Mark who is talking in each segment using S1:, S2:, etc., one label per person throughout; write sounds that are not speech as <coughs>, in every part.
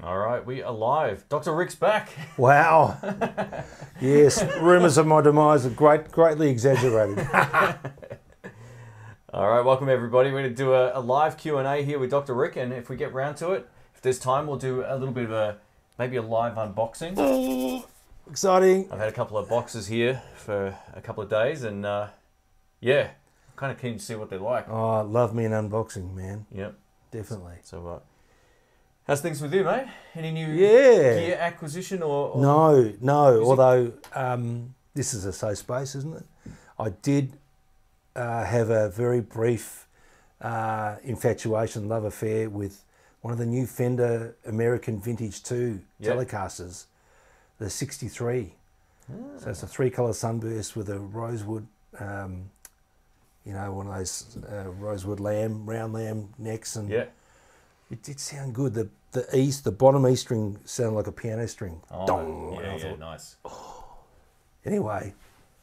S1: right, we are live. Dr. Rick's back. <laughs>
S2: Wow. yes, rumours of my demise are great, greatly exaggerated.
S1: All right, welcome everybody. We're going to do a, a live Q&A here with Dr. Rick, and if we get round to it, if there's time, we'll do a little bit of a, maybe a live unboxing.
S2: Exciting.
S1: I've had a couple of boxes here for a couple of days, and uh, yeah, kind of keen to see what they're like.
S2: Oh, love me an unboxing, man.
S1: Yep.
S2: Definitely.
S1: So, uh, how's things with you, mate? Any new
S2: Yeah.
S1: gear acquisition or, or
S2: No, no.
S1: it-
S2: Although um, this is a safe space, isn't it? I did uh, have a very brief uh, infatuation, love affair with one of the new Fender American Vintage Two
S1: Yep.
S2: Telecasters, the '63.
S1: Ah.
S2: So it's a three-color sunburst with a rosewood, um, you know, one of those uh, rosewood lamb, round lamb necks, and
S1: yeah?
S2: it did sound good. The the east, the bottom E string sounded like a piano string.
S1: Oh,
S2: Dong. And I
S1: yeah,
S2: thought,
S1: yeah, nice.
S2: anyway,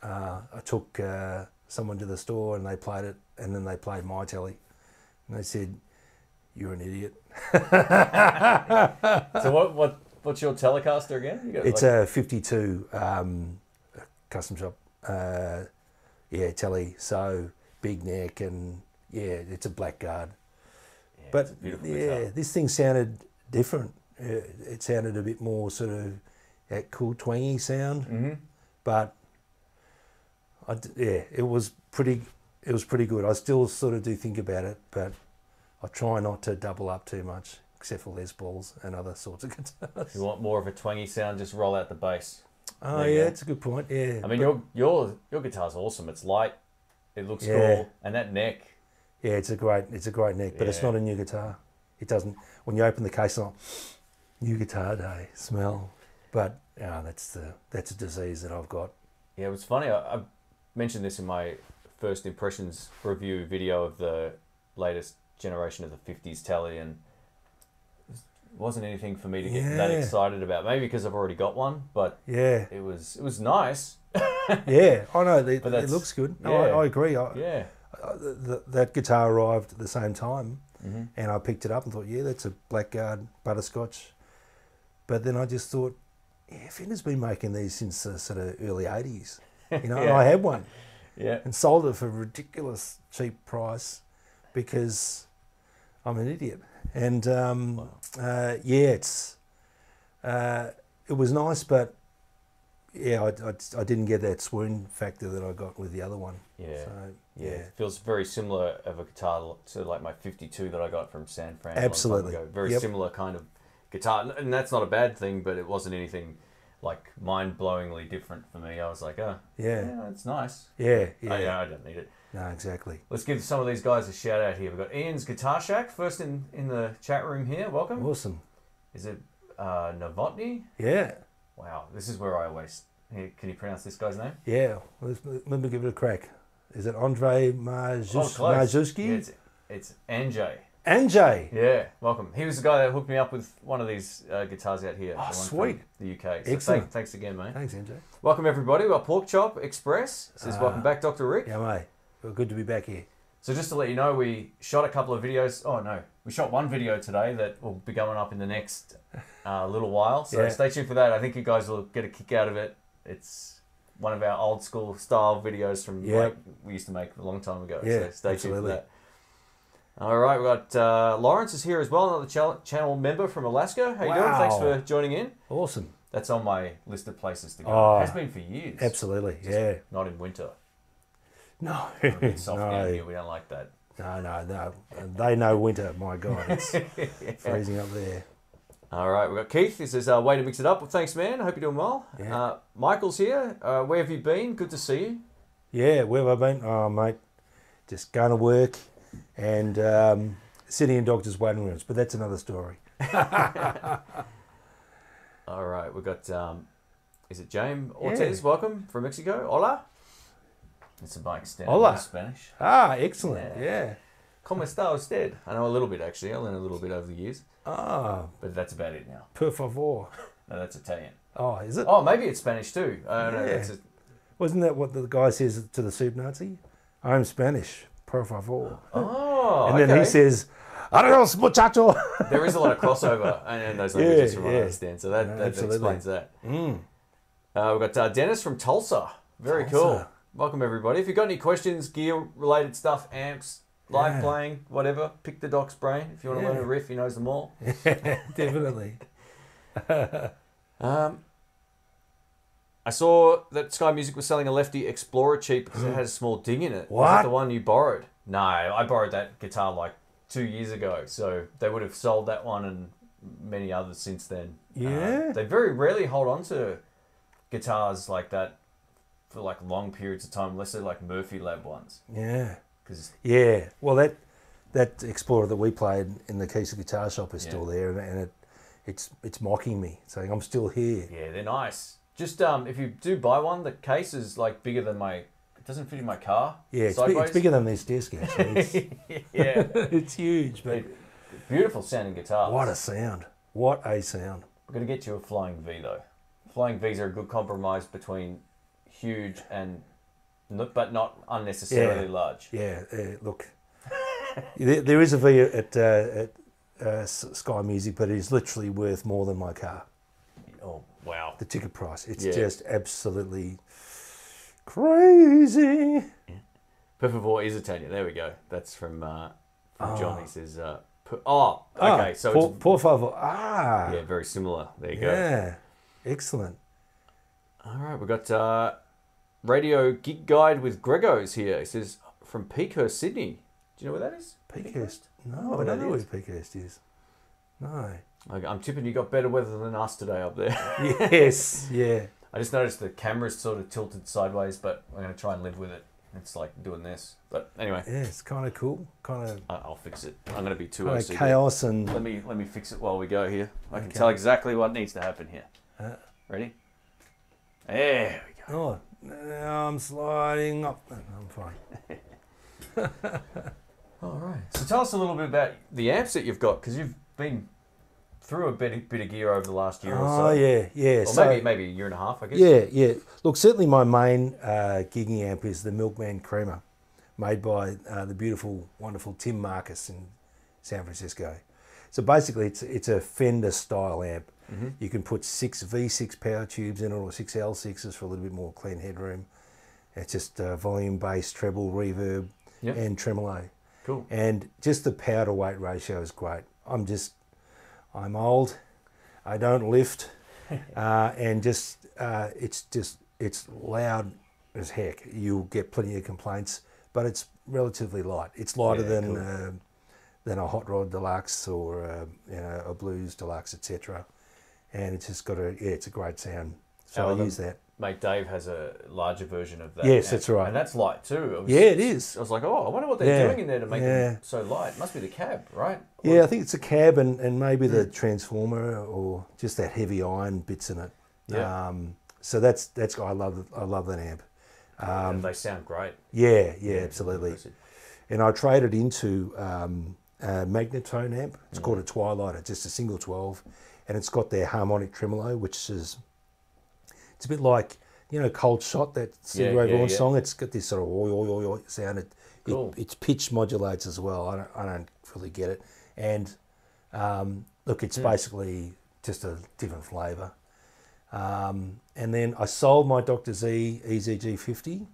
S2: uh, I took uh, someone to the store and they played it, and then they played my telly, and they said, "You're an idiot."
S1: So what what what's your Telecaster again? You got,
S2: It's
S1: like-
S2: a '52 um, custom shop, uh, yeah, telly. So big neck and yeah, it's a blackguard.
S1: yeah,
S2: But
S1: it's a beautiful
S2: yeah,
S1: guitar.
S2: this thing sounded different. It, it sounded a bit more sort of that cool twangy sound.
S1: Mhm.
S2: But I d yeah, it was pretty. It was pretty good. I still sort of do think about it, but I try not to double up too much, except for Les Balls and other sorts of <laughs> guitars.
S1: If you want more of a twangy sound, just roll out the bass.
S2: Oh
S1: There
S2: yeah,
S1: you go.
S2: that's a good point. Yeah,
S1: I mean,
S2: but-
S1: your your your guitar's awesome. It's light, it looks
S2: Yeah.
S1: cool, and that neck.
S2: yeah, it's a great, it's a great neck, but it's
S1: Yeah.
S2: not a new guitar. It doesn't. When you open the case, it's like, new guitar day smell. But ah, that's the that's a disease that I've got.
S1: Yeah, it was funny. I, I mentioned this in my first impressions review video of the latest generation of the '50s Tally, and it wasn't anything for me to get that
S2: Yeah.
S1: excited about. Maybe because I've already got one, but <laughs>
S2: Yeah,
S1: it was it was nice.
S2: yeah. I know. It,
S1: But
S2: it
S1: that's-
S2: looks good. No,
S1: yeah.
S2: I, I agree. I,
S1: Yeah,
S2: I- th- th- that guitar arrived at the same time,
S1: Mhm.
S2: and I picked it up and thought, yeah, that's a Blackguard butterscotch. But then I just thought, yeah, Fender's been making these since the sort of early '80s, you
S1: <laughs>
S2: know. And
S1: Yeah.
S2: I had one
S1: yeah.
S2: and sold it for a ridiculous cheap price because I'm an idiot. And um, uh, yeah, it's uh, it was nice, but yeah, I, I, I didn't get that swoon factor that I got with the other one.
S1: Yeah.
S2: So,
S1: Yeah.
S2: yeah.
S1: it feels very similar of a guitar to like my 52 that I got from San Fran. a long time
S2: Absolutely.
S1: ago. Very
S2: Yep.
S1: similar kind of guitar, and- and that's not a bad thing, but it wasn't anything like mind-blowingly different for me. I was like, oh,
S2: Yeah,
S1: yeah, it's nice.
S2: yeah,
S1: Yeah.
S2: yeah.
S1: Oh, yeah, I don't need it.
S2: No, exactly.
S1: Let's give some of these guys a shout out here. We've got Ian's Guitar Shack first in in the chat room here. Welcome.
S2: Awesome.
S1: Is it uh, Novotny?
S2: Yeah,
S1: Wow, this is where I always. here, Can you pronounce this guy's name?
S2: yeah. Let's, let me give it a crack. Is it Andre Marzus-
S1: close. Yeah,
S2: Marzuski?
S1: it's it's Anjay.
S2: Anjay.
S1: Yeah, welcome. He was the guy that hooked me up with one of these uh, guitars out here. the one from
S2: Ah, sweet.
S1: The UK. So
S2: Excellent.
S1: Thank, thanks again, mate.
S2: Thanks, Anjay.
S1: Welcome, everybody. We're Pork Chop Express. Says, welcome
S2: Ah.
S1: back, Dr. Rick.
S2: Yeah, mate. Well, good to be back here.
S1: So, just to let you know, we shot a couple of videos. Oh, no. We shot one video today that will be going up in the next uh, little while. So,
S2: Yeah.
S1: stay tuned for that. I think you guys will get a kick out of it. It's one of our old school style videos from
S2: Yeah.
S1: like, we used to make a long time ago.
S2: Yeah,
S1: so, stay tuned for
S2: absolutely.
S1: that. All right, we've got uh, Lawrence is here as well, another chal- channel member from Alaska. How you doing?
S2: Wow.
S1: Thanks for joining in.
S2: Awesome.
S1: That's on my list of places to go.
S2: Oh,
S1: Has been for years.
S2: Absolutely.
S1: Just
S2: Yeah.
S1: Not in winter.
S2: <laughs> No.
S1: We're a bit soft down
S2: no.
S1: here. We don't like that.
S2: no, no, no. They know winter. My <laughs> God, it's freezing up there.
S1: All right, we've got Keith. This is our way to mix it up. Well, thanks, man. I hope you're doing well.
S2: Yeah.
S1: Uh, Michael's here. Uh, where have you been? Good to see you.
S2: Yeah, where have I been? Oh, mate, just going to work and um, sitting in doctors' waiting rooms. But that's another story.
S1: All right, we've got, um, is it James Ortiz? Welcome from Mexico. Hola. It's by extended
S2: Hola.
S1: in Spanish.
S2: Ah, excellent.
S1: Yeah.
S2: Yeah.
S1: Como está usted? I know a little bit, actually. I learned a little bit over the years,
S2: Ah,
S1: but that's about it now.
S2: per favor.
S1: No, that's Italian.
S2: Oh, is it?
S1: Oh, maybe it's Spanish too. I don't know.
S2: Yeah.
S1: That's a,
S2: Wasn't that what the guy says to the soup Nazi? I'm Spanish, por favor.
S1: oh,
S2: and then
S1: okay.
S2: he says, Adios, muchacho. <laughs>
S1: there is a lot of crossover, and, and those languages
S2: Yeah,
S1: from what
S2: yeah.
S1: I understand. So that,
S2: No,
S1: that
S2: absolutely.
S1: explains that.
S2: Mm.
S1: Uh, we've got uh, Dennis from Tulsa. Very cool.
S2: Tulsa.
S1: Welcome everybody. If you've got any questions, gear related stuff, amps, live
S2: Yeah.
S1: playing, whatever, pick the doc's brain. If you want to learn
S2: Yeah.
S1: a riff, he knows them all.
S2: Definitely.
S1: Um, I saw that Sky Music was selling a Lefty Explorer cheap because
S2: <gasps>
S1: it had a small ding in it. Was that
S2: What?
S1: the one you borrowed? No, I borrowed that guitar like two years ago. So they would have sold that one and many others since then. Uh,
S2: Yeah.
S1: they very rarely hold on to guitars like that for like long periods of time, unless they're like Murphy Lab ones.
S2: Yeah.
S1: Because
S2: Yeah. Well, that that Explorer that we played in the Keisha Guitar Shop is
S1: Yeah.
S2: still there, and, and it it's it's mocking me, saying I'm still here.
S1: yeah, they're nice. Just um, if you do buy one, the case is like bigger than my. It doesn't fit in my car.
S2: Yeah, it's, big, it's
S1: sideways.
S2: bigger than this desk actually. It's,
S1: <laughs> yeah.
S2: <laughs> it's huge, but
S1: It- Beautiful sounding guitar.
S2: what a sound! What a sound!
S1: We're gonna get you a flying V though. Flying V's are a good compromise between huge and, n- but not unnecessarily
S2: Yeah.
S1: large.
S2: Yeah. Uh, look, <laughs> there, there is a V at, uh, at uh, S- Sky Music, but it is literally worth more than my car.
S1: Oh wow!
S2: The ticket price. It's
S1: Yeah.
S2: just absolutely crazy.
S1: Per favor is Italian. There we go. That's from uh, from John. He says, uh, per, "Oh,
S2: Ah,
S1: okay." so
S2: por,
S1: it's
S2: por favor. Ah.
S1: yeah, very similar. There you go.
S2: Yeah, excellent.
S1: All right, we got uh, radio gig guide with Gregos here. He says from Peakhurst, Sydney. Do you know where that is?
S2: Peakhurst. No,
S1: Oh,
S2: I don't
S1: that
S2: know where
S1: is.
S2: Peakhurst is. No.
S1: I- I'm tipping you got better weather than us today up there.
S2: <laughs> Yes. yeah.
S1: I just noticed the camera's sort of tilted sideways, but I'm going to try and live with it. It's like doing this. But anyway,
S2: Yeah, it's kind of cool. Kind of,
S1: I- I'll fix it. I'm going to be too
S2: kind of
S1: OCD.
S2: chaos and
S1: Let me let me fix it while we go here. I can
S2: Okay.
S1: tell exactly what needs to happen here.
S2: Uh.
S1: Ready? There we go.
S2: oh, now I'm sliding up. No, I'm fine.
S1: All right. So tell us a little bit about the amps that you've got because you've been through a bit, bit of gear over the last year or so.
S2: Oh yeah, yeah.
S1: Or
S2: so
S1: maybe maybe a year and a half, I guess.
S2: yeah, yeah. Look, certainly my main uh, gigging amp is the Milkman Creamer, made by uh, the beautiful, wonderful Tim Marcus in San Francisco. So basically, it's it's a Fender style amp.
S1: Mm-hmm.
S2: You can put six V6 power tubes in it, or six L6s for a little bit more clean headroom. It's just uh, volume, bass, treble, reverb,
S1: Yep.
S2: and tremolo
S1: Cool.
S2: and just the power to weight ratio is great. I'm just, I'm old, I don't lift,
S1: <laughs>
S2: uh, and just uh, it's just it's loud as heck. You'll get plenty of complaints, but it's relatively light. It's lighter
S1: Yeah,
S2: than
S1: cool.
S2: uh, than a hot rod deluxe or uh, you know a blues deluxe, etc. And it's just got a yeah, it's a great sound. So
S1: Our
S2: I
S1: other-
S2: use that.
S1: Mate, Dave has a larger version of that.
S2: Yes,
S1: amp,
S2: that's right.
S1: And that's light too. It was-
S2: Yeah, it is.
S1: I was like, oh, I wonder what they're
S2: Yeah,
S1: doing in there to make
S2: yeah.
S1: them so light. Must be the cab, right? Or- Hmm.
S2: Yeah, I think it's a cab and, and maybe the transformer or just that heavy iron bits in it.
S1: Yeah.
S2: Um, so that's that's I love I love that amp.
S1: and they sound great.
S2: Yeah, yeah, Um, absolutely.
S1: impressive.
S2: And I traded into um, a magnetone amp. It's
S1: Mm.
S2: called a Twilight. It's just a single twelve, and it's got their harmonic tremolo, which is it's a bit like you know Cold Shot that Stevie Ray
S1: yeah,
S2: Vaughan
S1: yeah.
S2: song. It's got this sort of oi oi oi oi sound. It,
S1: Cool.
S2: it its pitch modulates as well. I don't I don't really get it. And um, look,
S1: Hmm.
S2: it's basically just a different flavour. Um, and then I sold my Dr. Z EZG50.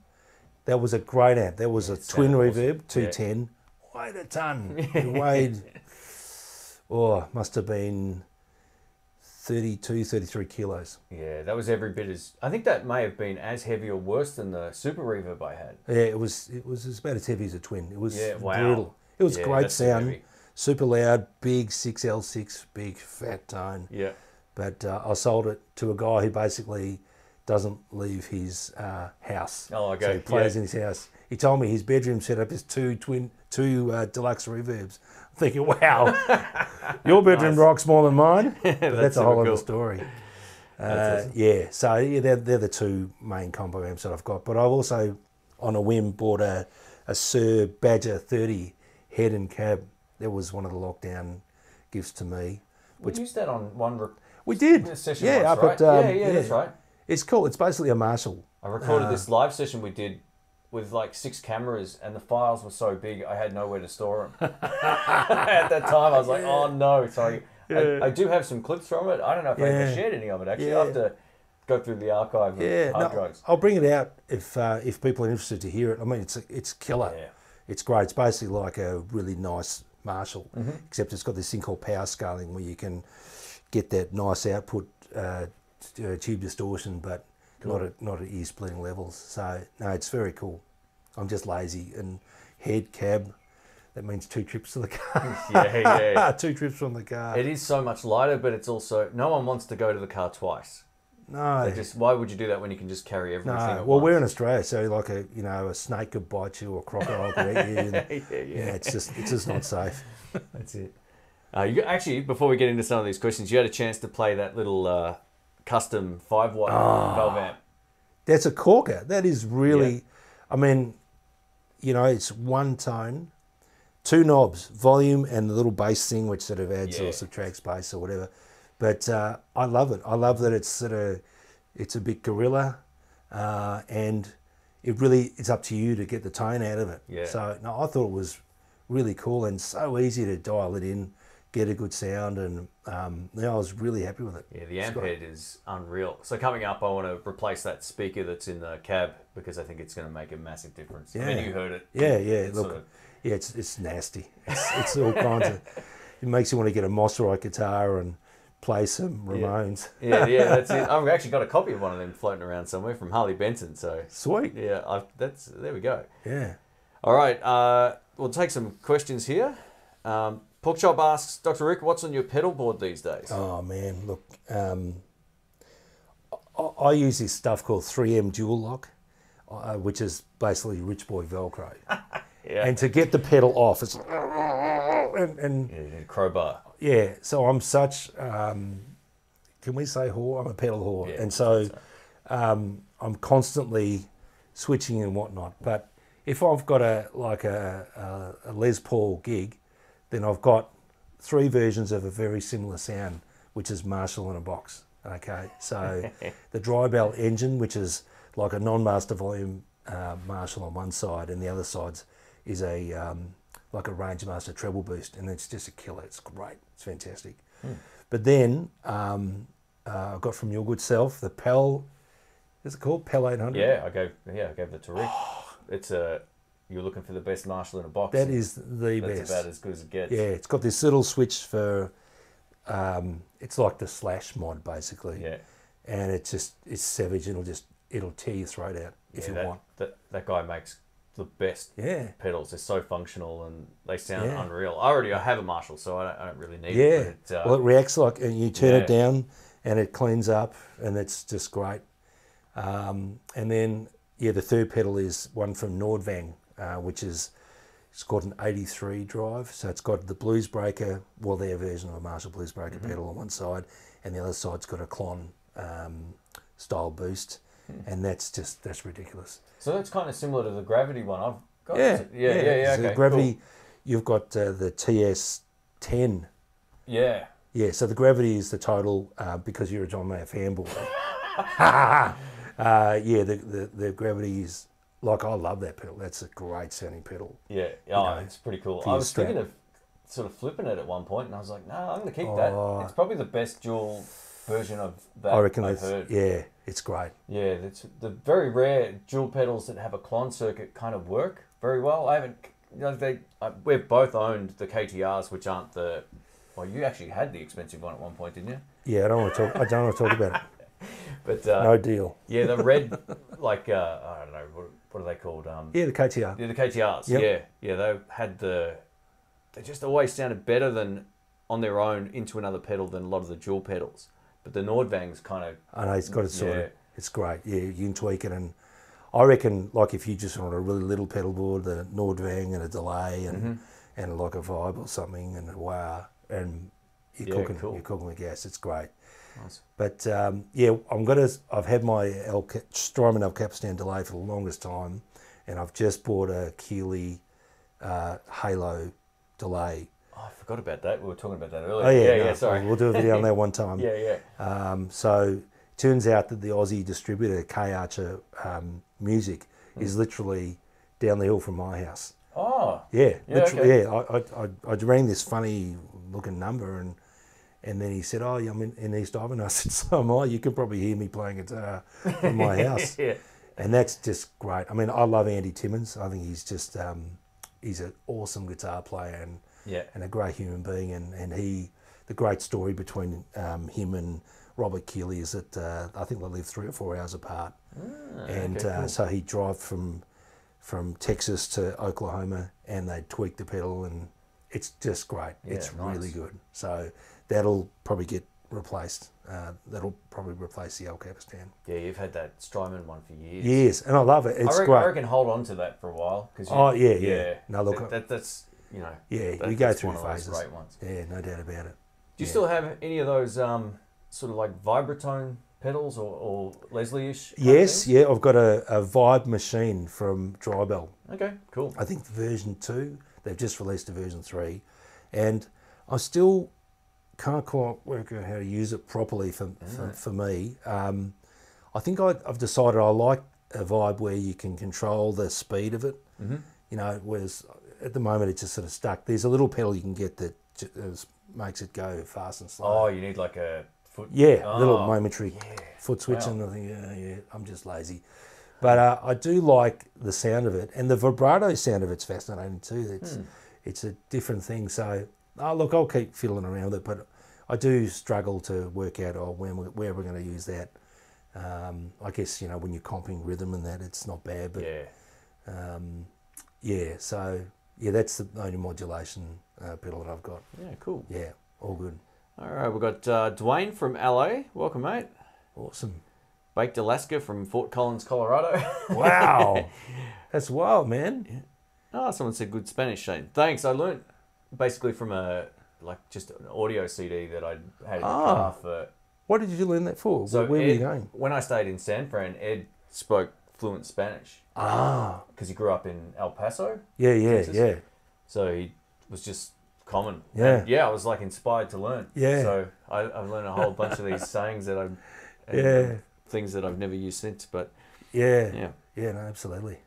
S2: That was a great amp. That was a twin
S1: sounded awesome.
S2: reverb, 210. Weighed
S1: <laughs>
S2: a ton. It weighed, oh, must have been 32, 33 kilos.
S1: Yeah, that was every bit as. I think that may have been as heavy or worse than the Super Reverb I had.
S2: Yeah, it was it was as about as heavy as a twin. It was
S1: Yeah, wow.
S2: brutal. It was
S1: Yeah,
S2: great
S1: that's so
S2: sound,
S1: heavy.
S2: super loud, big 6L6, big fat tone.
S1: Yeah.
S2: but uh, I sold it to a guy who basically doesn't leave his uh, house.
S1: Oh, okay,
S2: So he plays
S1: yeah.
S2: in his house. He told me his bedroom setup is two twin, two uh, deluxe reverbs. I'm thinking,
S1: <laughs>
S2: wow, your bedroom rocks more than mine. But that's,
S1: That's
S2: a whole
S1: super
S2: other
S1: cool.
S2: story. Uh, Yeah, so yeah, they're, they're the two main combo amps that I've got. But I've also, on a whim, bought a, a Sir Badger 30 head and cab. That was one of the lockdown gifts to me.
S1: We used that on one re-
S2: We did.
S1: session
S2: yeah,
S1: once,
S2: up
S1: right?
S2: at um,
S1: yeah, yeah, that's right.
S2: It's cool. It's basically a Marshall.
S1: I recorded this live session we did with like six cameras, and the files were so big, I had nowhere to store them. <laughs> At that time, I was like, oh no, sorry.
S2: Yeah.
S1: I, I do have some clips from it. I don't know if I
S2: Yeah.
S1: ever shared any of it. Actually,
S2: Yeah.
S1: I have to go through the archive. Of
S2: Yeah,
S1: hard
S2: no, <laughs>
S1: drives.
S2: I'll bring it out if uh, if people are interested to hear it. I mean, it's it's killer.
S1: Yeah.
S2: It's great. It's basically like a really nice Marshall,
S1: Mm-hmm.
S2: except it's got this thing called power scaling where you can get that nice output uh, t- uh, tube distortion, but not at not at ear splitting levels. So no, it's very cool. I'm just lazy and head cab. That means two trips to the car.
S1: yeah, yeah.
S2: <laughs> two trips from the car.
S1: It is so much lighter, but it's also no one wants to go to the car twice.
S2: no,
S1: They just why would you do that when you can just carry everything?
S2: no.
S1: at
S2: Well,
S1: once?
S2: we're in Australia, so like a you know a snake could bite you or a crocodile could eat you.
S1: <laughs>
S2: and-
S1: yeah, yeah,
S2: yeah, it's just it's just not safe.
S1: That's it. Uh, you got- actually, before we get into some of these questions, you had a chance to play that little uh, custom five watt
S2: Ah,
S1: valve amp.
S2: That's a corker. That is really, I mean, you know, it's one tone, two knobs, volume and the little bass thing, which sort of adds
S1: Yeah.
S2: or subtracts bass or whatever. But uh, I love it. I love that it's sort of, it's a bit guerrilla, uh, and it really it's up to you to get the tone out of it.
S1: Yeah.
S2: So no, I thought it was really cool and so easy to dial it in, get a good sound, and um, yeah, I was really happy with it.
S1: Yeah, the amp head is unreal. So coming up, I want to replace that speaker that's in the cab because I think it's going to make a massive difference. I mean,
S2: Yeah.
S1: you heard it.
S2: Yeah, yeah.
S1: It's
S2: look,
S1: sort of-
S2: yeah, it's it's nasty. It's, it's all kinds of. It makes you want to get a Mosrite guitar and play some Ramones.
S1: yeah, yeah. That's it. I've actually got a copy of one of them floating around somewhere from Harley Benson. So
S2: Sweet.
S1: yeah, I've, that's there we go.
S2: Yeah.
S1: All right, uh, we'll take some questions here. Um, Porkchop asks, Dr. Rick, what's on your pedal board these days?
S2: Oh man, look. Um, I, I use this stuff called 3M Dual Lock, uh, which is basically Rich Boy Velcro.
S1: <laughs> Yeah.
S2: And to get the pedal off, it's like, and, and
S1: Yeah, you need a crowbar.
S2: yeah. So I'm such. Um, can we say whore? I'm a pedal whore,
S1: Yeah,
S2: and so um, I'm constantly switching and whatnot. But if I've got a like a, a, a Les Paul gig, then I've got three versions of a very similar sound, which is Marshall in a box. Okay, so the dry bell engine, which is like a non-master volume uh, Marshall on one side, and the other side's is a um, like a Range Master treble boost, and it's just a killer. It's great. It's fantastic. But then um, uh, I got from your good self the Pell. Is it called Pell 800?
S1: Yeah, I gave yeah, I gave that to
S2: <sighs>
S1: Rick. it's a you're looking for the best Marshall in a box.
S2: That
S1: and
S2: is the
S1: that's
S2: best.
S1: about as good as it gets.
S2: Yeah, it's got this little switch for. Um, it's like the slash mod basically,
S1: Yeah.
S2: and it's just it's savage. It'll just it'll tear your throat out if
S1: Yeah,
S2: you
S1: that,
S2: want.
S1: That that guy makes the best
S2: Yeah,
S1: pedals. They're so functional and they sound
S2: Yeah.
S1: unreal. I already I have a Marshall, so I don't, I don't really need
S2: yeah.
S1: it. but it, uh,
S2: well, it reacts like, and you turn it
S1: yeah.
S2: down, and it cleans up, and it's just great. Um, and then yeah, the third pedal is one from Nordvang, uh, which is it's got an 83 drive, so it's got the Blues Breaker, well their version of a Marshall Blues Breaker
S1: Mm-hmm.
S2: pedal on one side, and the other side's got a Klon um, style boost,
S1: Hmm.
S2: and that's just that's ridiculous.
S1: so that's kind of similar to the gravity one. I've got.
S2: Yeah,
S1: yeah, yeah, yeah.
S2: so
S1: okay,
S2: gravity,
S1: cool.
S2: you've got uh, the TS10
S1: Yeah.
S2: Yeah, so the gravity is the total uh, because you're a John
S1: <laughs>
S2: Mayer fanboy. <laughs> uh, yeah, the, the, the gravity is like I love that pedal. That's a great sounding pedal.
S1: Yeah, oh, it's pretty cool. I
S2: your
S1: was
S2: strap.
S1: thinking of sort of flipping it at one point, and I was like, no, I'm going to keep that. It's probably the best dual version of that
S2: Oh. I reckon
S1: I've
S2: that's
S1: heard.
S2: yeah, it's great.
S1: Yeah, that's the very rare dual pedals that have a clon circuit kind of work very well. I haven't. You know, they, I, we've both owned the KTRs, which aren't the. Well, you actually had the expensive one at one point, didn't you?
S2: Yeah, I don't want to talk. I don't want to talk about it.
S1: But uh,
S2: No deal.
S1: yeah, the
S2: <laughs>
S1: red, like uh, I don't know what, what are they called? Um,
S2: Yeah, the KTR.
S1: Yeah, the KTRs.
S2: Yep.
S1: Yeah, yeah, they had the. They just always sounded better than on their own into another pedal than a lot of the dual pedals. But the Nordvangs kind of
S2: I know it's got it sorted.
S1: Yeah.
S2: It's great. Yeah, you can tweak it, and I reckon like if you just want a really little pedal board, the Nordvang and a delay and
S1: Mm-hmm.
S2: and like a vibe or something, and wow, and you're
S1: Yeah,
S2: cooking.
S1: cool.
S2: You're cooking with gas. It's great. But um, yeah, I'm gonna. I've had my El Ca- Strymon El Capistan delay for the longest time, and I've just bought a Keeley uh, Halo delay.
S1: oh, I forgot about that. We were talking about that earlier.
S2: Oh yeah,
S1: yeah,
S2: no,
S1: sorry.
S2: We'll do a video on
S1: <laughs>
S2: that one time.
S1: yeah, yeah.
S2: Um, so turns out that the Aussie distributor K Archer um, Music
S1: Mm.
S2: is literally down the hill from my house.
S1: Oh,
S2: Yeah,
S1: Yeah,
S2: literally.
S1: okay.
S2: Yeah, I, I, I, I rang this funny looking number, and and then he said, "Oh, yeah, I'm in, in East Ivan." <laughs> I said, "So am I. You can probably hear me playing guitar in my house."
S1: yeah.
S2: and that's just great. I mean, I love Andy Timmins. I think he's just um, he's an awesome guitar player and,
S1: Yeah.
S2: and a great human being. And, and he the great story between um, him and Robert Keeley is that uh, I think they live three or four hours apart,
S1: Ah,
S2: and
S1: okay,
S2: uh, so he drove from from Texas to Oklahoma, and they tweak the pedal, and it's just great.
S1: Yeah,
S2: it's really
S1: nice.
S2: good. So that'll probably get replaced. Uh, that'll probably replace the El Capistan.
S1: Yeah, you've had that Strymon one for years.
S2: Yes, and I love it. It's
S1: I, reckon,
S2: great.
S1: I reckon hold on to that for a while. 'cause you-
S2: Oh, yeah, yeah. No, look,
S1: that, that- that's, you know,
S2: Yeah,
S1: that-
S2: we go
S1: that's
S2: through
S1: one of those
S2: phases.
S1: great ones.
S2: Yeah, no doubt about it.
S1: Do you
S2: Yeah.
S1: still have any of those um, sort of like vibratone pedals or, or Leslie ish?
S2: Yes, yeah, I've got a, a vibe machine from Drybell.
S1: Okay, cool.
S2: I think version two. They've just released a version three, and I still can't quite work out how to use it properly for for, for me. Um, I think I, I've decided I like a vibe where you can control the speed of it. Mm-hmm. You know, whereas at the moment it's just sort of stuck. There's a little pedal you can get that j- is- makes it go fast and slow.
S1: Oh, you need like a foot.
S2: Yeah, a little
S1: Oh,
S2: momentary foot switch,
S1: Wow.
S2: and I think, yeah, yeah, I'm just lazy. But uh, I do like the sound of it, and the vibrato sound of it's fascinating too. It's
S1: Hmm.
S2: it's a different thing. So, oh, look, I'll keep fiddling around with it, but I do struggle to work out oh, when we, where we're going to use that. Um, I guess you know when you're comping rhythm and that, it's not bad, but
S1: Yeah.
S2: um, yeah, so yeah, that's the only modulation uh, pedal that I've got.
S1: Yeah, cool.
S2: Yeah, all good,
S1: All right, we've got uh, Dwayne from LA. Welcome, mate.
S2: awesome.
S1: Baked Alaska from Fort Collins, Colorado. <laughs>
S2: Wow, <laughs> that's wild, man.
S1: Ah, someone said good Spanish, Shane. Thanks. I learnt basically from a like just an audio CD that I had in the
S2: Ah.
S1: car for.
S2: What did you learn that for?
S1: So
S2: Where were
S1: Ed-
S2: you going?
S1: When I stayed in San Fran, Ed spoke fluent Spanish
S2: Ah,
S1: because he grew up in El Paso,
S2: yeah, yeah,
S1: Texas?
S2: yeah.
S1: so he was just common.
S2: Yeah.
S1: And yeah. I was like inspired to learn.
S2: Yeah.
S1: So I, I've learned a whole bunch of
S2: <laughs>
S1: these sayings that I've and
S2: Yeah.
S1: things that I've never used since. But <laughs>
S2: Yeah, yeah,
S1: yeah.
S2: no, absolutely.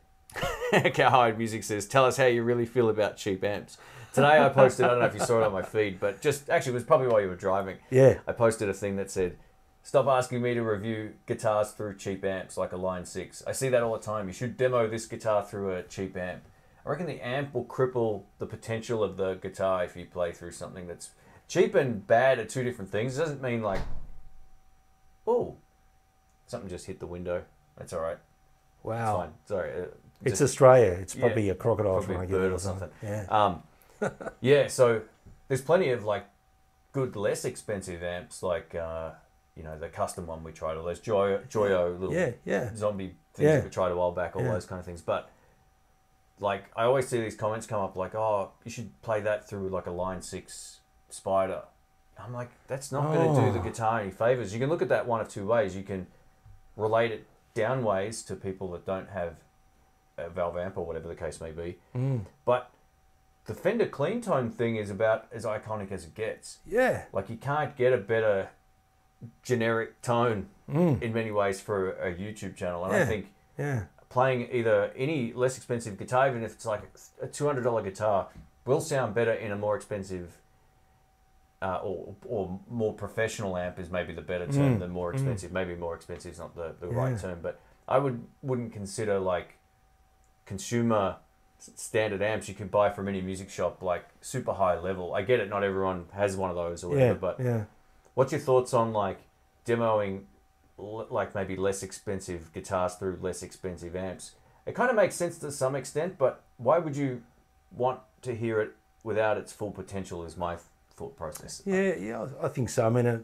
S1: Cowhide Music says, "Tell us how you really feel about cheap amps." Today I posted. I don't know if you saw it on my feed, but just actually it was probably while you were driving.
S2: Yeah,
S1: I posted a thing that said, "Stop asking me to review guitars through cheap amps like a Line Six. I see that all the time. You should demo this guitar through a cheap amp. I reckon the amp will cripple the potential of the guitar if you play through something that's cheap and bad are two different things. It doesn't mean like, oh, something just hit the window. That's all right. It's
S2: wow.
S1: fine. Sorry. uh,
S2: It's
S1: just-
S2: Australia. It's
S1: Yeah.
S2: probably a crocodile
S1: Probably
S2: trying
S1: a
S2: to get
S1: bird
S2: it
S1: or
S2: or something. Yeah,
S1: Um, yeah, so there's plenty of like good, less expensive amps, like uh, you know the custom one we tried, or those Joyo, Joyo little
S2: yeah, yeah,
S1: zombie things
S2: Yeah.
S1: we tried a while back, all
S2: Yeah.
S1: those kind of things. But like I always see these comments come up, like, "Oh, you should play that through like a Line Six Spider." I'm like, that's not going to do the
S2: Oh.
S1: guitar any favors. You can look at that one of two ways. You can relate it down ways to people that don't have a valve amp or whatever the case may be.
S2: Mm.
S1: But the Fender Clean Tone thing is about as iconic as it gets.
S2: yeah.
S1: Like you can't get a better generic tone in many ways for a YouTube channel. And I
S2: Hmm. Yeah.
S1: think
S2: yeah.
S1: playing either any less expensive guitar, even if it's like a two hundred dollar guitar, will sound better in a more expensive uh, or or more professional amp is maybe the better term than more expensive. Maybe more expensive is not the, the right
S2: Hmm. Yeah.
S1: term, but I would wouldn't consider like consumer s- standard amps you can buy from any music shop like super high level. I get it, not everyone has one of those or whatever,
S2: Yeah,
S1: but
S2: yeah.
S1: What's your thoughts on like demoing l- like maybe less expensive guitars through less expensive amps? It kind of makes sense to some extent, but why would you want to hear it without its full potential? Is my thought process.
S2: Yeah, yeah, I I think so. I mean, it,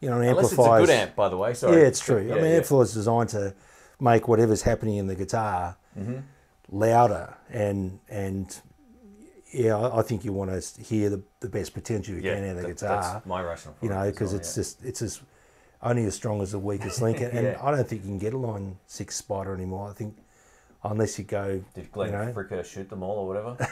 S2: you know, an
S1: Unless it's a
S2: amplifier.
S1: good amp, by the way.
S2: Yeah,
S1: Sorry.
S2: it's true.
S1: Yeah,
S2: I mean,
S1: yeah.
S2: amplifiers designed to make whatever's happening in the guitar
S1: Mm-hmm.
S2: louder, and and yeah, I I think you want to hear the, the best potential you
S1: Yeah,
S2: can out of the
S1: that-
S2: guitar.
S1: That's my rationale. For
S2: you
S1: it
S2: know,
S1: as
S2: because
S1: well,
S2: it's
S1: yeah.
S2: just it's as only as strong as the
S1: <laughs>
S2: weakest link, and, and
S1: Yeah.
S2: I don't think you can get a line six spider anymore. I think unless you
S1: <laughs>
S2: go,
S1: did Glenn
S2: you know.
S1: Fricker shoot them all or whatever?
S2: <laughs>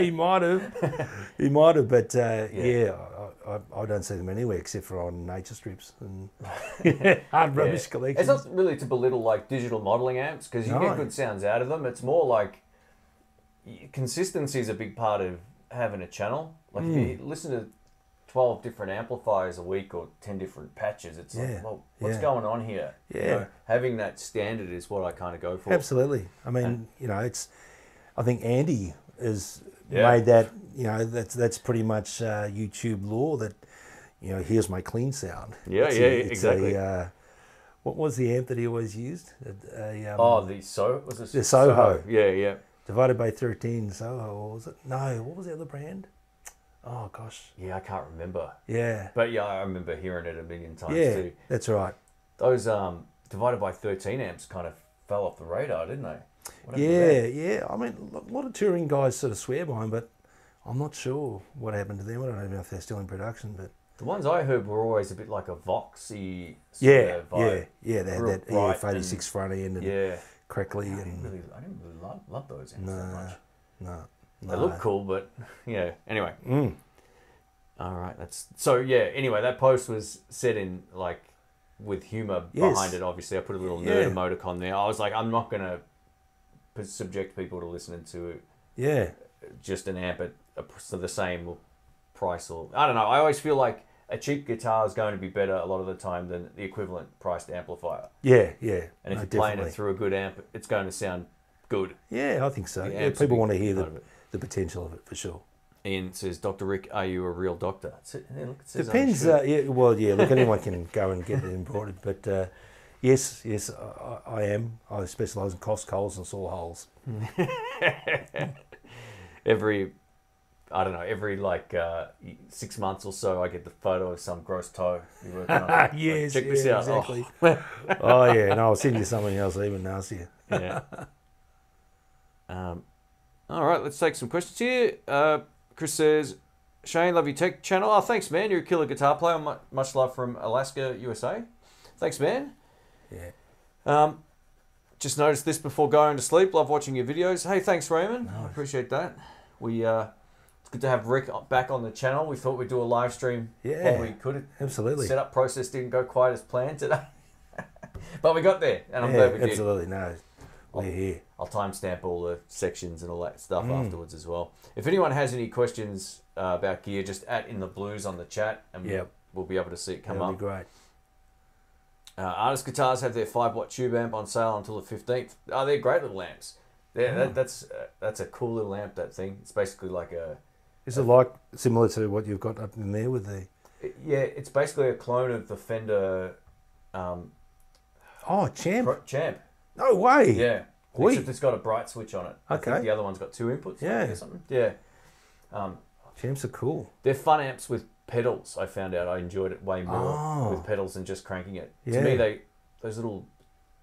S2: he might have, he might have, but uh, yeah, I, I I, I don't see them anywhere except for on nature strips
S1: <laughs>
S2: and <laughs> hard
S1: Yeah.
S2: rubbish collections.
S1: It's not really to belittle like digital modeling amps because you
S2: No.
S1: get good sounds out of them. It's more like y- consistency is a big part of having a channel. Like if
S2: Hmm.
S1: you listen to twelve different amplifiers a week or ten different patches, it's
S2: Yeah.
S1: like, well, what's
S2: Yeah.
S1: going on here? You
S2: Yeah.
S1: know, having that standard is what I kind of go for.
S2: Absolutely. I mean, you know, it's. I think Andy has
S1: Yeah.
S2: made that. You know, that's that's pretty much uh, YouTube law that. You know, here's my clean sound.
S1: Yeah,
S2: It's a-
S1: yeah,
S2: it's a,
S1: exactly.
S2: uh, what was the amp that he always used? A, a, um,
S1: Oh, the so was it
S2: The Soho.
S1: Yeah, yeah,
S2: divided by thirteen Soho or was it? No, what was the other brand? Oh gosh,
S1: yeah. I can't remember,
S2: yeah,
S1: but yeah, I remember hearing it a million times
S2: yeah,
S1: too.
S2: that's right.
S1: Those um divided by thirteen amps kind of fell off the radar, didn't they? What happened to them?
S2: Yeah, yeah. I mean, a lot of touring guys sort of swear by them, but I'm not sure what happened to them. I don't even know if they're still in production, but
S1: The ones I heard were always a bit like a voxy sort
S2: Yeah,
S1: of
S2: yeah,
S1: vibe.
S2: yeah. They had
S1: Real
S2: that
S1: bright
S2: EF eighty six front end and
S1: yeah.
S2: crackly
S1: I didn't
S2: and
S1: really, I didn't really love, love those amps that
S2: no,
S1: much.
S2: no,
S1: They look cool, but <laughs> yeah. Anyway,
S2: Mm.
S1: all right. That's so. Yeah. Anyway, that post was set in like with humor
S2: Yes.
S1: behind it. Obviously, I put a little
S2: Yeah.
S1: nerd emoticon there. I was like, I'm not gonna p- subject people to listening to
S2: Yeah,
S1: just an amp at a, pr- so the same price or I don't know. I always feel like a cheap guitar is going to be better a lot of the time than the equivalent priced amplifier.
S2: yeah, yeah.
S1: And if
S2: no,
S1: you're playing
S2: definitely.
S1: it through a good amp, it's going to sound good.
S2: yeah, I think so.
S1: The
S2: Uh, Yeah,
S1: amps will
S2: people
S1: be
S2: want to hear
S1: part of
S2: the,
S1: it.
S2: the potential of it for sure.
S1: Ian says, Dr. Rick, are you a real doctor? It's, yeah, look, it says "Oh, on the
S2: Depends.
S1: shirt.
S2: Uh, yeah, well,
S1: <laughs>
S2: yeah. Look, anyone can go and get it embroidered, but uh, yes, yes, I, I I am. I specialise in cost holes and saw
S1: <laughs>
S2: holes.
S1: every, I don't know, every like uh, six months or so, I get the photo of some gross toe you're working
S2: <laughs>
S1: on. Like,
S2: Ah, yes,
S1: check this
S2: yeah,
S1: out. Oh,
S2: Exactly. Oh. yeah, and I'll send you something else even nastier.
S1: <laughs> yeah. Um, all right, let's take some questions here. Uh, Chris says, Shane, love your tech channel. Oh, thanks, man. You're a killer guitar player. Mu- Much love from Alaska, USA. Thanks, man.
S2: Yeah.
S1: Um, just noticed this before going to sleep. Love watching your videos. Hey, thanks, Raymond. I
S2: Nice.
S1: appreciate that. We uh, it's good to have Rick back on the channel. We thought we'd do a live stream
S2: Yeah.
S1: while we could.
S2: Absolutely.
S1: Setup process didn't go quite as planned today, <laughs> but we got there, and I'm
S2: yeah,
S1: glad we did.
S2: absolutely. No, we're here.
S1: I'll timestamp all the sections and all that stuff
S2: Mm.
S1: afterwards as well. If anyone has any questions uh, about gear, just at in the blues on the chat, and
S2: Yep.
S1: we'll be able to see it come
S2: That'll
S1: up.
S2: be great.
S1: Uh, Artist Guitars have their five watt tube amp on sale until the fifteenth. Oh, they're great little amps. Yeah,
S2: Mm.
S1: that, that's uh, that's a cool little amp. That thing. It's basically like a
S2: Is it like similar to what you've got up in there with the?
S1: it- yeah. It's basically a clone of the Fender um,
S2: Oh, champ!
S1: Pro- Champ.
S2: No way!
S1: Yeah.
S2: Oi.
S1: Except it's got a bright switch on it. I think
S2: Okay.
S1: the other one's got two inputs. I think,
S2: Yeah.
S1: Or something. Yeah. Um,
S2: Champs are cool.
S1: They're fun amps with pedals. I found out I enjoyed it way more
S2: Oh.
S1: with pedals than just cranking it. To
S2: Yeah.
S1: me, they those little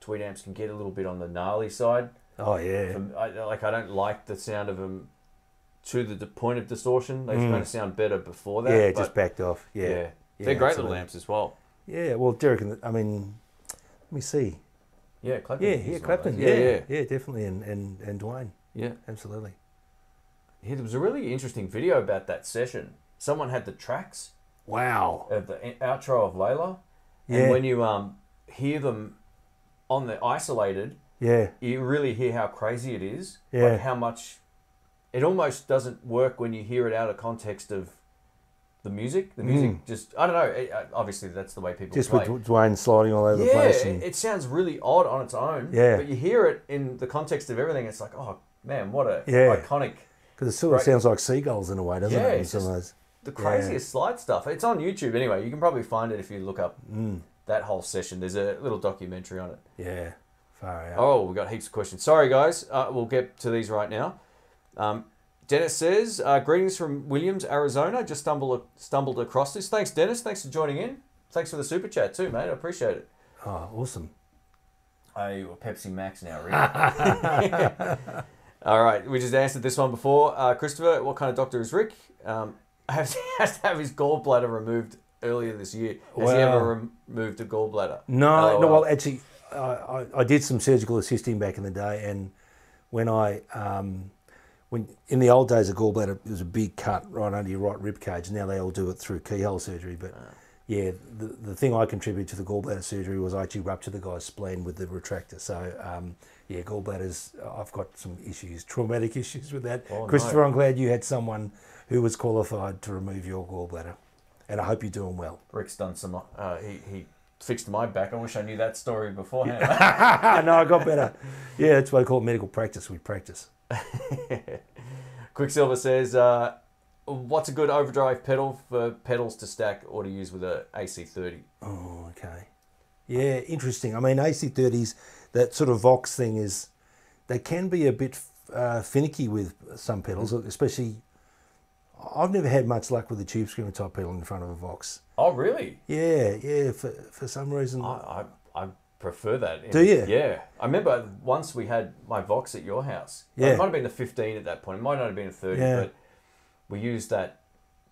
S1: tweed amps can get a little bit on the gnarly side.
S2: Oh yeah,
S1: Um, I, like I don't like the sound of them to the, the point of distortion. They kind of sound better before that.
S2: Mm. yeah.
S1: but
S2: just backed off. Yeah,
S1: yeah,
S2: yeah.
S1: they're great
S2: absolutely.
S1: little amps as well.
S2: Well, Derek, and the, I mean, let me see.
S1: Yeah, Clapton.
S2: Yeah,
S1: uses
S2: yeah,
S1: all
S2: Clapton.
S1: those.
S2: Yeah, yeah,
S1: Oh, yeah,
S2: definitely, and and and Dwayne,
S1: yeah.
S2: absolutely.
S1: Yeah, there was a really interesting video about that session. Someone had the tracks
S2: Wow.
S1: of the in- outro of Layla,
S2: Yeah.
S1: and when you um hear them on the isolated,
S2: Yeah,
S1: you really hear how crazy it is.
S2: Yeah.
S1: Like how much it almost doesn't work when you hear it out of context of the music. The music just I don't know. It, uh, obviously, that's the way people
S2: Hmm. just
S1: play.
S2: with Dw- Dwayne sliding all over the
S1: yeah,
S2: place.
S1: it,
S2: And,
S1: it sounds really odd on its own.
S2: Yeah.
S1: But you hear it in the context of everything. It's like, oh man, what a
S2: Yeah.
S1: iconic.
S2: Because it sort
S1: Right.
S2: of sounds like seagulls in a way, doesn't
S1: Yeah,
S2: it? in
S1: it's
S2: some of those.
S1: The craziest slide stuff. It's on YouTube anyway. You can probably find it if you look up
S2: Hmm.
S1: that whole session. There's a little documentary on it.
S2: Yeah, far out.
S1: Oh, we got heaps of questions. Sorry, guys. Uh, we'll get to these right now. Um, Dennis says, uh, "Greetings from Williams, Arizona. Just stumbled stumbled across this. Thanks, Dennis. Thanks for joining in. Thanks for the super chat too, mate. I appreciate it."
S2: Oh, awesome.
S1: Are you a Pepsi Max now, Rick? <laughs> All right, we just answered this one before. Uh, Christopher, what kind of doctor is Rick? Um, <laughs> has, has to have his gallbladder removed earlier this year. Has he
S2: Wow.
S1: ever removed a gallbladder?
S2: No, no.
S1: LOL.
S2: Well, actually, I, I, I did some surgical assisting back in the day, and when I um, when in the old days a gallbladder it was a big cut right under your right rib cage. Now they all do it through keyhole surgery. But
S1: Ah.
S2: yeah, the, the thing I contributed to the gallbladder surgery was I actually ruptured the guy's spleen with the retractor. So um, yeah, gallbladders. uh, I've got some issues, traumatic issues with that.
S1: Oh, no.
S2: Christopher, I'm glad you had someone who was qualified to remove your gallbladder, and I hope you're doing well.
S1: Rick's done some. Uh, he he fixed my back. I wish I knew that story beforehand.
S2: <laughs> Ah, no, I got better. Yeah, that's what I call medical practice. We practice.
S1: <laughs> Quicksilver says, uh, "What's a good overdrive pedal for pedals to stack or to use with a AC30?"
S2: Oh, okay. Yeah, interesting. I mean, AC30s, that sort of Vox thing is, they can be a bit uh, finicky with some pedals,
S1: Mm.
S2: especially. I've never had much luck with a tube screamer type pedal in front of a Vox.
S1: Oh, really?
S2: Yeah, yeah. For for some reason,
S1: I I, I prefer that. in-
S2: Do you?
S1: Yeah. I remember once we had my Vox at your house.
S2: Yeah.
S1: It might have been the 15 at that point. It might not have been a 30,
S2: Yeah.
S1: but we used that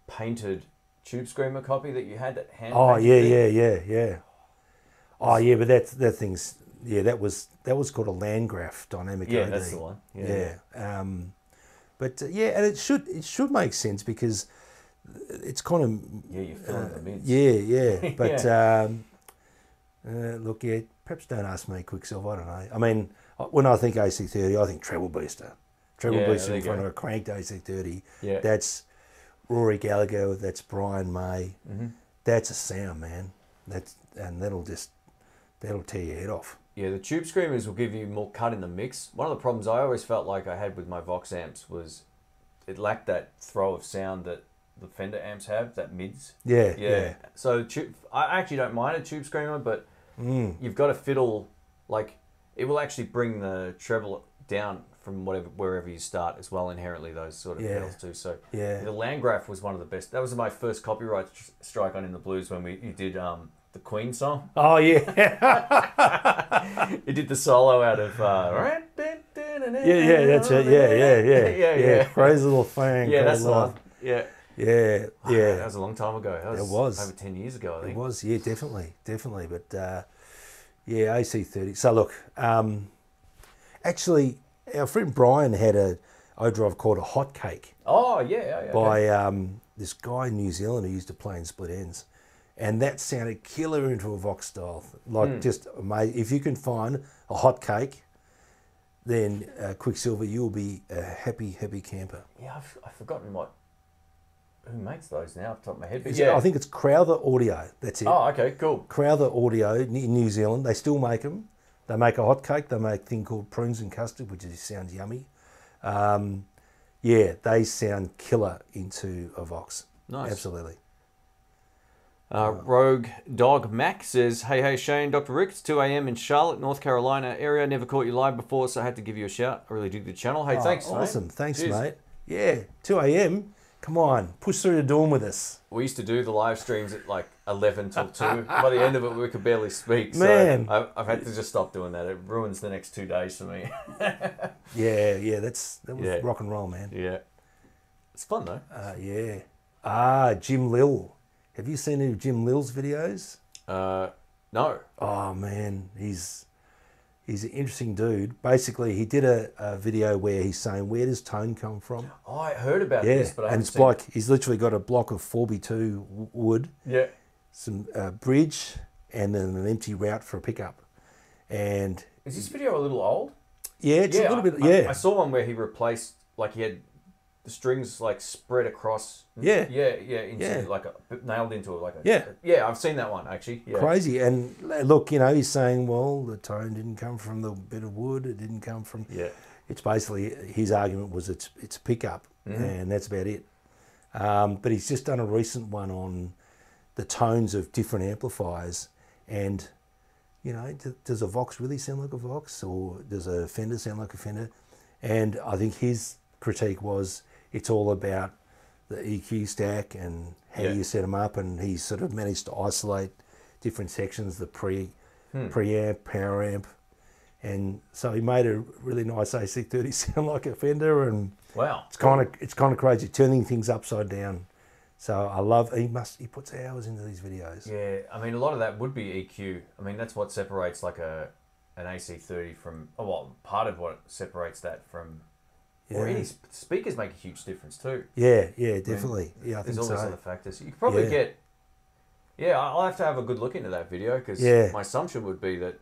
S1: painted tube screamer copy that you had that hand.
S2: Oh
S1: painted
S2: yeah,
S1: thing.
S2: yeah, yeah, yeah. Oh yeah, but that that thing's yeah, that was that was called a Landgraf dynamic.
S1: Yeah,
S2: OD.
S1: that's the one. Yeah.
S2: Yeah. Um, but uh, yeah, and it should it should make sense because it's kind of
S1: Yeah, you're filling the mids.
S2: Uh, yeah,
S1: <laughs>
S2: yeah. But Um, uh, look, yeah, perhaps don't ask me Quicksilver. I don't know. I mean, I- when I think AC30, I think treble booster, treble
S1: Yeah,
S2: booster
S1: there
S2: in
S1: you
S2: front
S1: go.
S2: of a cranked AC30.
S1: Yeah.
S2: That's Rory Gallagher. That's Brian May.
S1: Mm-hmm.
S2: That's a sound, man. That's and that'll just that'll tear your head off.
S1: Yeah, the tube screamers will give you more cut in the mix. One of the problems I always felt like I had with my Vox amps was it lacked that throw of sound that the Fender amps have, that mids.
S2: Yeah,
S1: Yeah.
S2: yeah,
S1: So tube, I actually don't mind a tube screamer, but
S2: Mm.
S1: you've got to fiddle like it will actually bring the treble down from whatever wherever you start as well inherently those sort of
S2: Yeah.
S1: pedals too. So
S2: Yeah.
S1: the Landgraf was one of the best. That was my first copyright tr- strike on in the blues when we you did um the Queen song <laughs>
S2: Oh yeah,
S1: he did the solo out of. Uh,
S2: yeah, yeah. That's it. Yeah, yeah,
S1: <laughs>
S2: yeah,
S1: yeah, yeah,
S2: Crazy little thing.
S1: <laughs> yeah.
S2: crazy
S1: That's the
S2: little-
S1: one. Yeah,
S2: Yeah,
S1: That
S2: yeah.
S1: was a long time ago. That was,
S2: It was.
S1: over ten years ago. I
S2: It
S1: think.
S2: was, yeah, definitely, definitely. But uh, yeah, AC30. So look, um, actually, our friend Brian had a overdrive called a hot cake
S1: Oh yeah, yeah, yeah.
S2: by um, this guy in New Zealand who used to play in split ends, and that sounded killer into a Vox style, like
S1: Hmm.
S2: just amazing. If you can find a hot cake, then uh, Quicksilver, you'll be a happy, happy camper.
S1: Yeah, I've, I've forgotten what. Who makes those now? Off the top of my head. But
S2: Is it-
S1: yeah.
S2: I think it's Crowther Audio. That's it.
S1: oh, okay, cool.
S2: Crowther Audio in in New Zealand, they still make them. They make a hot cake. They make a thing called prunes and custard, which is, sounds yummy. Um, yeah, they sound killer into a Vox.
S1: Nice.
S2: Absolutely.
S1: Uh, Rogue Dog Mac says, "Hey, hey, Shane, Doctor Rick. It's two a.m. in Charlotte, North Carolina area. Never caught you live before, so I had to give you a shout. I really dig the channel. Hey, thanks, mate.
S2: Awesome. Thanks,
S1: Cheers.
S2: mate. Yeah, 2 a.m. Come on, push through the dawn with us.
S1: we used to do the live streams at like 11 till
S2: <laughs>
S1: 2 by the end of it we could barely speak so
S2: Man.
S1: I've, I've had to just stop doing that it ruins the next two days for me <laughs>
S2: Yeah, yeah, that's that was
S1: Yeah.
S2: rock and roll, man.
S1: yeah it's fun though
S2: Uh, yeah. Ah, Jim Lil. Have you seen any of Jim Lil's videos?
S1: uh, no
S2: Oh man, he's he's an interesting dude. Basically, he did a, a video where he's saying, "Where does tone come from?"
S1: oh, i heard about
S2: Yeah,
S1: this but i
S2: and
S1: haven't
S2: it's
S1: seen
S2: like he's literally got a block of four B two wood,
S1: yeah
S2: some uh, bridge, and then an empty route for a pickup. And
S1: is this video a little old
S2: yeah, it's
S1: yeah
S2: a little bit
S1: I, I-
S2: yeah,
S1: I saw one where he replaced like he had the strings like spread across
S2: Yeah.
S1: yeah yeah into
S2: Yeah.
S1: like a, nailed into like a
S2: Yeah.
S1: yeah i've seen that one actually yeah
S2: crazy. And uh, look, you know, he's saying, "Well, the tone didn't come from the bit of wood. It didn't come from."
S1: yeah
S2: it's basically his argument was it's it's a pickup
S1: Mm-hmm.
S2: and that's about it. Um, but he's just done a recent one on the tones of different amplifiers and you know d- does a Vox really sound like a Vox or does a Fender sound like a Fender? And I think his critique was it's all about the EQ stack and how
S1: Yeah.
S2: you set them up and he sort of managed to isolate different sections the pre
S1: Hmm.
S2: preamp power amp and so he made a really nice AC30 <laughs> sound like a Fender, and
S1: wow
S2: it's kind of it's kind of crazy turning things upside down. So I love he must he puts hours into these videos.
S1: Yeah, I mean, a lot of that would be EQ. I mean, that's what separates like a an AC30 from. Oh, well, part of what separates that from Or
S2: Yeah.
S1: any sp- speakers make a huge difference too.
S2: Yeah, yeah, definitely. Yeah, I think
S1: There's all these other
S2: so.
S1: factors. You could probably
S2: Yeah.
S1: get. Yeah, I- I'll have to have a good look into that video because
S2: Yeah.
S1: my assumption would be that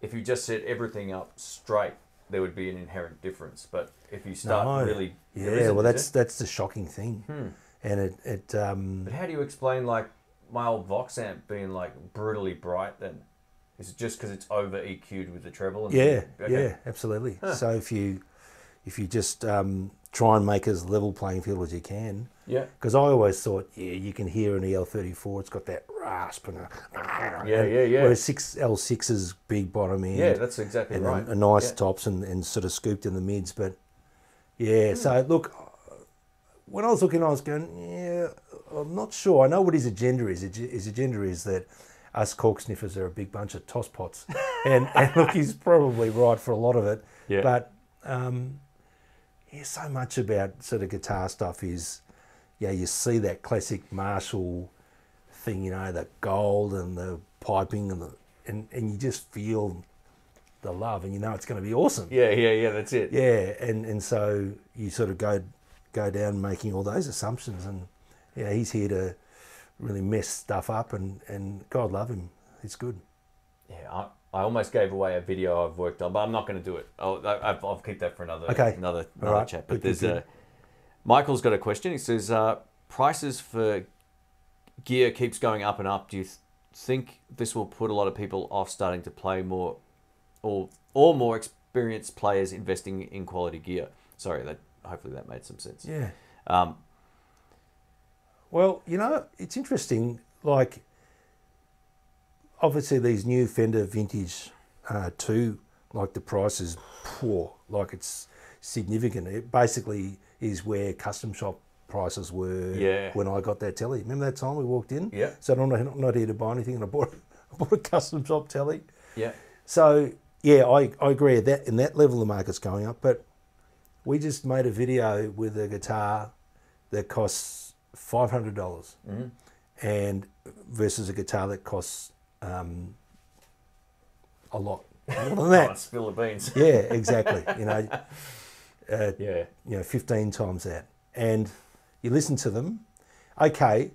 S1: if you just set everything up straight, there would be an inherent difference. But if you start
S2: No.
S1: really, there
S2: Yeah,
S1: isn't,
S2: well,
S1: is
S2: that's
S1: there? Hmm.
S2: that's the shocking thing, and it it um
S1: But how do you explain like my old Vox amp being like brutally bright? Then is it just because it's over EQ'd with the treble? And
S2: yeah
S1: okay.
S2: yeah absolutely. So if you if you just um, try and make as level playing field as you can,
S1: yeah,
S2: because I always thought yeah you can hear an EL thirty four, it's got that rasp and a,
S1: yeah, yeah, yeah.
S2: Whereas six L 6s big bottom end,
S1: yeah, that's exactly
S2: and
S1: right.
S2: a, a nice
S1: Yeah.
S2: tops and, and sort of scooped in the mids. But
S1: Hmm.
S2: yeah, so look, when I was looking, I was going, yeah, I'm not sure. I know what his agenda is. His his agenda is that us cork sniffers are a big bunch
S1: <laughs>
S2: of tosspots, and, and look, he's probably right for a lot of it.
S1: Yeah.
S2: But um, yeah, so much about sort of guitar stuff is, yeah, you see that classic Marshall thing, you know, the gold and the piping and the and, and you just feel the love and you know it's going to be awesome.
S1: yeah, yeah, yeah. That's it.
S2: Yeah, and and so you sort of go go down making all those assumptions, and yeah, he's here to really mess stuff up, and and God love him, he's good.
S1: Yeah, I, I almost gave away a video I've worked on, but I'm not going to do it. I'll, I- I've, I'll keep that for another
S2: Okay.
S1: another,
S2: All
S1: another
S2: right.
S1: chat.
S2: Good,
S1: But
S2: good,
S1: there's
S2: good.
S1: a Michael's got a question. He says uh, prices for gear keeps going up and up. Do you th- think this will put a lot of people off starting to play more, or or more experienced players investing in quality gear? Sorry, that hopefully that made some sense.
S2: Yeah.
S1: Um,
S2: Well, you know, it's interesting. Like, obviously, these new Fender Vintage uh, Two, like the price is poor. Like it's significant. It basically is where custom shop prices were
S1: Yeah.
S2: when I got that telly. Remember that time we walked in?
S1: Yeah.
S2: So I'm not, I'm not here to buy anything, and I bought I bought a <laughs> custom shop telly.
S1: yeah,
S2: So yeah, I, I agree at that in that level the market's going up, but we just made a video with a guitar that costs five hundred dollars and versus a guitar that costs um, a lot more
S1: <laughs>
S2: than
S1: oh,
S2: that.
S1: spill the
S2: <laughs>
S1: beans.
S2: Yeah, exactly. You know, uh,
S1: Yeah,
S2: you know, 15 times that. And you listen to them. Okay,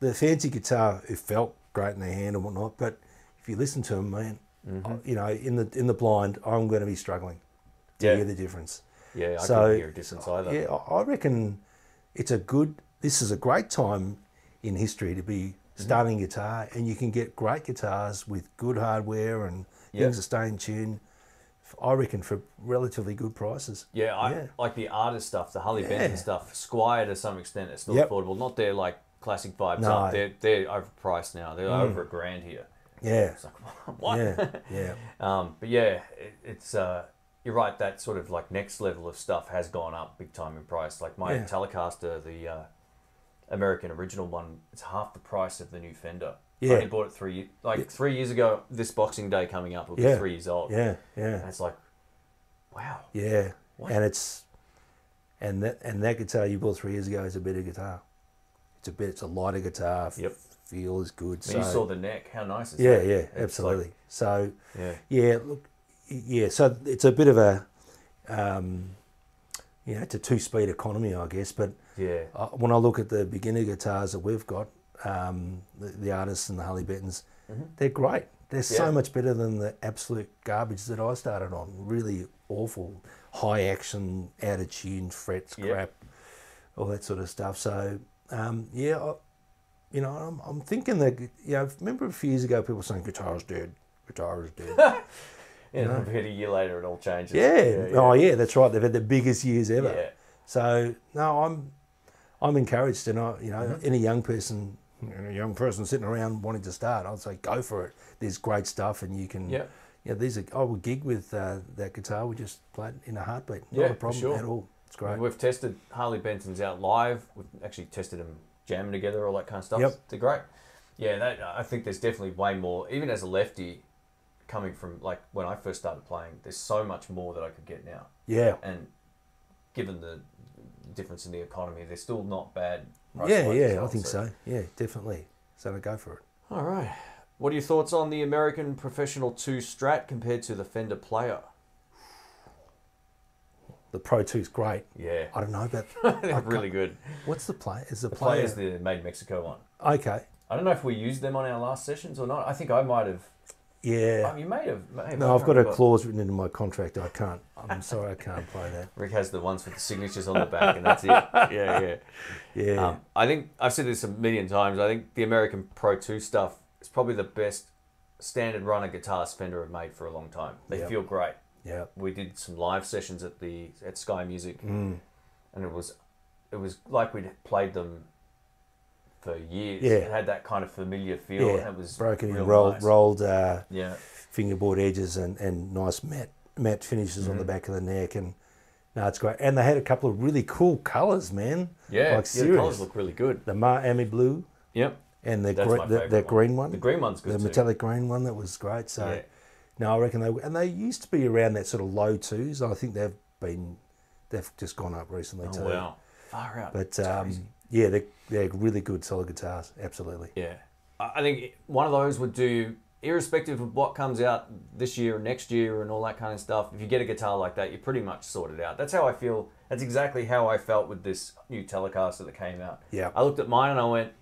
S2: the fancy guitar, it felt great in their hand and whatnot, but if you listen to them, man,
S1: Mm-hmm.
S2: I- you know, in the in the blind, I'm going to be struggling to
S1: Yeah.
S2: hear the difference.
S1: yeah. I
S2: So- uh,
S1: couldn't hear a difference either.
S2: Yeah, I- I reckon it's a good. This is a great time in history to be
S1: Mm-hmm.
S2: starting guitar, and you can get great guitars with good hardware and
S1: Yeah.
S2: things that stay in tune. I reckon for relatively good prices.
S1: Yeah, I
S2: Yeah.
S1: like the artist stuff, the Harley
S2: Yeah.
S1: Benton stuff. Squire to some extent is still
S2: Yep.
S1: affordable. Not their like classic vibes
S2: No.
S1: up. They're they're overpriced now. They're over a grand here. <laughs>
S2: Yeah,
S1: It's like what? <laughs>
S2: yeah, yeah.
S1: Um, but yeah, it, it's uh, you're right. That sort of like next level of stuff has gone up big time in price. Like my
S2: Yeah.
S1: Telecaster, the uh, American original one, it's half the price of the new Fender.
S2: Yeah.
S1: I only bought it three like three years ago. This Boxing Day coming up will be
S2: Yeah.
S1: three years old.
S2: Yeah,
S1: and
S2: yeah,
S1: it's like, wow.
S2: yeah.
S1: What?
S2: And it's and that and that guitar you bought three years ago is a better guitar. It's a bit. It's a lighter guitar. f-
S1: Yep.
S2: Feel is good.
S1: I mean,
S2: so-
S1: you saw the neck. How nice is
S2: yeah,
S1: that?
S2: yeah,
S1: It's like-
S2: absolutely. so
S1: yeah.
S2: yeah, look, y- yeah. So it's a bit of a, um, you know, it's a two-speed economy, I guess. But
S1: Yeah.
S2: I, Uh, when I look at the beginner guitars that we've got, um, the, the artists and the Harley Bettons, they're great. They're so
S1: Yeah.
S2: much better than the absolute garbage that I started on. Really awful, high action, out of tune, frets,
S1: Yep.
S2: crap, all that sort of stuff. So um, yeah, I, you know, I'm, I'm thinking that you know. Remember a few years ago, people saying guitar's dead, guitar is dead.
S1: And about a year later, it all changes.
S2: Yeah. Oh, yeah. That's right. They've had the biggest years ever.
S1: Yeah.
S2: So no, I'm, I'm encouraged, and I, you know,
S1: Mm-hmm.
S2: any young person, any young person sitting around wanting to start, I'd say go for it. There's great stuff, and you can.
S1: Yeah.
S2: Yeah. These are. I would gig with uh, that guitar. We just played in a heartbeat. Not
S1: Yeah,
S2: a
S1: for
S2: problem
S1: sure.
S2: at all. It's great.
S1: We've tested Harley Benson's out live. We've actually tested them jamming together, all that kind of stuff.
S2: Yep.
S1: They're great. Yeah, that, I think there's definitely way more. Even as a lefty, coming from like when I first started playing, there's so much more that I could get now.
S2: Yeah.
S1: And given the difference in the economy, they're still not bad.
S2: Yeah.
S1: price-wise
S2: Yeah.
S1: as well,
S2: I think so. Yeah. Definitely. So I go for it.
S1: All right. What are your thoughts on the American Professional 2 Strat compared to the Fender Player?
S2: the Pro 2's great.
S1: Yeah,
S2: I don't know, but
S1: <laughs> they're really good.
S2: what's the play? Is the,
S1: The
S2: player?
S1: play is the made Mexico one.
S2: okay,
S1: I don't know if we used them on our last sessions or not. I think I might have.
S2: yeah.
S1: Oh, you may have. May have
S2: no, I've got a
S1: but
S2: clause written into my contract. I can't. I'm sorry, I can't play that.
S1: Rick has the ones with the signatures on the back, and that's
S2: <laughs>
S1: it. Yeah, <laughs> yeah.
S2: Yeah,
S1: Um, I think I've said this a million times. I think the American Pro 2 stuff is probably the best standard runner guitarist Fender have made for a long time. They
S2: Yeah.
S1: feel great.
S2: yeah.
S1: We did some live sessions at the at Sky Music,
S2: Mm.
S1: and it was it was like we'd played them for years.
S2: Yeah.
S1: It had that kind of familiar feel.
S2: Yeah,
S1: and it was
S2: broken in
S1: real
S2: rolled,
S1: nice.
S2: rolled uh,
S1: Yeah,
S2: fingerboard edges and, and nice matte matte finishes on the
S1: Mm.
S2: back of the neck and no, it's great. And they had a couple of really cool colours, man.
S1: yeah.
S2: like
S1: yeah, the colors
S2: serious.
S1: look really good.
S2: the Miami blue
S1: Yep,
S2: and the
S1: That's
S2: gre-
S1: my
S2: the, the
S1: favourite one.
S2: green one,
S1: the
S2: the,
S1: green one's good too.
S2: metallic green one that was great. So
S1: Yeah.
S2: no, I reckon they and they used to be around that sort of low twos. I think they've been they've just gone up recently
S1: Oh,
S2: too.
S1: wow, far out.
S2: But um, yeah, they're, they're really good solid guitars. Absolutely.
S1: Yeah. I I think one of those would do, irrespective of what comes out this year, next year, and all that kind of stuff. If you get a guitar like that, you're pretty much sorted out. That's how I feel. That's exactly how I felt with this new Telecaster that came out.
S2: Yeah.
S1: I looked at mine and I went,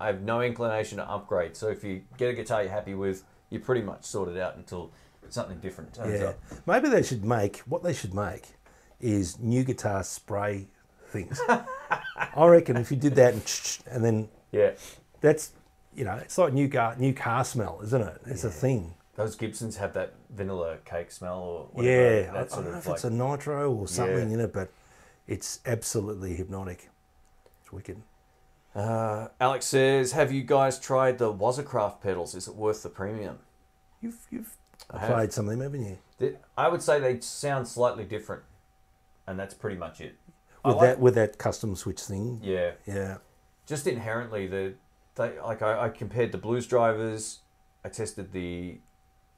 S1: I have no inclination to upgrade. So if you get a guitar you're happy with, you're pretty much sorted out until something different turns
S2: Yeah.
S1: up.
S2: Maybe they should make what they should make is new guitar spray
S1: <laughs>
S2: things. I reckon if you did that and, and then
S1: Yeah.
S2: that's you know it's like new car new car smell, isn't it? It's a thing.
S1: Those Gibsons have that vanilla cake smell or whatever.
S2: Yeah, I,
S1: That
S2: I don't
S1: sort
S2: know
S1: of
S2: if
S1: like,
S2: it's a nitro or something
S1: Yeah.
S2: in it, but it's absolutely hypnotic. It's wicked.
S1: uh, Alex says, have you guys tried the Wazacraft pedals? Is it worth the premium?
S2: You've you've
S1: have.
S2: played some of them, haven't you?
S1: Th- I would say they sound slightly different, and that's pretty much it. I
S2: With
S1: like-
S2: that with that custom switch thing.
S1: yeah,
S2: Yeah.
S1: just inherently the they like I, I compared the blues drivers. I tested the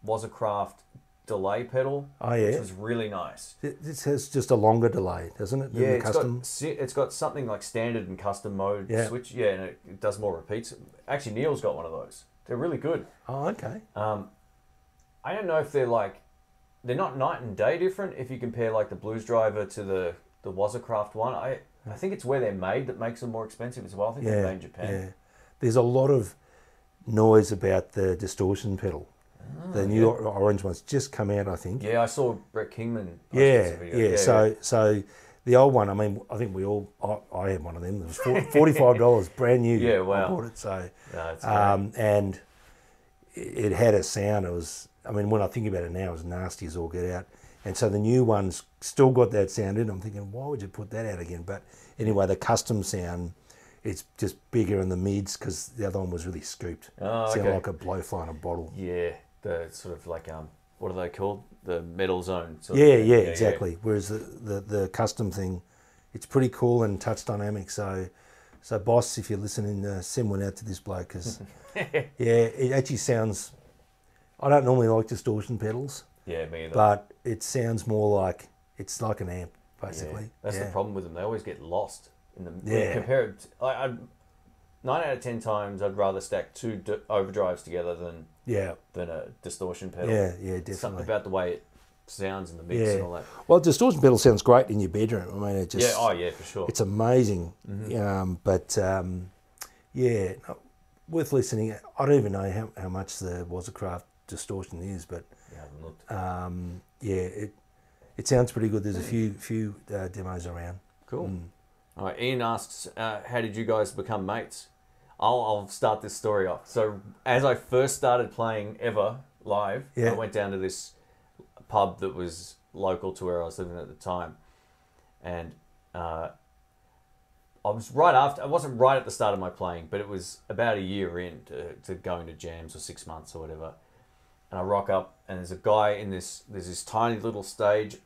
S1: Wazacraft delay pedal,
S2: Oh
S1: which
S2: yeah.
S1: was really nice.
S2: Th- This has just a longer delay, doesn't it? than
S1: Yeah,
S2: the
S1: it's
S2: custom.
S1: got si- it's got something like standard and custom mode
S2: Yeah.
S1: switch. Yeah, and it, it does more repeats. Actually, Neil's got one of those. They're really good.
S2: Oh, okay.
S1: Um, I don't know if they're like they're not night and day different if you compare like the Blues Driver to the the Wazacraft one. I I think it's where they're made that makes them more expensive as well. I think they're
S2: Yeah,
S1: made in Japan.
S2: yeah. There's a lot of noise about the distortion pedal. the new or- orange ones just come out, I think.
S1: Ah, Yeah, I saw Brett Kingman. post this
S2: yeah,
S1: video.
S2: yeah. So, so the old one. I mean, I think we all. I, I had one of them. It was four- forty-five dollars, brand
S1: <laughs>
S2: new.
S1: Yeah,
S2: I
S1: wow.
S2: bought it. So,
S1: No, it's great.
S2: um, and it it had a sound. It was. I mean, when I think about it now, it was nasty as all get out. And so the new ones still got that sound in. I'm thinking, why would you put that out again? But anyway, the custom sound, it's just bigger in the mids because the other one was really scooped.
S1: Oh,
S2: Sound
S1: okay.
S2: like a blowfly in a bottle.
S1: yeah, the sort of like um, what are they called? The metal zone. Sort of
S2: Yeah,
S1: thing.
S2: yeah, exactly. Whereas the, the, the custom thing, it's pretty cool and touch dynamic. So, so boss, if you're listening, uh, send one out to this
S1: <laughs>
S2: bloke because, yeah, it actually sounds. I don't normally like distortion pedals,
S1: Yeah, me either.
S2: but it sounds more like it's like an amp
S1: Yeah,
S2: basically.
S1: That's the
S2: Yeah.
S1: problem with them. They always get lost in the.
S2: Yeah.
S1: Yeah. Compare it. I, I'd, nine out of ten times, I'd rather stack two d- overdrives together than
S2: Yeah,
S1: than a distortion pedal.
S2: yeah, yeah,
S1: Something
S2: definitely.
S1: about the way it sounds in the mix
S2: Yeah.
S1: and all that.
S2: Well, distortion pedal sounds great in your bedroom. I mean, it just
S1: yeah. Oh yeah, for sure.
S2: it's amazing.
S1: Mm-hmm.
S2: Um, but um, yeah, no, worth listening. I don't even know how, how much the Wazacraft distortion is, but
S1: Yeah, I haven't looked.
S2: um, yeah, it it sounds pretty good. There's a few few uh, demos around.
S1: Cool. All right. Ian asks, uh, "How did you guys become mates?" I'll, I'll start this story off. So, as I first started playing ever live,
S2: Yeah.
S1: I went down to this pub that was local to where I was living at the time, and uh, I was right after. I wasn't right at the start of my playing, but it was about a year in to, to going to jams or six months or whatever. And I rock up, and there's a guy in this. There's this tiny little stage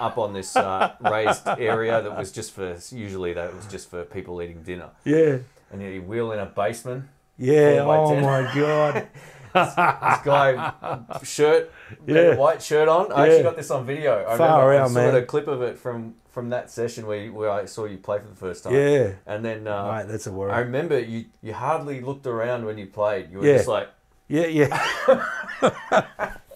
S1: up on this uh, raised area that was just for usually that was just for people eating dinner.
S2: Yeah,
S1: And you wheel in a baseman.
S2: yeah.
S1: Four by
S2: Oh
S1: ten. <laughs>
S2: my god.
S1: This guy shirt,
S2: Yeah.
S1: white shirt on. I actually
S2: Yeah.
S1: got this on video. I
S2: Far
S1: remember I
S2: out,
S1: saw
S2: man.
S1: a clip of it from from that session where you, where I saw you play for the first time.
S2: Yeah.
S1: And then uh,
S2: Mate, that's a worry.
S1: I remember you you hardly looked around when you played. You were
S2: Yeah.
S1: just like
S2: yeah, yeah.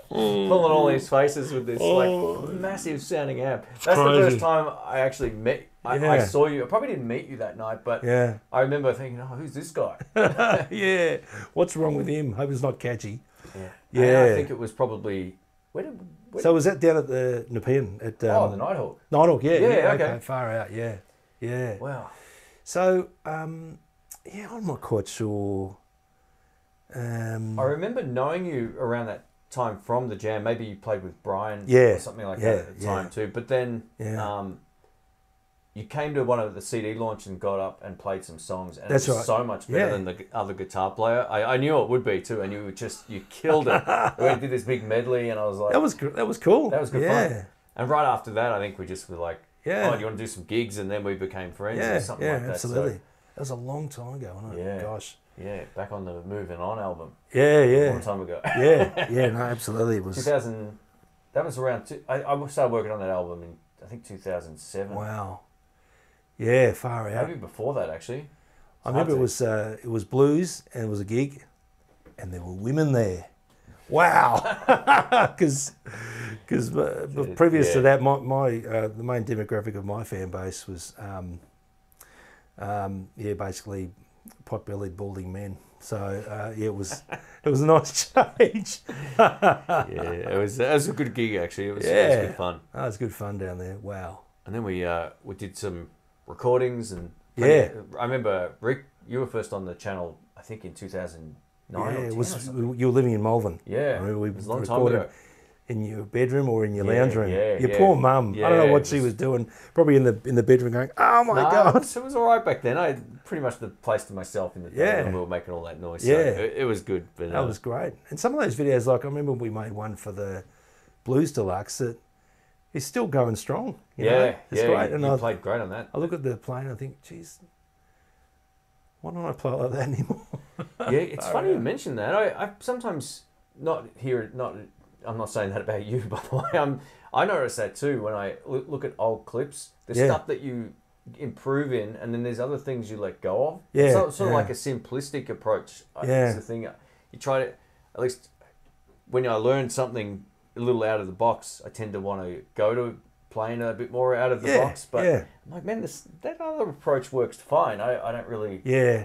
S1: pulling all these faces with this
S2: Oh.
S1: like massive sounding amp. That's the
S2: crazy.
S1: first time I actually met. I, I
S2: Yeah.
S1: saw you. I probably didn't meet you that night, but <laughs>
S2: Yeah.
S1: I remember thinking, "Oh, who's this guy?"
S2: yeah. What's wrong with him? Hope it's not catchy.
S1: Yeah,
S2: Yeah.
S1: And I think it was probably where did, where
S2: So was that down at the Nepean at um,
S1: oh the Nighthawk.
S2: Nighthawk? Yeah,
S1: Yeah, okay.
S2: far out, yeah, yeah.
S1: Wow.
S2: So um, yeah, I'm not quite sure. Um,
S1: I remember knowing you around that time from the jam. Maybe you played with Brian
S2: Yeah,
S1: or something like
S2: yeah,
S1: that at the time
S2: yeah.
S1: too. But then
S2: Yeah.
S1: um, you came to one of the CD launch and got up and played some songs. And
S2: That's
S1: it was
S2: right.
S1: so much better
S2: Yeah.
S1: than the gu- other guitar player. I, I knew it would be too. And you were just, you killed
S2: <laughs>
S1: it. we did this big medley and I was like,
S2: that was gr- that was cool.
S1: That was good
S2: yeah.
S1: fun. And right after that, I think we just were like,
S2: Yeah.
S1: oh, do you want to do some gigs? And then we became friends
S2: Yeah,
S1: or something
S2: yeah,
S1: like that.
S2: absolutely. that was a long time ago, wasn't it?
S1: Yeah.
S2: Gosh.
S1: So, yeah, back on the Moving On album
S2: Yeah,
S1: a long
S2: yeah,
S1: time ago. <laughs>
S2: yeah, yeah. No, absolutely, it was.
S1: 2000 that was around two, I, I started working on that album in i think 2007
S2: Wow. Yeah, far out.
S1: maybe before that actually
S2: I remember it
S1: Hard
S2: was uh, it was blues and it was a gig, and there were women there. Wow, <laughs> because because previous to
S1: Yeah.
S2: that, my, my uh, the main demographic of my fan base was um, um, yeah basically pot bellied balding men. So uh, yeah, it was <laughs> it was a nice <laughs> change.
S1: to- yeah it was that was a good gig actually it was, it
S2: Ah. Yeah.
S1: was good fun
S2: Oh, it's good fun down there. Wow.
S1: and then we uh we did some recordings and
S2: Yeah.
S1: i remember rick you were first on the channel i think in 2009
S2: yeah,
S1: or 10
S2: it
S1: or
S2: was
S1: something.
S2: you were living in Malvern.
S1: yeah
S2: I mean, we
S1: it was a long time
S2: recorded-
S1: ago
S2: in your bedroom or in your
S1: Yeah,
S2: lounge room.
S1: yeah,
S2: your
S1: yeah.
S2: poor mum. I don't
S1: Yeah,
S2: know what
S1: it
S2: she
S1: was-
S2: was doing. Probably in the in the bedroom going, "Oh my
S1: Nah, It
S2: god." <laughs>
S1: was, it was all right back then. I had pretty much the place to myself in the
S2: Yeah.
S1: yeah. and we were making all that noise.
S2: Yeah.
S1: so it, it was good. But
S2: That
S1: uh,
S2: was great. And some of those videos like I remember we made one for the Blues Deluxe that is still going strong, you
S1: yeah,
S2: know. It's
S1: yeah,
S2: great.
S1: you,
S2: And
S1: you
S2: I,
S1: played great on that.
S2: I look at the plane and I think, "Geez, why don't I play like that <laughs> anymore?"
S1: <laughs> yeah,
S2: Oh,
S1: it's funny you mention that. I, I sometimes not hear not. I'm not saying that about you, <laughs> by the way. I'm, I notice that too when I l- look at old clips. There's
S2: Yeah.
S1: stuff that you improve in, and then there's other things you let go of.
S2: Yeah,
S1: it's sort, sort
S2: yeah.
S1: of like a simplistic approach. I
S2: Yeah.
S1: yeah, the thing. You try to at least when I learn something a little out of the box, I tend to want to go to playing a bit more out of the
S2: Yeah,
S1: box. But
S2: yeah.
S1: I'm like, man, this that other approach works fine. I, I don't really
S2: yeah.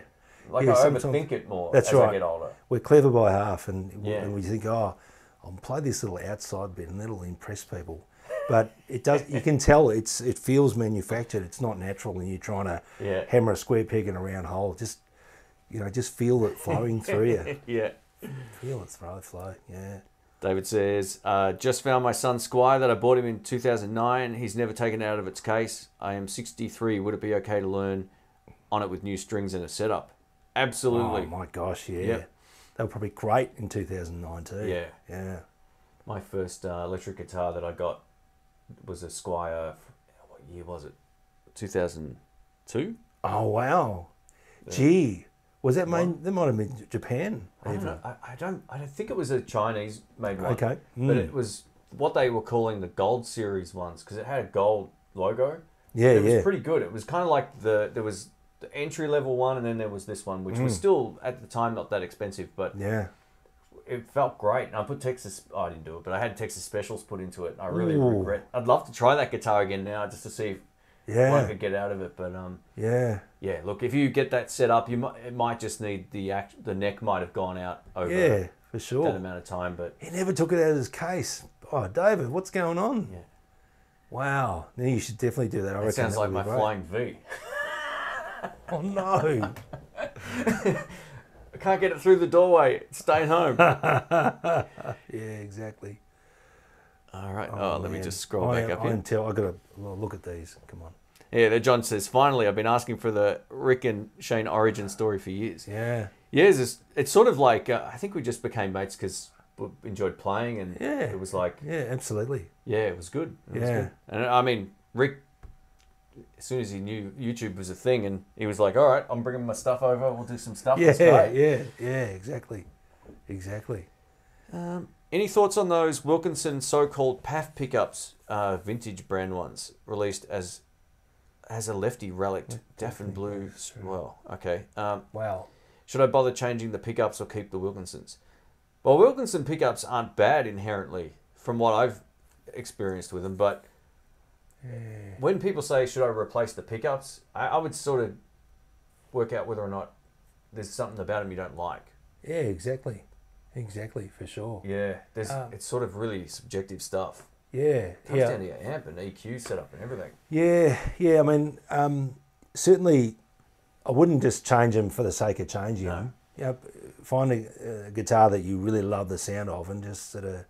S1: like.
S2: Yeah,
S1: I
S2: sometimes-
S1: overthink it more
S2: That's
S1: as
S2: right.
S1: I get older.
S2: We're clever by half and, w-
S1: Yeah.
S2: and we think, "Oh, I'll play this little outside bit and that'll impress people." But it does. You can tell it's it feels manufactured. It's not natural, and you're trying to
S1: Yeah.
S2: hammer a square peg in a round hole. Just you know, just feel
S1: <laughs>
S2: it flowing through you.
S1: <laughs> Yeah.
S2: Feel it flow, flow. Yeah.
S1: David says, uh, just found my son Squire that I bought him in 2009. He's never taken it out of its case. I am 63. Would it be okay to learn on it with new strings and a setup? Absolutely.
S2: Oh
S1: my.
S2: my gosh, yeah.
S1: Yep.
S2: They were probably great in 2019.
S1: Yeah.
S2: Yeah.
S1: first uh, electric guitar that I got was a Squire. What year was it? 2002?
S2: Oh wow. Gee, was that main? That might have been Japan.
S1: I don't,
S2: even.
S1: know. I, I don't. I don't think it was a Chinese made one.
S2: Okay.
S1: But
S2: Mm.
S1: it was what they were calling the gold series ones because it had a gold logo.
S2: Yeah,
S1: it was
S2: yeah.
S1: pretty good. It was kind of like the there was the entry level one, and then there was this one, which
S2: Mm.
S1: was still at the time not that expensive, but
S2: yeah.
S1: it felt great. And I put Texas, oh, I didn't do it, but I had Texas Specials put into it. And I really
S2: Ooh.
S1: regret. I'd love to try that guitar again now, just to see if what I
S2: Yeah.
S1: could get out of it. But um,
S2: Yeah.
S1: yeah, look, if you get that set up, you might it might just need the act. The neck might have gone out over
S2: Yeah. For
S1: that
S2: sure.
S1: amount of time, but
S2: He never took it out of his case. Oh, David, what's going on?
S1: Yeah.
S2: Wow. Now you should definitely do that. I
S1: it
S2: reckon
S1: sounds
S2: that
S1: like
S2: would
S1: my
S2: be great.
S1: flying V. <laughs>
S2: Oh no.
S1: I can't get it through the doorway. Stay
S2: <laughs>
S1: home.
S2: yeah, exactly.
S1: All right. Oh, let me
S2: man.
S1: just scroll
S2: I-
S1: back up
S2: I
S1: here.
S2: can tell. I got to look at these. Come on.
S1: Yeah, that John says, finally, I've been asking for the Rick and Shane origin story for years.
S2: Yeah.
S1: Yeah, it's, just- it's sort of like, uh, I think we just became mates because we enjoyed playing and
S2: Yeah.
S1: it was like,
S2: Yeah. Absolutely.
S1: yeah, it was good. It was
S2: Yeah.
S1: good. And I mean, Rick, as soon as he knew YouTube was a thing and he was like, all right, I'm bringing my stuff over. We'll do some stuff.
S2: Yeah.
S1: Let's go."
S2: Yeah. Yeah. Exactly. Exactly.
S1: Um, any thoughts on those Wilkinson so-called PAF pickups, uh, vintage brand ones, released as as a lefty relic, Daff and Blue? Well, okay. Um,
S2: Wow.
S1: Should I bother changing the pickups or keep the Wilkinsons? Well, Wilkinson pickups aren't bad inherently from what I've experienced with them, but when people say, should I replace the pickups, I, I would sort of work out whether or not there's something about them you don't like.
S2: Yeah, exactly. Exactly, for sure.
S1: Yeah, there's,
S2: Um,
S1: it's sort of really subjective stuff.
S2: Yeah.
S1: comes
S2: yeah.
S1: down to your amp and EQ setup and everything.
S2: Yeah, yeah. I mean, um, certainly, I wouldn't just change them for the sake of changing
S1: No.
S2: them. Yeah, find a, a guitar that you really love the sound of, and just sort of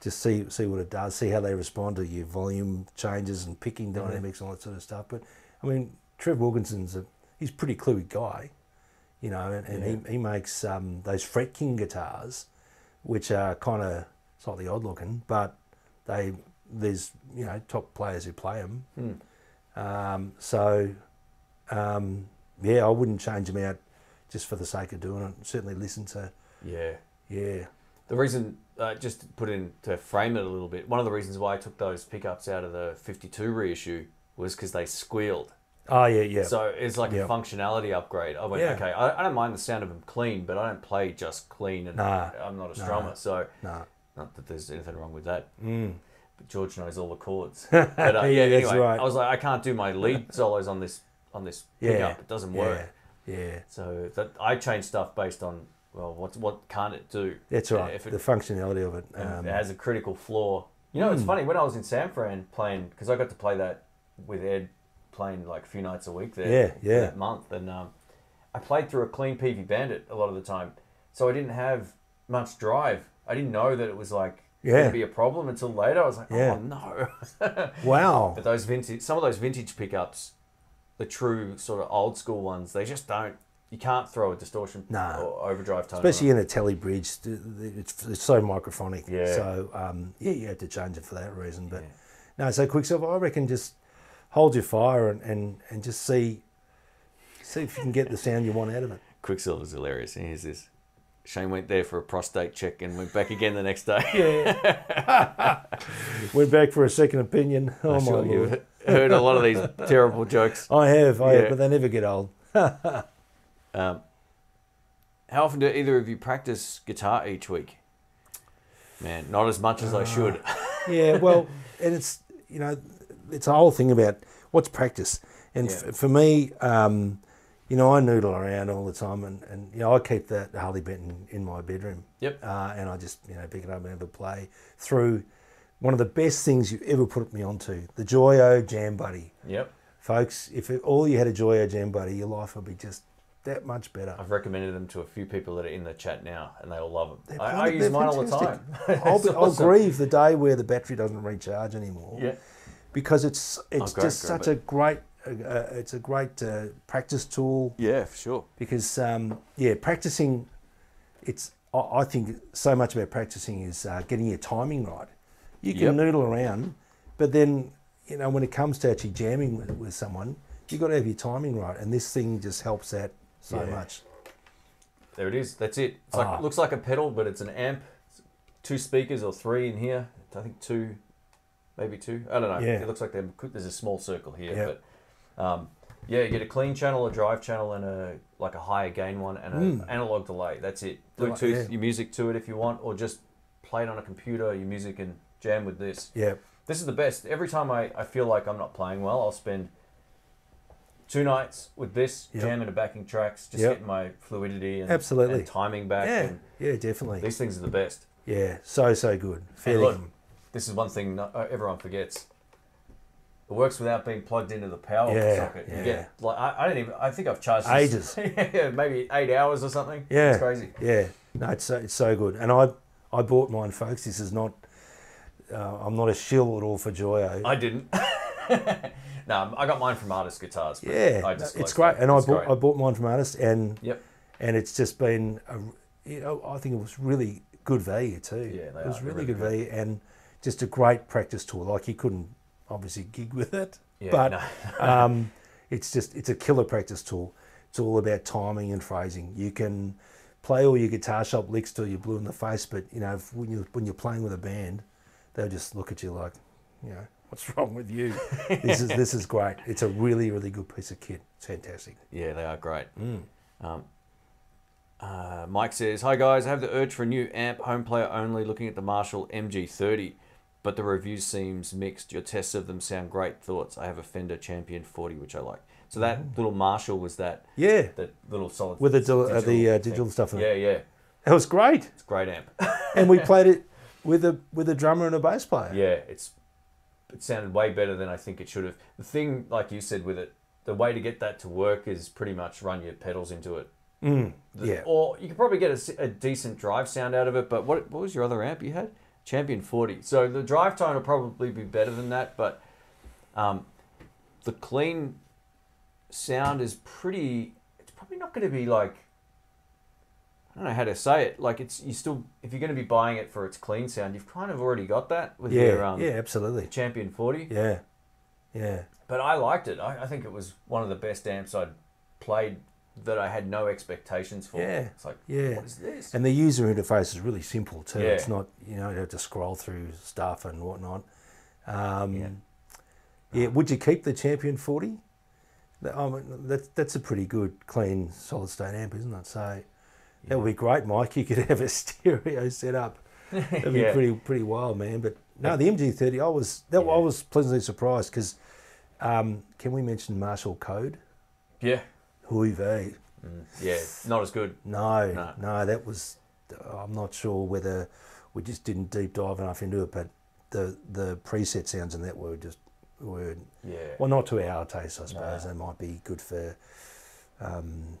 S2: just see see what it does, see how they respond to your volume changes and picking dynamics and all that sort of stuff. But I mean, Trev Wilkinson's a he's a pretty cluey guy, you know, and, and he, he makes um, those Fret King guitars, which are kind of slightly odd looking, but they there's you know top players who play them. Um, so, um, yeah, I wouldn't change them out just for the sake of doing it. Certainly listen to,
S1: Yeah.
S2: yeah,
S1: The reason, uh, just to put in to frame it a little bit, one of the reasons why I took those pickups out of the 52 reissue was because they squealed.
S2: oh yeah, yeah,
S1: So it's like
S2: Yeah.
S1: a functionality upgrade. I went,
S2: Yeah.
S1: okay, I, I don't mind the sound of them clean, but I don't play just clean and
S2: Nah.
S1: I'm not a
S2: Nah.
S1: strummer. So,
S2: no,
S1: not that there's anything wrong with that.
S2: mm.
S1: But George knows all the
S2: <laughs>
S1: chords. But, uh,
S2: Yeah, that's right.
S1: I was like, I can't do my
S2: <laughs>
S1: lead solos on this on this
S2: Yeah.
S1: pickup. It doesn't work.
S2: yeah, yeah,
S1: So that I change stuff based on well, what what can't it do?
S2: that's right.
S1: If it,
S2: the functionality of it,
S1: and
S2: um, Hmm.
S1: it has a critical flaw. You know, it's funny when I was in San Fran playing because I got to play that with Ed playing like a few nights a week there.
S2: Yeah,
S1: for
S2: yeah.
S1: That month, and um, I played through a clean PV Bandit a lot of the time, so I didn't have much drive. I didn't know that it was like
S2: Yeah.
S1: going to be a problem until later. I was like, oh
S2: Yeah.
S1: no. <laughs>
S2: wow,
S1: But those vintage, some of those vintage pickups, the true sort of old school ones, they just don't. You can't throw a distortion
S2: Nah.
S1: or overdrive tone. on
S2: especially in a telly bridge, th- th- it's, it's so microphonic.
S1: Yeah.
S2: So um, yeah, you had to change it for that reason. But
S1: Yeah.
S2: no, so Quicksilver, I reckon just hold your fire and, and, and just see see if you can get the sound you want out of it.
S1: them. Quicksilver's hilarious. And here's this. Shane went there for a prostate check and went back again the next <laughs> day.
S2: Yeah. Went back for a second opinion. Oh
S1: I'm
S2: my
S1: sure
S2: lord.
S1: you <laughs> heard a lot of these <laughs> terrible jokes.
S2: I have, I
S1: Yeah.
S2: have, but they never get old.
S1: Um, how often do either of you practice guitar each week? Man, not as much as I should. <laughs>
S2: Yeah, well, and it's you know, it's a whole thing about what's practice. And
S1: Yeah.
S2: f- for me, um, you know, I noodle around all the time, and, and you know, I keep that Harley Benton in my bedroom.
S1: Yep.
S2: Uh, and I just you know pick it up and have a play through one of the best things you've ever put me onto, the Joyo Jam Buddy,
S1: Yep.
S2: folks. If it, all you had a Joyo Jam Buddy, your life would be just that much better.
S1: I've recommended them to a few people that are in the chat now, and they all love them. I,
S2: They're
S1: I
S2: bloody-
S1: use
S2: they're
S1: mine all the time. <laughs>
S2: fantastic. I'll, be, I'll
S1: awesome.
S2: grieve the day where the battery doesn't recharge anymore.
S1: Yeah. Oh,
S2: because it's it's
S1: great,
S2: just
S1: great,
S2: such
S1: but-
S2: a great uh, uh, it's a great uh, practice tool
S1: Yeah, for sure.
S2: because um, yeah, practicing. It's I, I think so much about practicing is uh, getting your timing right. You can
S1: Yep.
S2: noodle around, but then you know when it comes to actually jamming with, with someone, you have got to have your timing right, and this thing just helps that so
S1: Yeah.
S2: much.
S1: There it is. That's it. It's like
S2: Ah.
S1: looks like a pedal, but it's an amp. It's two speakers or three in here. I think two, maybe two. I don't know.
S2: Yeah.
S1: It looks like they're- there's a small circle here,
S2: Yep.
S1: but um, yeah, you get a clean channel, a drive channel, and a like a higher gain one, and an
S2: Hmm.
S1: analog delay. That's it.
S2: Delay,
S1: Bluetooth
S2: yeah.
S1: your music to it if you want, or just play it on a computer your music and jam with this.
S2: Yeah,
S1: This is the best. Every time I, I feel like I'm not playing well, I'll spend two nights with this,
S2: Yep.
S1: jamming to backing tracks, just
S2: Yep.
S1: getting my fluidity and,
S2: Absolutely.
S1: and timing back.
S2: yeah,
S1: And
S2: yeah, definitely.
S1: these things are the best.
S2: Yeah, so so good. Fair
S1: And look,
S2: dinkum.
S1: this is one thing not, uh, everyone forgets. It works without being plugged into the power
S2: Yeah,
S1: socket. You
S2: yeah.
S1: get like I, I don't even. I think I've charged
S2: Ages.
S1: this- <laughs> yeah, maybe eight hours or something.
S2: Yeah,
S1: it's crazy.
S2: Yeah, no, it's so, it's so good. And I I bought mine, folks. This is not. Uh, I'm not a shill at all for Joyo.
S1: I didn't. <laughs> no, I got mine from Artist Guitars. But
S2: yeah,
S1: I
S2: no, it's
S1: disclosed
S2: great.
S1: that.
S2: And I
S1: It's
S2: bought
S1: great.
S2: I bought mine from Artist, and
S1: Yep.
S2: and it's just been a, you know I think it was really good value too.
S1: Yeah, they
S2: it
S1: are,
S2: was
S1: they're really
S2: really, good
S1: good.
S2: value and just a great practice tool. Like you couldn't obviously gig with it,
S1: Yeah,
S2: but
S1: no.
S2: <laughs> um, it's just it's a killer practice tool. It's all about timing and phrasing. You can play all your guitar shop licks till you're blue in the face, but you know if, when you when you're playing with a band, they'll just look at you like, you know, what's wrong
S1: <laughs>
S2: with you? this is this is great. It's a really really good piece of kit. It's fantastic.
S1: Yeah, they are great. Um, Uh, Mike says, Hi guys, I have the urge for a new amp, home player only, looking at the Marshall MG30, but the review seems mixed. Your tests of them sound great. Thoughts? I have a Fender Champion 40, which I like. So that little Marshall was that,
S2: Yeah,
S1: that little solid.
S2: with the dil- uh, the uh,
S1: thing.
S2: digital stuff in it.
S1: Yeah, yeah.
S2: It was <laughs> great,
S1: It's a great amp. <laughs>
S2: and we played it with a with a drummer and a bass player.
S1: yeah, it's it sounded way better than I think it should have. The thing, like you said, with it, the way to get that to work is pretty much run your pedals into it. The-
S2: yeah.
S1: Or you could probably get a s- a, decent drive sound out of it, but what, what was your other amp you had? Champion 40. So the drive tone will probably be better than that, but um, the clean sound is pretty. It's probably not going to be like. I don't know how to say it. Like it's you still if you're going to be buying it for its clean sound, you've kind of already got that with
S2: yeah,
S1: your um,
S2: yeah, absolutely.
S1: Champion 40.
S2: Yeah, yeah,
S1: But I liked it. I, I think it was one of the best amps I'd played that I had no expectations for.
S2: Yeah.
S1: It's like,
S2: Yeah.
S1: what is this?
S2: and the user interface is really simple too.
S1: Yeah.
S2: It's not you know you have to scroll through stuff and whatnot. Um, yeah.
S1: Yeah.
S2: Would you keep the Champion Forty? I mean, that, that's a pretty good, clean, solid state amp, isn't it? So that would be great, Mike. You could have a <laughs> stereo set up. That'd
S1: <laughs>
S2: be
S1: Yeah.
S2: pretty pretty wild, man. But no, the MG30, I was that I
S1: Yeah.
S2: was pleasantly surprised because um, can we mention Marshall Code?
S1: yeah.
S2: Hui V.
S1: Mm. Yeah. Not as good.
S2: No, no,
S1: No.
S2: that was. I'm not sure whether we just didn't deep dive enough into it, but the the preset sounds in that were just were
S1: Yeah.
S2: well not to our taste, I suppose. They might be good for. Um,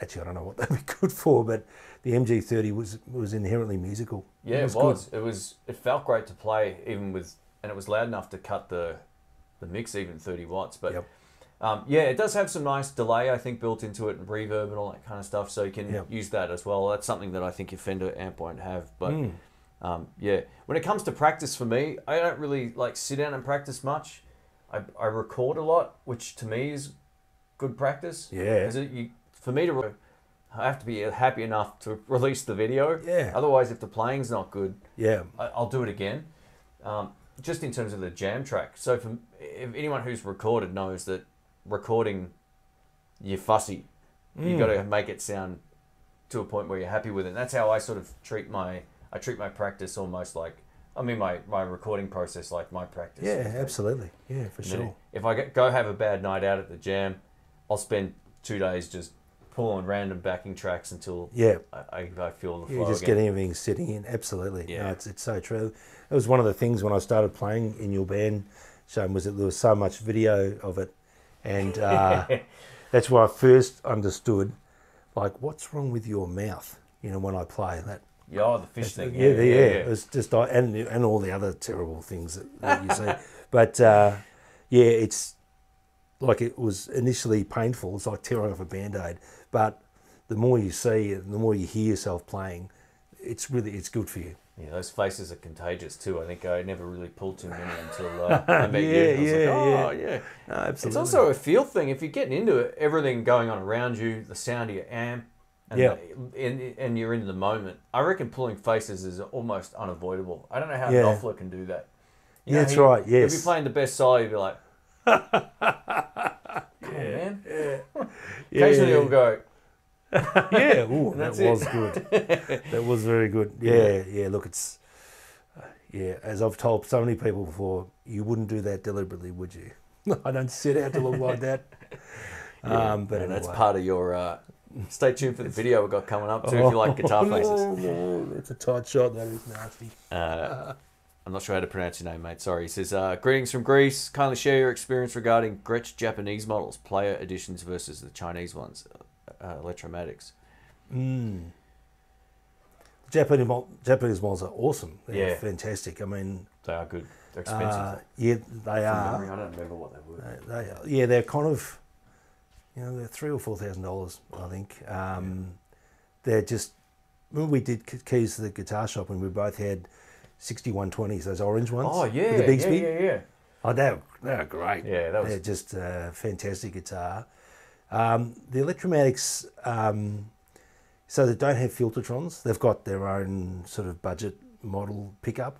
S2: actually, I don't know what <laughs> they'd be good for, but the MG30 was was inherently musical.
S1: Yeah, it was. It
S2: good.
S1: was. it felt great to play even with and it was loud enough to cut the the mix even 30 watts, but
S2: Yep.
S1: um, yeah, it does have some nice delay I think built into it and reverb and all that kind of stuff so you can
S2: Yep.
S1: use that as well. That's something that I think your Fender amp won't have, but
S2: Hmm.
S1: Um, yeah, when it comes to practice for me, I don't really like sit down and practice much. I, I record a lot, which to me is good practice.
S2: Yeah.
S1: 'Cause it- you, for me to, re- I have to be happy enough to release the video.
S2: Yeah.
S1: Otherwise, if the playing's not good,
S2: Yeah,
S1: I, I'll do it again. Um, just in terms of the jam track. So, for if anyone who's recorded knows that recording, you're fussy.
S2: Mm.
S1: You got to make it sound to a point where you're happy with it. And that's how I sort of treat my I treat my practice almost like I mean my my recording process like my practice.
S2: yeah, absolutely. Yeah, for
S1: And then
S2: sure.
S1: If I get, go have a bad night out at the jam, I'll spend two days just pulling random backing tracks until
S2: Yeah.
S1: I, I, I feel the flow
S2: You're just
S1: again.
S2: getting everything sitting in. Absolutely. Yeah.
S1: Yeah.
S2: No, it's, it's so true. It was one of the things when I started playing in your band, Shane, was that there was so much video of it. And
S1: <laughs>
S2: uh, that's where I first understood, like, what's wrong with your mouth, you know, when I play that.
S1: yeah, oh, the fish thing.
S2: Yeah, yeah, It was just, I- and, and all the other terrible things that, that you
S1: <laughs>
S2: see. But uh, yeah, it's like it was initially painful. It's like tearing off a band aid. But the more you see it, and the more you hear yourself playing, it's really, it's good for you.
S1: Yeah, those faces are contagious too. I think I never really pulled too many until
S2: <laughs>
S1: uh, I met
S2: Yeah,
S1: you. And I was
S2: yeah,
S1: like, oh, yeah.
S2: No, absolutely.
S1: It's also a feel thing. If you're getting into it, everything going on around you, the sound of your amp, and,
S2: Yeah.
S1: the- and, and you're into the moment. I reckon pulling faces is almost unavoidable. I don't know how
S2: Yeah.
S1: Knopfler can do that. You
S2: Yeah,
S1: know,
S2: that's
S1: he-
S2: right,
S1: He'll
S2: yes.
S1: be playing the best solo, you'll be
S2: <laughs>
S1: like, come on, man.
S2: Yeah,
S1: Occasionally
S2: yeah,
S1: he'll go, <laughs>
S2: yeah, ooh, that
S1: That's it.
S2: was
S1: <laughs>
S2: good. that was very good. Yeah, yeah. Look, it's uh, yeah. As I've told so many people before, you wouldn't do that deliberately, would you? <laughs> I don't set out to look like
S1: <laughs>
S2: that. um, but
S1: and
S2: anyway.
S1: that's part of your. Uh, stay tuned for the video we've got coming up too if you
S2: Oh.
S1: like
S2: <laughs>
S1: guitar
S2: no,
S1: faces.
S2: no, it's a tight shot. That is nasty.
S1: Uh, I'm not sure how to pronounce your name, mate. Sorry. He says, uh, Greetings from Greece. Kindly share your experience regarding Gretsch Japanese models, player editions versus the Chinese ones, uh, uh, Electromatics.
S2: Mm. Japanese mo- Japanese models are awesome. They're
S1: Yeah.
S2: fantastic. I mean,
S1: They are good. They're expensive.
S2: uh, yeah, Uh, they
S1: From
S2: are.
S1: memory, I don't remember what they were.
S2: They- they, yeah, they're kind of, you know, they're three or four thousand dollars, I think. Um, They're just when we did K- keys to the guitar shop, and we both had sixty-one twenties, those orange ones.
S1: Oh, yeah.
S2: with the Bigsby.
S1: yeah, yeah, yeah.
S2: Oh, they were, they were great.
S1: Yeah, that was-
S2: they're just a fantastic guitar. Um, the Electromatics, um, so they don't have Filtertrons. They've got their own sort of budget model pickup,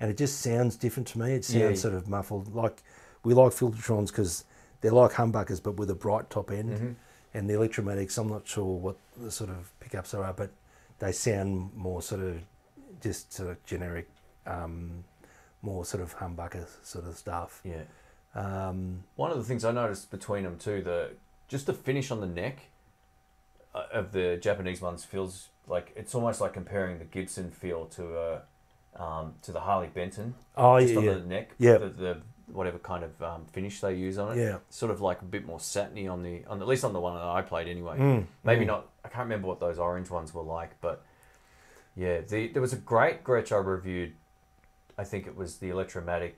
S2: and it just sounds different to me. It sounds
S1: Yeah.
S2: sort of
S1: Mm-hmm.
S2: muffled. Like we like Filtertrons because they're like humbuckers, but with a bright top end, and the electromatics. I'm not sure what the sort of pickups there are, but they sound more sort of just sort of generic, um, more sort of humbucker sort of stuff.
S1: Yeah.
S2: Um,
S1: One of the things I noticed between them too, the just the finish on the neck uh, of the Japanese ones feels like it's almost like comparing the Gibson feel to a um, to the Harley Benton.
S2: oh
S1: just
S2: yeah,
S1: on
S2: yeah,
S1: the neck.
S2: Yeah.
S1: The, the whatever kind of um, finish they use on it.
S2: yeah.
S1: Sort of like a bit more satiny on the on at least on the one that I played anyway.
S2: Mm,
S1: Maybe
S2: mm.
S1: not. I can't remember what those orange ones were like, but yeah, the, there was a great Gretsch I reviewed. I think it was the Electromatic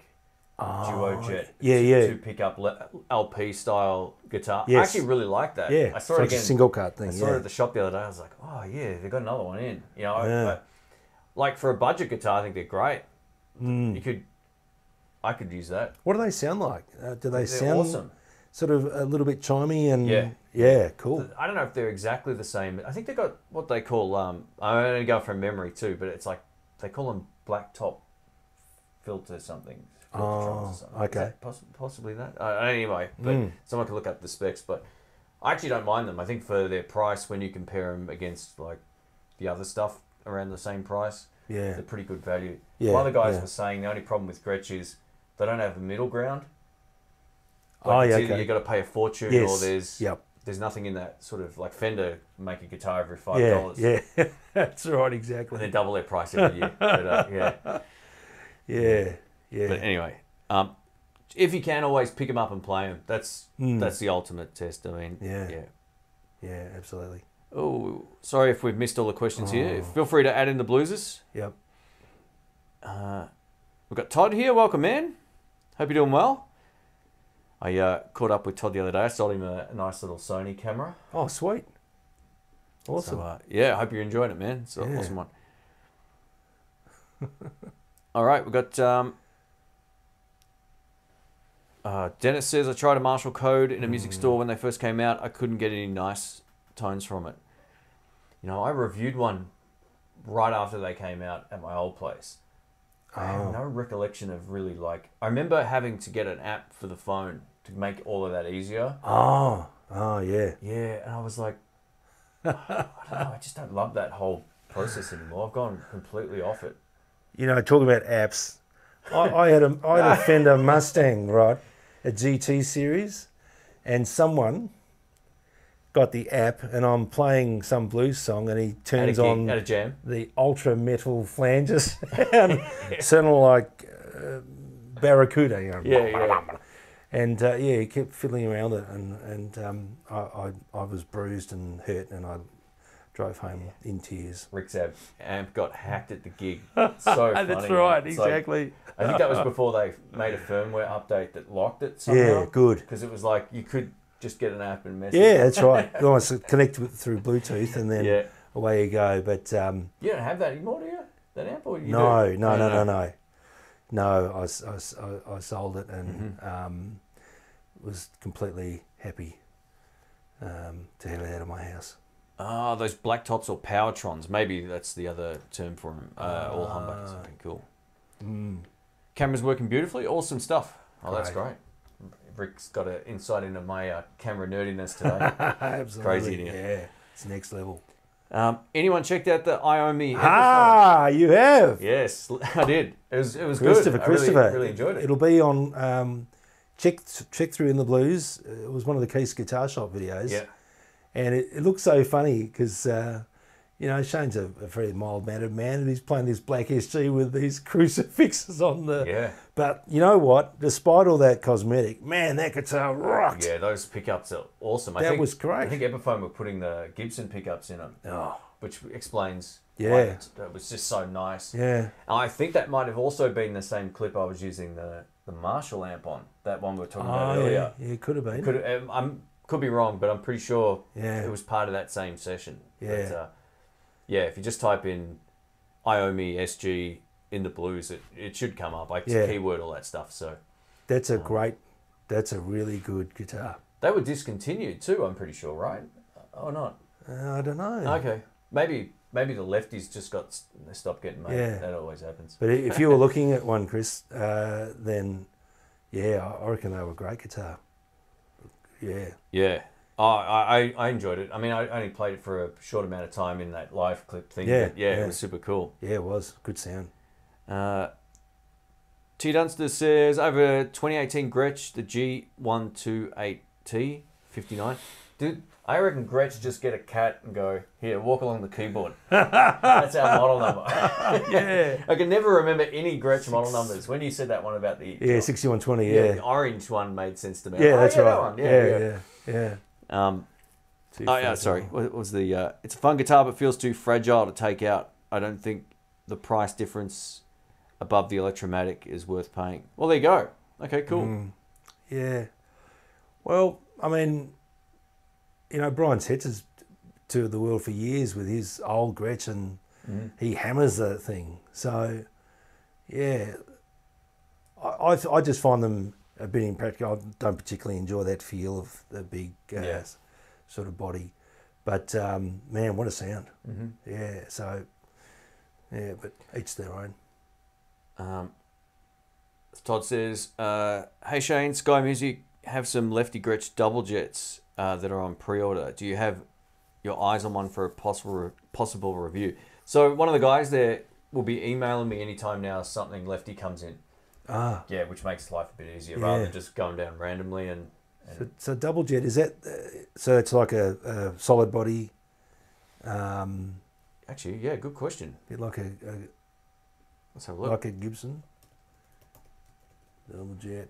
S1: Duo
S2: Oh,
S1: Jet.
S2: Yeah, yeah,
S1: To pick up le- LP style guitar. I
S2: Yes.
S1: actually really like that.
S2: yeah.
S1: I
S2: It's
S1: saw it
S2: like
S1: again.
S2: a single card thing.
S1: I saw
S2: yeah.
S1: it at the shop the other day. I was like, oh yeah, they got another one in. You know,
S2: Yeah.
S1: but like for a budget guitar, I think they're great.
S2: Mm.
S1: You could, I could use that.
S2: What do they sound like? Uh, do they
S1: They're
S2: sound
S1: awesome.
S2: sort of a little bit chimey and
S1: Yeah.
S2: yeah, cool.
S1: I don't know if they're exactly the same. I think they got what they call. Um, I'm only going from memory too, but it's like they call them black top filter something. filter trunks or
S2: Oh,
S1: something. Is
S2: okay. Hmm.
S1: that poss- possibly that. Uh, anyway, but someone can look up the specs. But I actually don't mind them. I think for their price, when you compare them against like the other stuff around the same price,
S2: Yeah.
S1: they're pretty good value.
S2: Yeah,
S1: One of the guys
S2: yeah.
S1: was saying the only problem with Gretsch is they don't have a middle ground.
S2: Oh,
S1: Like,
S2: yeah,
S1: it's either
S2: okay.
S1: you got to pay a fortune, or
S2: Yes.
S1: there's
S2: Yep.
S1: there's nothing in that sort of like Fender make a guitar every five
S2: Yeah.
S1: dollars.
S2: Yeah. <laughs> That's right.
S1: And they
S2: Exactly.
S1: double their price every
S2: <laughs>
S1: year. But, uh, yeah.
S2: Yeah. Yeah.
S1: But anyway, um, if you can, always pick them up and play them. That's that's the ultimate test. I mean,
S2: Hmm. Yeah. yeah. Absolutely.
S1: Oh, sorry if we've missed all the questions
S2: Oh.
S1: here. Feel free to add in the blueses.
S2: Yep.
S1: We've got Todd here. Welcome, man. Hope you're doing well. I uh, caught up with Todd the other day. I sold him a, a nice little Sony camera.
S2: Oh, sweet. Awesome.
S1: So, uh, yeah, I hope you're enjoying it, man. It's an
S2: Yeah.
S1: awesome one. <laughs> All right, we've got um, uh, Dennis says, I tried a Marshall Code in a music store when they first came out. I couldn't get any nice tones from it. You know, I reviewed one right after they came out at my old place. I
S2: Oh.
S1: have no recollection of really like. I remember having to get an app for the phone to make all of that easier.
S2: oh. Oh yeah.
S1: Yeah, and I was
S2: <laughs>
S1: like, "Oh, I don't know, I just don't love that whole process anymore. I've gone completely off it.
S2: You know, talking about apps, I, I had a I
S1: <laughs>
S2: had a Fender Mustang, right, a GT series, and someone got the app, and I'm playing some blues song, and he
S1: At a,
S2: turns
S1: gig,
S2: on
S1: at a jam.
S2: the ultra metal flanges, <laughs>
S1: <laughs>
S2: and sounded like uh, Barracuda, you know.
S1: Yeah, yeah.
S2: And uh, yeah, he kept fiddling around it, and and um, I, I I was bruised and hurt, and I drove home in tears.
S1: Rick's amp, amp got hacked at the
S2: <laughs>
S1: gig. So funny. man. It's like- I think that was before they made a firmware update that locked it somehow.
S2: yeah, good.
S1: Because it was like you could just get an app and message.
S2: Yeah,
S1: <laughs>
S2: that's right. You want to connect with through Bluetooth, and then
S1: Yeah.
S2: away you go. But um,
S1: You don't have that anymore, do you? That amp or you
S2: no,
S1: do?
S2: no,
S1: I
S2: no,
S1: don't
S2: no,
S1: know.
S2: no, no. I s I s I I I, sold it and
S1: Mm-hmm.
S2: um, was completely happy um, to have it out of my
S1: <laughs>
S2: house.
S1: Ah, those black tops or powertrons. Maybe that's the other term for them. Uh, all
S2: Ah.
S1: humbuckers. Okay, cool. Camera's working beautifully. Awesome stuff. Oh, that's great.
S2: Hmm. Great.
S1: Rick's got an insight into my uh, camera
S2: <laughs>
S1: nerdiness today.
S2: Absolutely,
S1: isn't
S2: yeah. It's next level.
S1: um, anyone checked out the IOME? episode?
S2: Ah, you have
S1: Yes, <laughs> I did. It was it was
S2: Christopher.
S1: good.
S2: Christopher,
S1: I really, really enjoyed it.
S2: It'll be on um, check check through in the blues. It was one of the Keith's guitar shop videos.
S1: Yeah,
S2: And it, it looks so funny because, uh, you know, Shane's a, a very mild mannered man and he's playing this black SG with these <laughs> crucifixes on the.
S1: yeah,
S2: But you know what? Despite all that cosmetic, man, that guitar rocked.
S1: yeah. Those pickups are awesome. I
S2: That
S1: think,
S2: was great.
S1: I think Epiphone were putting the Gibson pickups in them,
S2: Oh,
S1: which explains.
S2: Yeah.
S1: why it's- that was just so nice.
S2: yeah.
S1: And I think that might have also been the same clip I was using the the Marshall amp on. That one we were talking about
S2: oh,
S1: earlier.
S2: yeah. yeah. It could have been.
S1: Could um, I'm could be wrong, but I'm pretty sure
S2: Yeah.
S1: it was part of that same session.
S2: Yeah.
S1: But, uh, yeah. If you just type in Iomi SG in the blues, it, it should come up. I
S2: Yeah.
S1: keyword all that stuff. So
S2: That's
S1: Oh.
S2: a great, that's a really good guitar.
S1: they were discontinued too. I'm pretty sure, right? Or not?
S2: Uh, I don't know.
S1: Okay. Maybe maybe the lefties just got s- they stopped getting made.
S2: Yeah.
S1: That always happens.
S2: But i- if you were looking at one, Chris, uh, then yeah, I I reckon they were great guitar. Yeah.
S1: Yeah. Oh, I, I, I enjoyed it. I mean, I only played it for a short amount of time in that live clip thing.
S2: Yeah,
S1: but yeah,
S2: yeah.
S1: it was super cool.
S2: Yeah, it was good sound.
S1: Uh, T Dunster says over 2018 Gretsch the G128T 59. Dude, I reckon Gretsch just get a cat and go here, walk along the
S2: <laughs>
S1: keyboard. That's our model number. <laughs>
S2: Yeah.
S1: I can never remember any Gretsch model numbers. When you said that one about the
S2: Yeah, sixty-one twenty.
S1: yeah,
S2: Yeah,
S1: the orange one made sense to me.
S2: yeah,
S1: Oh,
S2: that's
S1: that
S2: right.
S1: one.
S2: Yeah, yeah, yeah.
S1: yeah. Um, Oh yeah, sorry. What what was the? Uh, it's a fun guitar, but feels too fragile to take out. I don't think the price difference above the Electromatic is worth paying. Well, there you go. Okay, cool.
S2: Yeah. Well, I mean, you know, Brian Setzer's toured the world for years with his old Gretchen. He hammers that thing. So, yeah, I, I, th- I just find them a bit impractical. I don't particularly enjoy that feel of the big uh,
S1: Yeah.
S2: sort of body. But, um, man, what a sound. Yeah, so, yeah, but each their own.
S1: Um, Todd says, uh, "Hey Shane, Sky Music have some Lefty Gretsch double jets uh, that are on pre-order. Do you have your eyes on one for a possible re- possible review?" So one of the guys there will be emailing me anytime now something Lefty comes in.
S2: Ah,
S1: Yeah, which makes life a bit easier
S2: Yeah.
S1: rather than just going down randomly and. and
S2: So, so double jet is that? Uh, so it's like a, a solid body, um,
S1: Actually, yeah, good question.
S2: bit like a, a
S1: Let's have a look.
S2: like a Gibson. Double jet.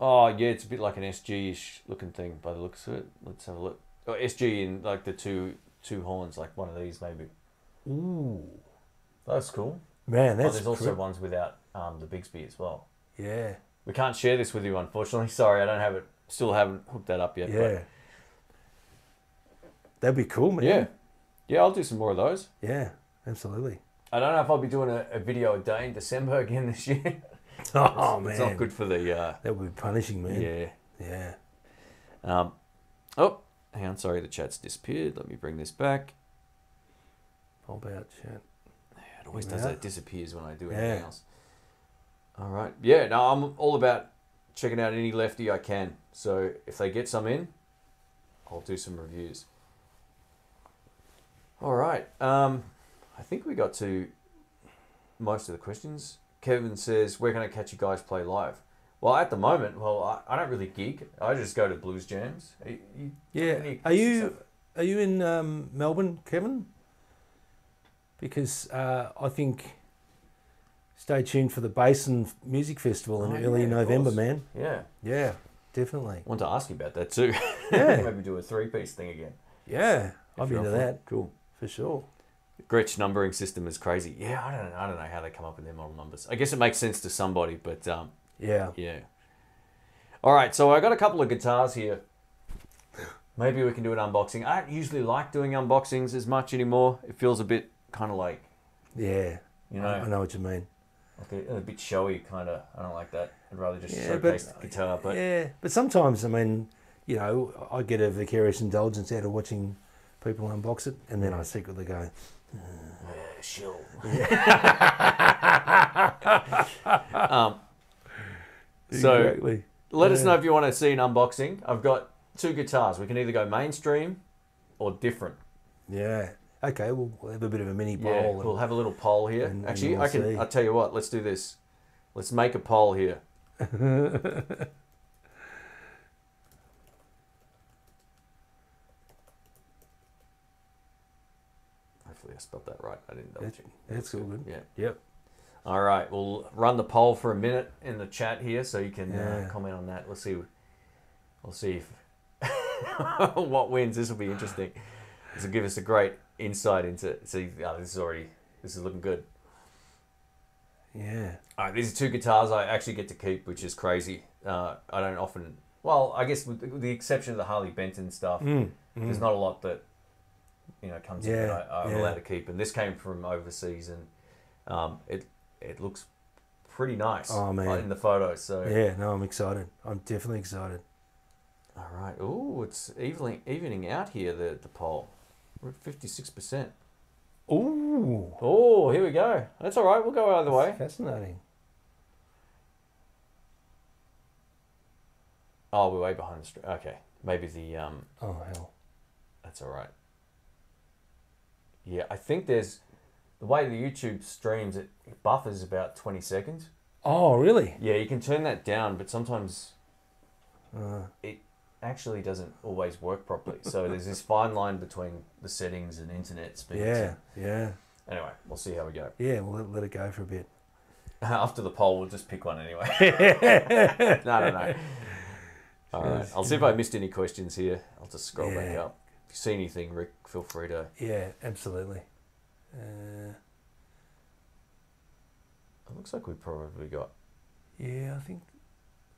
S1: oh, yeah, it's a bit like an SG-ish looking thing by the looks of it. Let's have a look. Oh, SG in like the two two horns, like one of these maybe.
S2: Ooh,
S1: That's cool.
S2: man,
S1: Oh,
S2: that's
S1: there's also
S2: cri-
S1: ones without um, the Bigsby as well.
S2: yeah,
S1: We can't share this with you, unfortunately. <laughs> Sorry, I don't have it. Still haven't hooked that up yet. but-
S2: yeah. That'd be cool, man.
S1: yeah, yeah. I'll do some more of those.
S2: yeah,
S1: <laughs>
S2: absolutely.
S1: I don't know if I'll be doing a, a video a day in December <laughs> again this year.
S2: Oh man,
S1: it's not good for the uh,
S2: That would be punishing, man.
S1: yeah.
S2: yeah.
S1: Um, oh, hang on. Sorry, the chat's disappeared. Let me bring this back.
S2: Pop out chat.
S1: It always does
S2: Yeah.
S1: that. It disappears when I do
S2: Yeah.
S1: anything else. All right. Yeah, no, I'm all about checking out any lefty I can. So if they get some in, I'll do some reviews. All right. Um, I think we got to most of the questions. Kevin says, Where can I catch you guys play live? Well, at the moment, well, I, I don't really gig. I just go to blues jams. Are you- you-
S2: Yeah.
S1: any-
S2: Are you are you in um, Melbourne, Kevin? Because uh, I think stay tuned for the Basin Music Festival in
S1: Oh,
S2: early
S1: yeah, of
S2: November,
S1: course.
S2: man.
S1: Yeah.
S2: Yeah, definitely.
S1: I want to ask you about that too. <laughs>
S2: Yeah,
S1: Maybe do a three piece thing again.
S2: yeah. I've
S1: you're
S2: been to
S1: up for it.
S2: that. Cool for sure.
S1: Gretsch numbering system is crazy. Yeah, I don't, I don't know how they come up with their model numbers. I guess it makes sense to somebody, but um,
S2: Yeah.
S1: yeah. All right, so I got a couple of guitars here. Maybe we can do an unboxing. I don't usually like doing unboxings as much anymore. It feels a bit kind of like
S2: Yeah.
S1: you
S2: I- I
S1: know,
S2: know what you mean.
S1: like a, a bit showy kind of. I don't like that. I'd rather just
S2: Yeah, but-
S1: showcase the guitar. But
S2: yeah, but sometimes I mean, you know, I get a vicarious indulgence out of watching people unbox it, and then I secretly go,
S1: Yeah, shill. um, so
S2: exactly.
S1: Let us know if you want to see an unboxing. I've got two guitars. We can either go mainstream or different.
S2: Yeah. Okay, we'll, we'll have a bit of a mini bowl.
S1: Yeah,
S2: and-
S1: we'll have a little poll here.
S2: and- and
S1: Actually,
S2: we'll
S1: I can.
S2: see.
S1: I'll tell you what. Let's do this. Let's make a poll
S2: <laughs>
S1: here. Hopefully, I spelled that right. I didn't double
S2: That's,
S1: check.
S2: that's all good.
S1: Yeah.
S2: Yep.
S1: All right, we'll run the poll for a minute in the chat here, so you can
S2: Yeah.
S1: uh, comment on that. Let's see. We'll see if <laughs> what wins. This will be interesting. This will give us a great insight into. See, oh, this is already. This is looking good.
S2: Yeah.
S1: All right, these are two guitars I actually get to keep, which is crazy. Uh, I don't often. Well, I guess with the, with the exception of the Harley Benton stuff,
S2: Hmm.
S1: there's not a lot that you know comes in
S2: Mm. Yeah,
S1: that I, I'm
S2: yeah.
S1: allowed to keep. And this came from overseas, and um, it it looks pretty nice
S2: Oh, man.
S1: uh, in the photos. So
S2: Yeah, no, I'm excited. I'm definitely excited.
S1: all right, oh, it's evening evening out here. The the poll, we're at fifty six percent.
S2: Ooh.
S1: Oh, here we go. That's all right. We'll go either way.
S2: Fascinating.
S1: Oh, we're way behind. Australia. Okay, Maybe the um,
S2: Oh hell.
S1: That's all right. Yeah, I think there's the way the YouTube streams it buffers about 20 seconds.
S2: Oh really?
S1: Yeah, you can turn that down, but sometimes
S2: Uh,
S1: it actually doesn't always work properly. So there's this fine line between the settings and internet speeds.
S2: yeah, yeah,
S1: Anyway, we'll see how we go. <laughs>
S2: yeah. We'll let, let it go for a bit.
S1: After the poll, we'll just pick one anyway.
S2: <laughs> yeah,
S1: no, no, no. All right. I'll see if I missed any questions here. I'll just scroll back
S2: Yeah.
S1: up. If you see anything, Rick, feel free to.
S2: absolutely. Uh,
S1: It looks like we probably got
S2: yeah, I think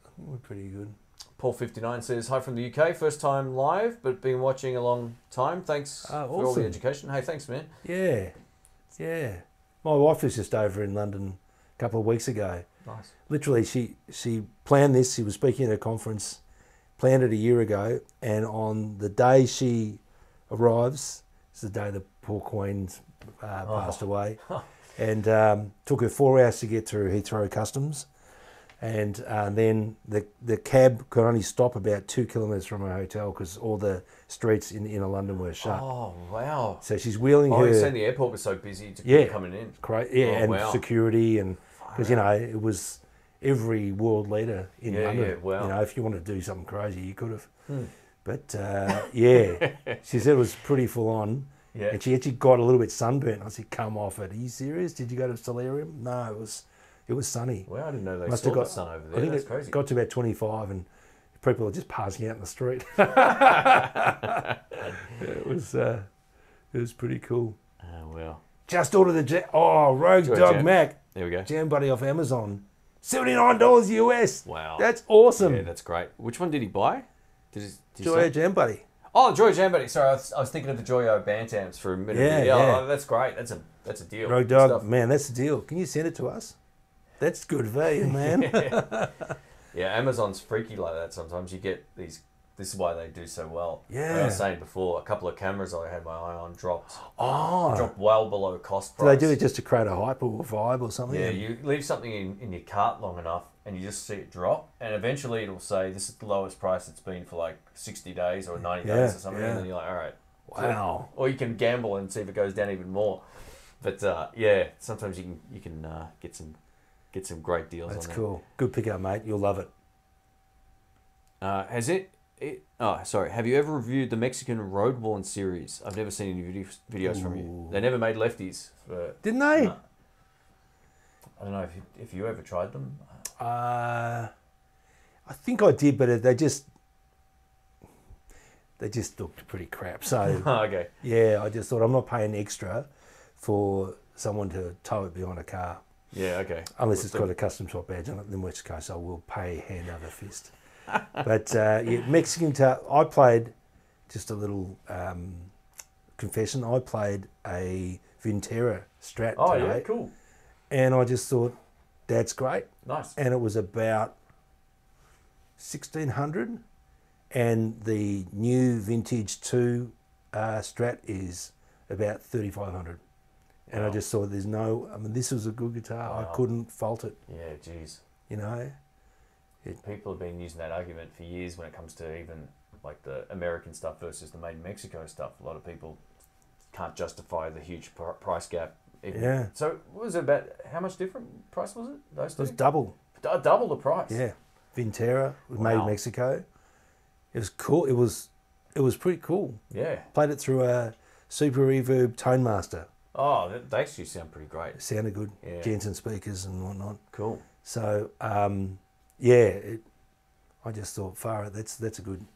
S2: I think we're pretty good.
S1: Paul59 says, Hi from the UK, first time live, but been watching a long time. Thanks
S2: Ah,
S1: for all the
S2: awesome.
S1: education. Hey, thanks, man.
S2: Yeah, yeah. My wife was just over in London a couple of weeks ago.
S1: Nice.
S2: Literally, she she planned this. She was speaking at a conference, planned it a year ago, and on the day she arrives, it's the day the poor Queen's uh,
S1: Oh.
S2: passed
S1: <laughs>
S2: away, and um, took her four hours to get through Heathrow Customs, and uh, then the the cab could only stop about two kilometres from her hotel because all the streets in inner London were shut.
S1: Oh, wow.
S2: So she's wheeling
S1: Oh,
S2: her.
S1: you saying the airport was so busy to
S2: Yeah.
S1: coming in.
S2: Cra- yeah,
S1: Oh,
S2: and
S1: wow.
S2: security, and because you
S1: Far
S2: know it was every world leader in
S1: Yeah,
S2: London.
S1: yeah, wow.
S2: You know, if you wanted to do something crazy, you could have.
S1: Hmm.
S2: But uh,
S1: <laughs>
S2: yeah, she said it was pretty full on,
S1: Yeah.
S2: and she actually got a little bit sunburnt. I said, "Come off it! Are you serious? Did you go to solarium? No, it was, it was sunny.
S1: Wow, I didn't know they
S2: Must
S1: saw
S2: have
S1: the
S2: got-
S1: sun over
S2: I
S1: there.
S2: think
S1: That's
S2: it
S1: crazy.
S2: got to about twenty-five, and people are just passing out in
S1: <laughs>
S2: the street. <laughs> it was, uh, it was pretty cool.
S1: oh, wow.
S2: Just ordered the ja- oh Rogue's
S1: Sure,
S2: Dog
S1: Jack.
S2: Mac
S1: There we go.
S2: jam buddy off Amazon, seventy nine dollars US.
S1: Wow.
S2: That's awesome.
S1: yeah, that's great. Which one did he buy? Did he, did he
S2: Hmm. Joy
S1: say-
S2: jam buddy.
S1: Oh, Joy Jambity. Sorry, I was, I was thinking of the Joyo Bantams for a minute.
S2: Yeah,
S1: Yeah,
S2: yeah.
S1: oh, that's great. That's a that's a deal.
S2: Rogue
S1: Good
S2: Dog,
S1: stuff.
S2: man, that's the deal. Can you send it to us? That's
S1: <laughs>
S2: good value, man.
S1: Yeah, Amazon's freaky like that sometimes. You get these. This is why they do so well. Like I
S2: Yeah.
S1: was saying before, a couple of cameras I had my eye on dropped
S2: <gasps> oh,
S1: dropped well below cost
S2: do they
S1: price.
S2: do it just to create a hype or a vibe or something?
S1: Yeah, you leave something in, in your cart long enough and you just see it drop, and eventually it'll say this is the lowest price it's been for like sixty days or ninety
S2: Yeah,
S1: days or something,
S2: yeah.
S1: and then you're like, all right,
S2: wow.
S1: or you can gamble and see if it goes down even more. But uh, yeah, sometimes you can you can uh, get some get some great deals.
S2: That's
S1: on there.
S2: cool. Good pickup, mate. You'll love it.
S1: Uh, has it, it? Oh, sorry. Have you ever reviewed the Mexican Road Warn series? I've never seen any videos, videos from you.
S2: Ooh.
S1: They never made lefties. But
S2: Didn't they?
S1: No. I don't know if you, if you ever tried them. <laughs>
S2: Uh, I think I did, but they just they just looked pretty
S1: <laughs>
S2: crap. So
S1: Oh, okay.
S2: yeah, I just thought I'm not paying extra for someone to tow it behind a car.
S1: Yeah. Okay.
S2: Unless it's
S1: the-
S2: got a custom shop badge on it, in which case I will pay hand over fist. <laughs> but uh, yeah, Mexican tar- I played just a little um, confession. I played a Vintera Strat
S1: Oh yeah.
S2: today,
S1: Cool.
S2: and I just thought that's great.
S1: Nice.
S2: And it was about sixteen hundred, and the new vintage two uh, Strat is about thirty five hundred. And I
S1: Wow.
S2: just thought there's no. I mean, this was a good guitar.
S1: Wow.
S2: I couldn't fault it
S1: Yeah. Jeez.
S2: you know.
S1: People have been using that argument for years when it comes to even like the American stuff versus the made in Mexico stuff. A lot of people can't justify the huge pr- price gap. Even-
S2: Yeah.
S1: So what was it about how much different price was it? Those
S2: It
S1: two.
S2: was double.
S1: D- uh, double the price.
S2: Yeah, Vintera was made
S1: Wow.
S2: in Mexico. It was cool. It was it was pretty cool.
S1: Yeah.
S2: Played it through a Super Reverb Tone Master.
S1: Oh, that, they actually sound pretty great.
S2: It sounded good.
S1: Yeah.
S2: Jensen speakers and whatnot.
S1: Cool.
S2: So um, yeah, it, I just thought, far that's that's a good.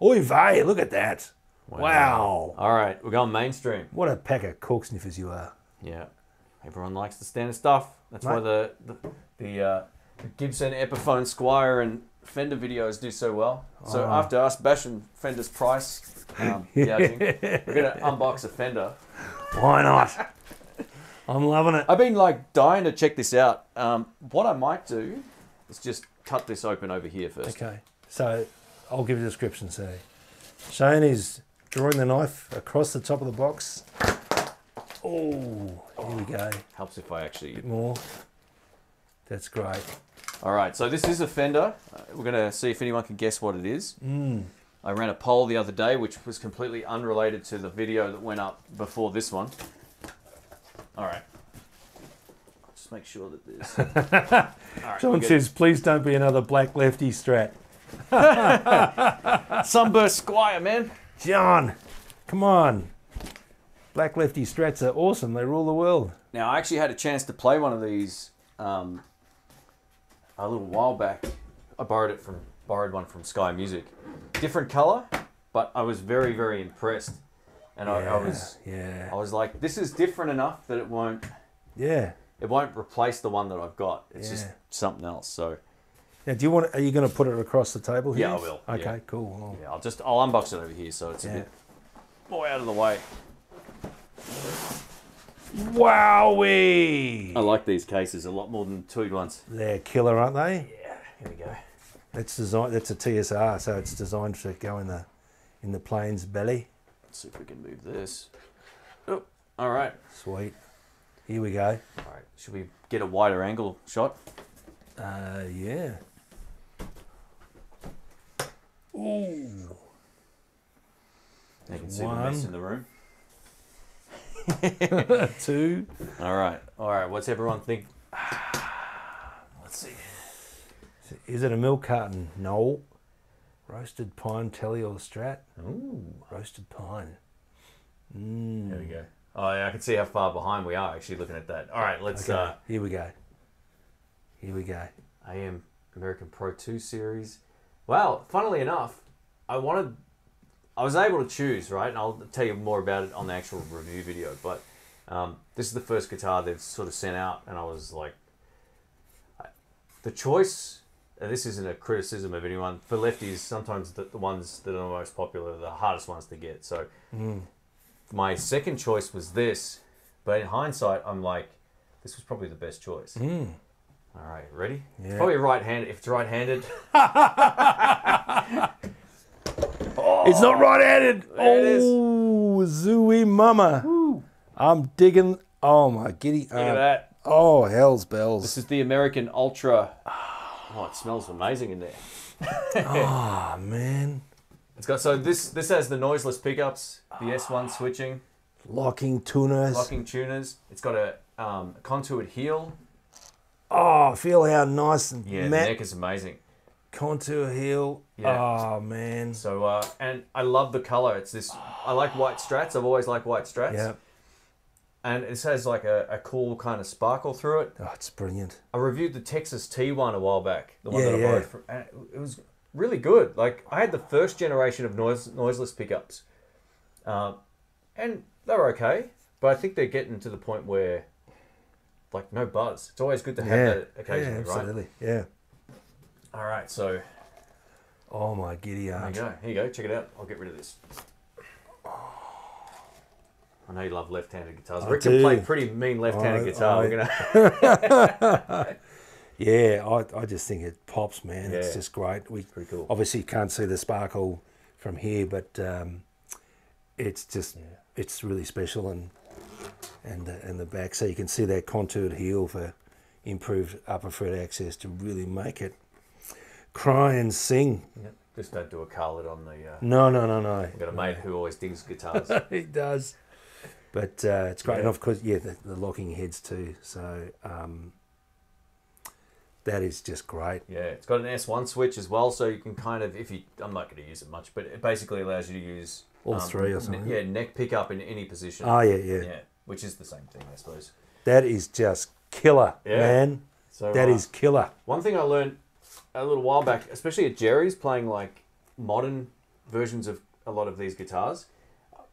S2: Oy vey, look at that! Wow.
S1: All right, we're going mainstream.
S2: what a pack of cork sniffers you are.
S1: Yeah. Everyone likes the standard stuff. That's why
S2: Mate.
S1: the the, the, uh, the Gibson Epiphone Squire and Fender videos do so well. So
S2: Oh.
S1: after us bashing Fender's price,
S2: <laughs>
S1: um, gouging, we're gonna unbox a Fender.
S2: Why <laughs> not? I'm loving it.
S1: I've been like dying to check this out. Um, what I might do is just cut this open over here first.
S2: Okay, so I'll give a description. So Shane is drawing the knife across the top of the box. Oh, here we go.
S1: Helps if I actually.
S2: Bit more. That's great.
S1: All right, so this is a Fender. Uh, we're gonna see if anyone can guess what it is. I ran a poll the other day, which was completely unrelated to the video that went up before this one. All right. Just make sure that there's. All right, we're
S2: John
S1: good.
S2: says, please don't be another black lefty strat.
S1: Sunburst Squire, man.
S2: John, come on. Black lefty strats are awesome. They rule the world.
S1: Now, I actually had a chance to play one of these um, a little while back. I borrowed it from borrowed one from Sky Music, different color, but I was very very impressed, and I, I was
S2: yeah,
S1: I was like, this is different enough that it won't
S2: yeah.
S1: it won't replace the one that I've got. It's just
S2: Yeah.
S1: something else. So
S2: Now, do you want? Are you going to put it across the table? Here?
S1: Yeah, I will,
S2: Okay,
S1: yeah.
S2: cool.
S1: yeah, I'll just I'll unbox it over here so it's a
S2: Yeah.
S1: bit more out of the way. I
S2: Wowee!
S1: like these cases a lot more than two ones.
S2: They're killer, aren't they?
S1: Yeah, here we go.
S2: That's designed. That's a TSR, so it's designed to go in the in the plane's belly.
S1: Let's see if we can move this. Oh, all right.
S2: Sweet. Here we go.
S1: All right, should we get a wider angle shot?
S2: Uh, yeah. Ooh.
S1: You can see the mess in the room.
S2: <laughs> Two.
S1: All right, all right. What's everyone <sighs> think?
S2: Let's see. Is it a milk carton? No. Roasted pine telly or strat?
S1: Ooh,
S2: Roasted pine.
S1: there we go. Oh, yeah, I can see how far behind we are actually looking at that. All right, let's.
S2: Okay.
S1: Uh,
S2: Here we go. Here we go.
S1: I am American Pro Two Series. Wow, funnily enough, I wanted, I was able to choose right, and I'll tell you more about it on the actual review video. But um, this is the first guitar they've sort of sent out, and I was like, I- the choice. And this isn't a criticism of anyone. For lefties, sometimes the, the ones that are the most popular are the hardest ones to get. So my second choice was this, but in hindsight, I'm like, this was probably the best choice. All right, ready?
S2: Yeah.
S1: Probably right-handed. If it's <laughs> right-handed,
S2: It's not right-handed.
S1: There it is.
S2: oh, zooey mama. I'm digging. Oh my giddy.
S1: look at
S2: aunt.
S1: that.
S2: Oh hell's bells.
S1: This is the American Ultra. Oh, it smells amazing in there.
S2: oh man.
S1: It's got so this this has the noiseless pickups, the S1 switching,
S2: Locking tuners.
S1: locking tuners. It's got a um, contoured heel.
S2: Oh, feel how nice and
S1: Yeah, the
S2: matte
S1: neck is amazing.
S2: contour heel.
S1: Yeah.
S2: Oh man.
S1: So uh, and I love the color. It's this. I like white strats. I've always liked white strats.
S2: Yeah.
S1: And this has like a, a cool kind of sparkle through it.
S2: Oh, it's brilliant.
S1: I reviewed the Texas T one a while back, the one
S2: Yeah,
S1: that I
S2: yeah.
S1: borrowed from, and it- it was really good. Like I had the first generation of noise, noiseless pickups, um, and they're okay, but I think they're getting to the point where, like, no buzz. It's always good to have that occasionally,
S2: yeah,
S1: right?
S2: absolutely. Yeah.
S1: All right, so
S2: Oh my giddy
S1: there you
S2: aunt.
S1: go. Here you go. Check it out. I'll get rid of this. I know you love left-handed guitars. Rick can
S2: do.
S1: play pretty mean left-handed
S2: I-
S1: guitar.
S2: I-
S1: We're gonna. <laughs>
S2: Yeah, I, I just think it pops, man.
S1: Yeah.
S2: It's just great. We
S1: Pretty cool.
S2: obviously can't see the sparkle from here, but um, it's just it's really special and and the, and the back, so you can see that contoured heel for improved upper fret access to really make it cry and sing.
S1: Yeah, Just don't do a carlet on the. Uh,
S2: No, no, no, no.
S1: I've got a mate who always digs guitars.
S2: <laughs> it does. But uh, it's great, and of course, yeah, the, the locking heads too. So um, that is just great.
S1: Yeah, it's got an S1 switch as well, so you can kind of, if you, I'm not going to use it much, but it basically allows you to use
S2: All three or something.
S1: ne- yeah, neck pickup in any position.
S2: Oh yeah, yeah,
S1: yeah, which is the same thing, I suppose.
S2: That is just killer,
S1: Yeah.
S2: man.
S1: So
S2: That
S1: uh,
S2: is killer.
S1: one thing I learned a little while back, especially at Jerry's playing like modern versions of a lot of these guitars.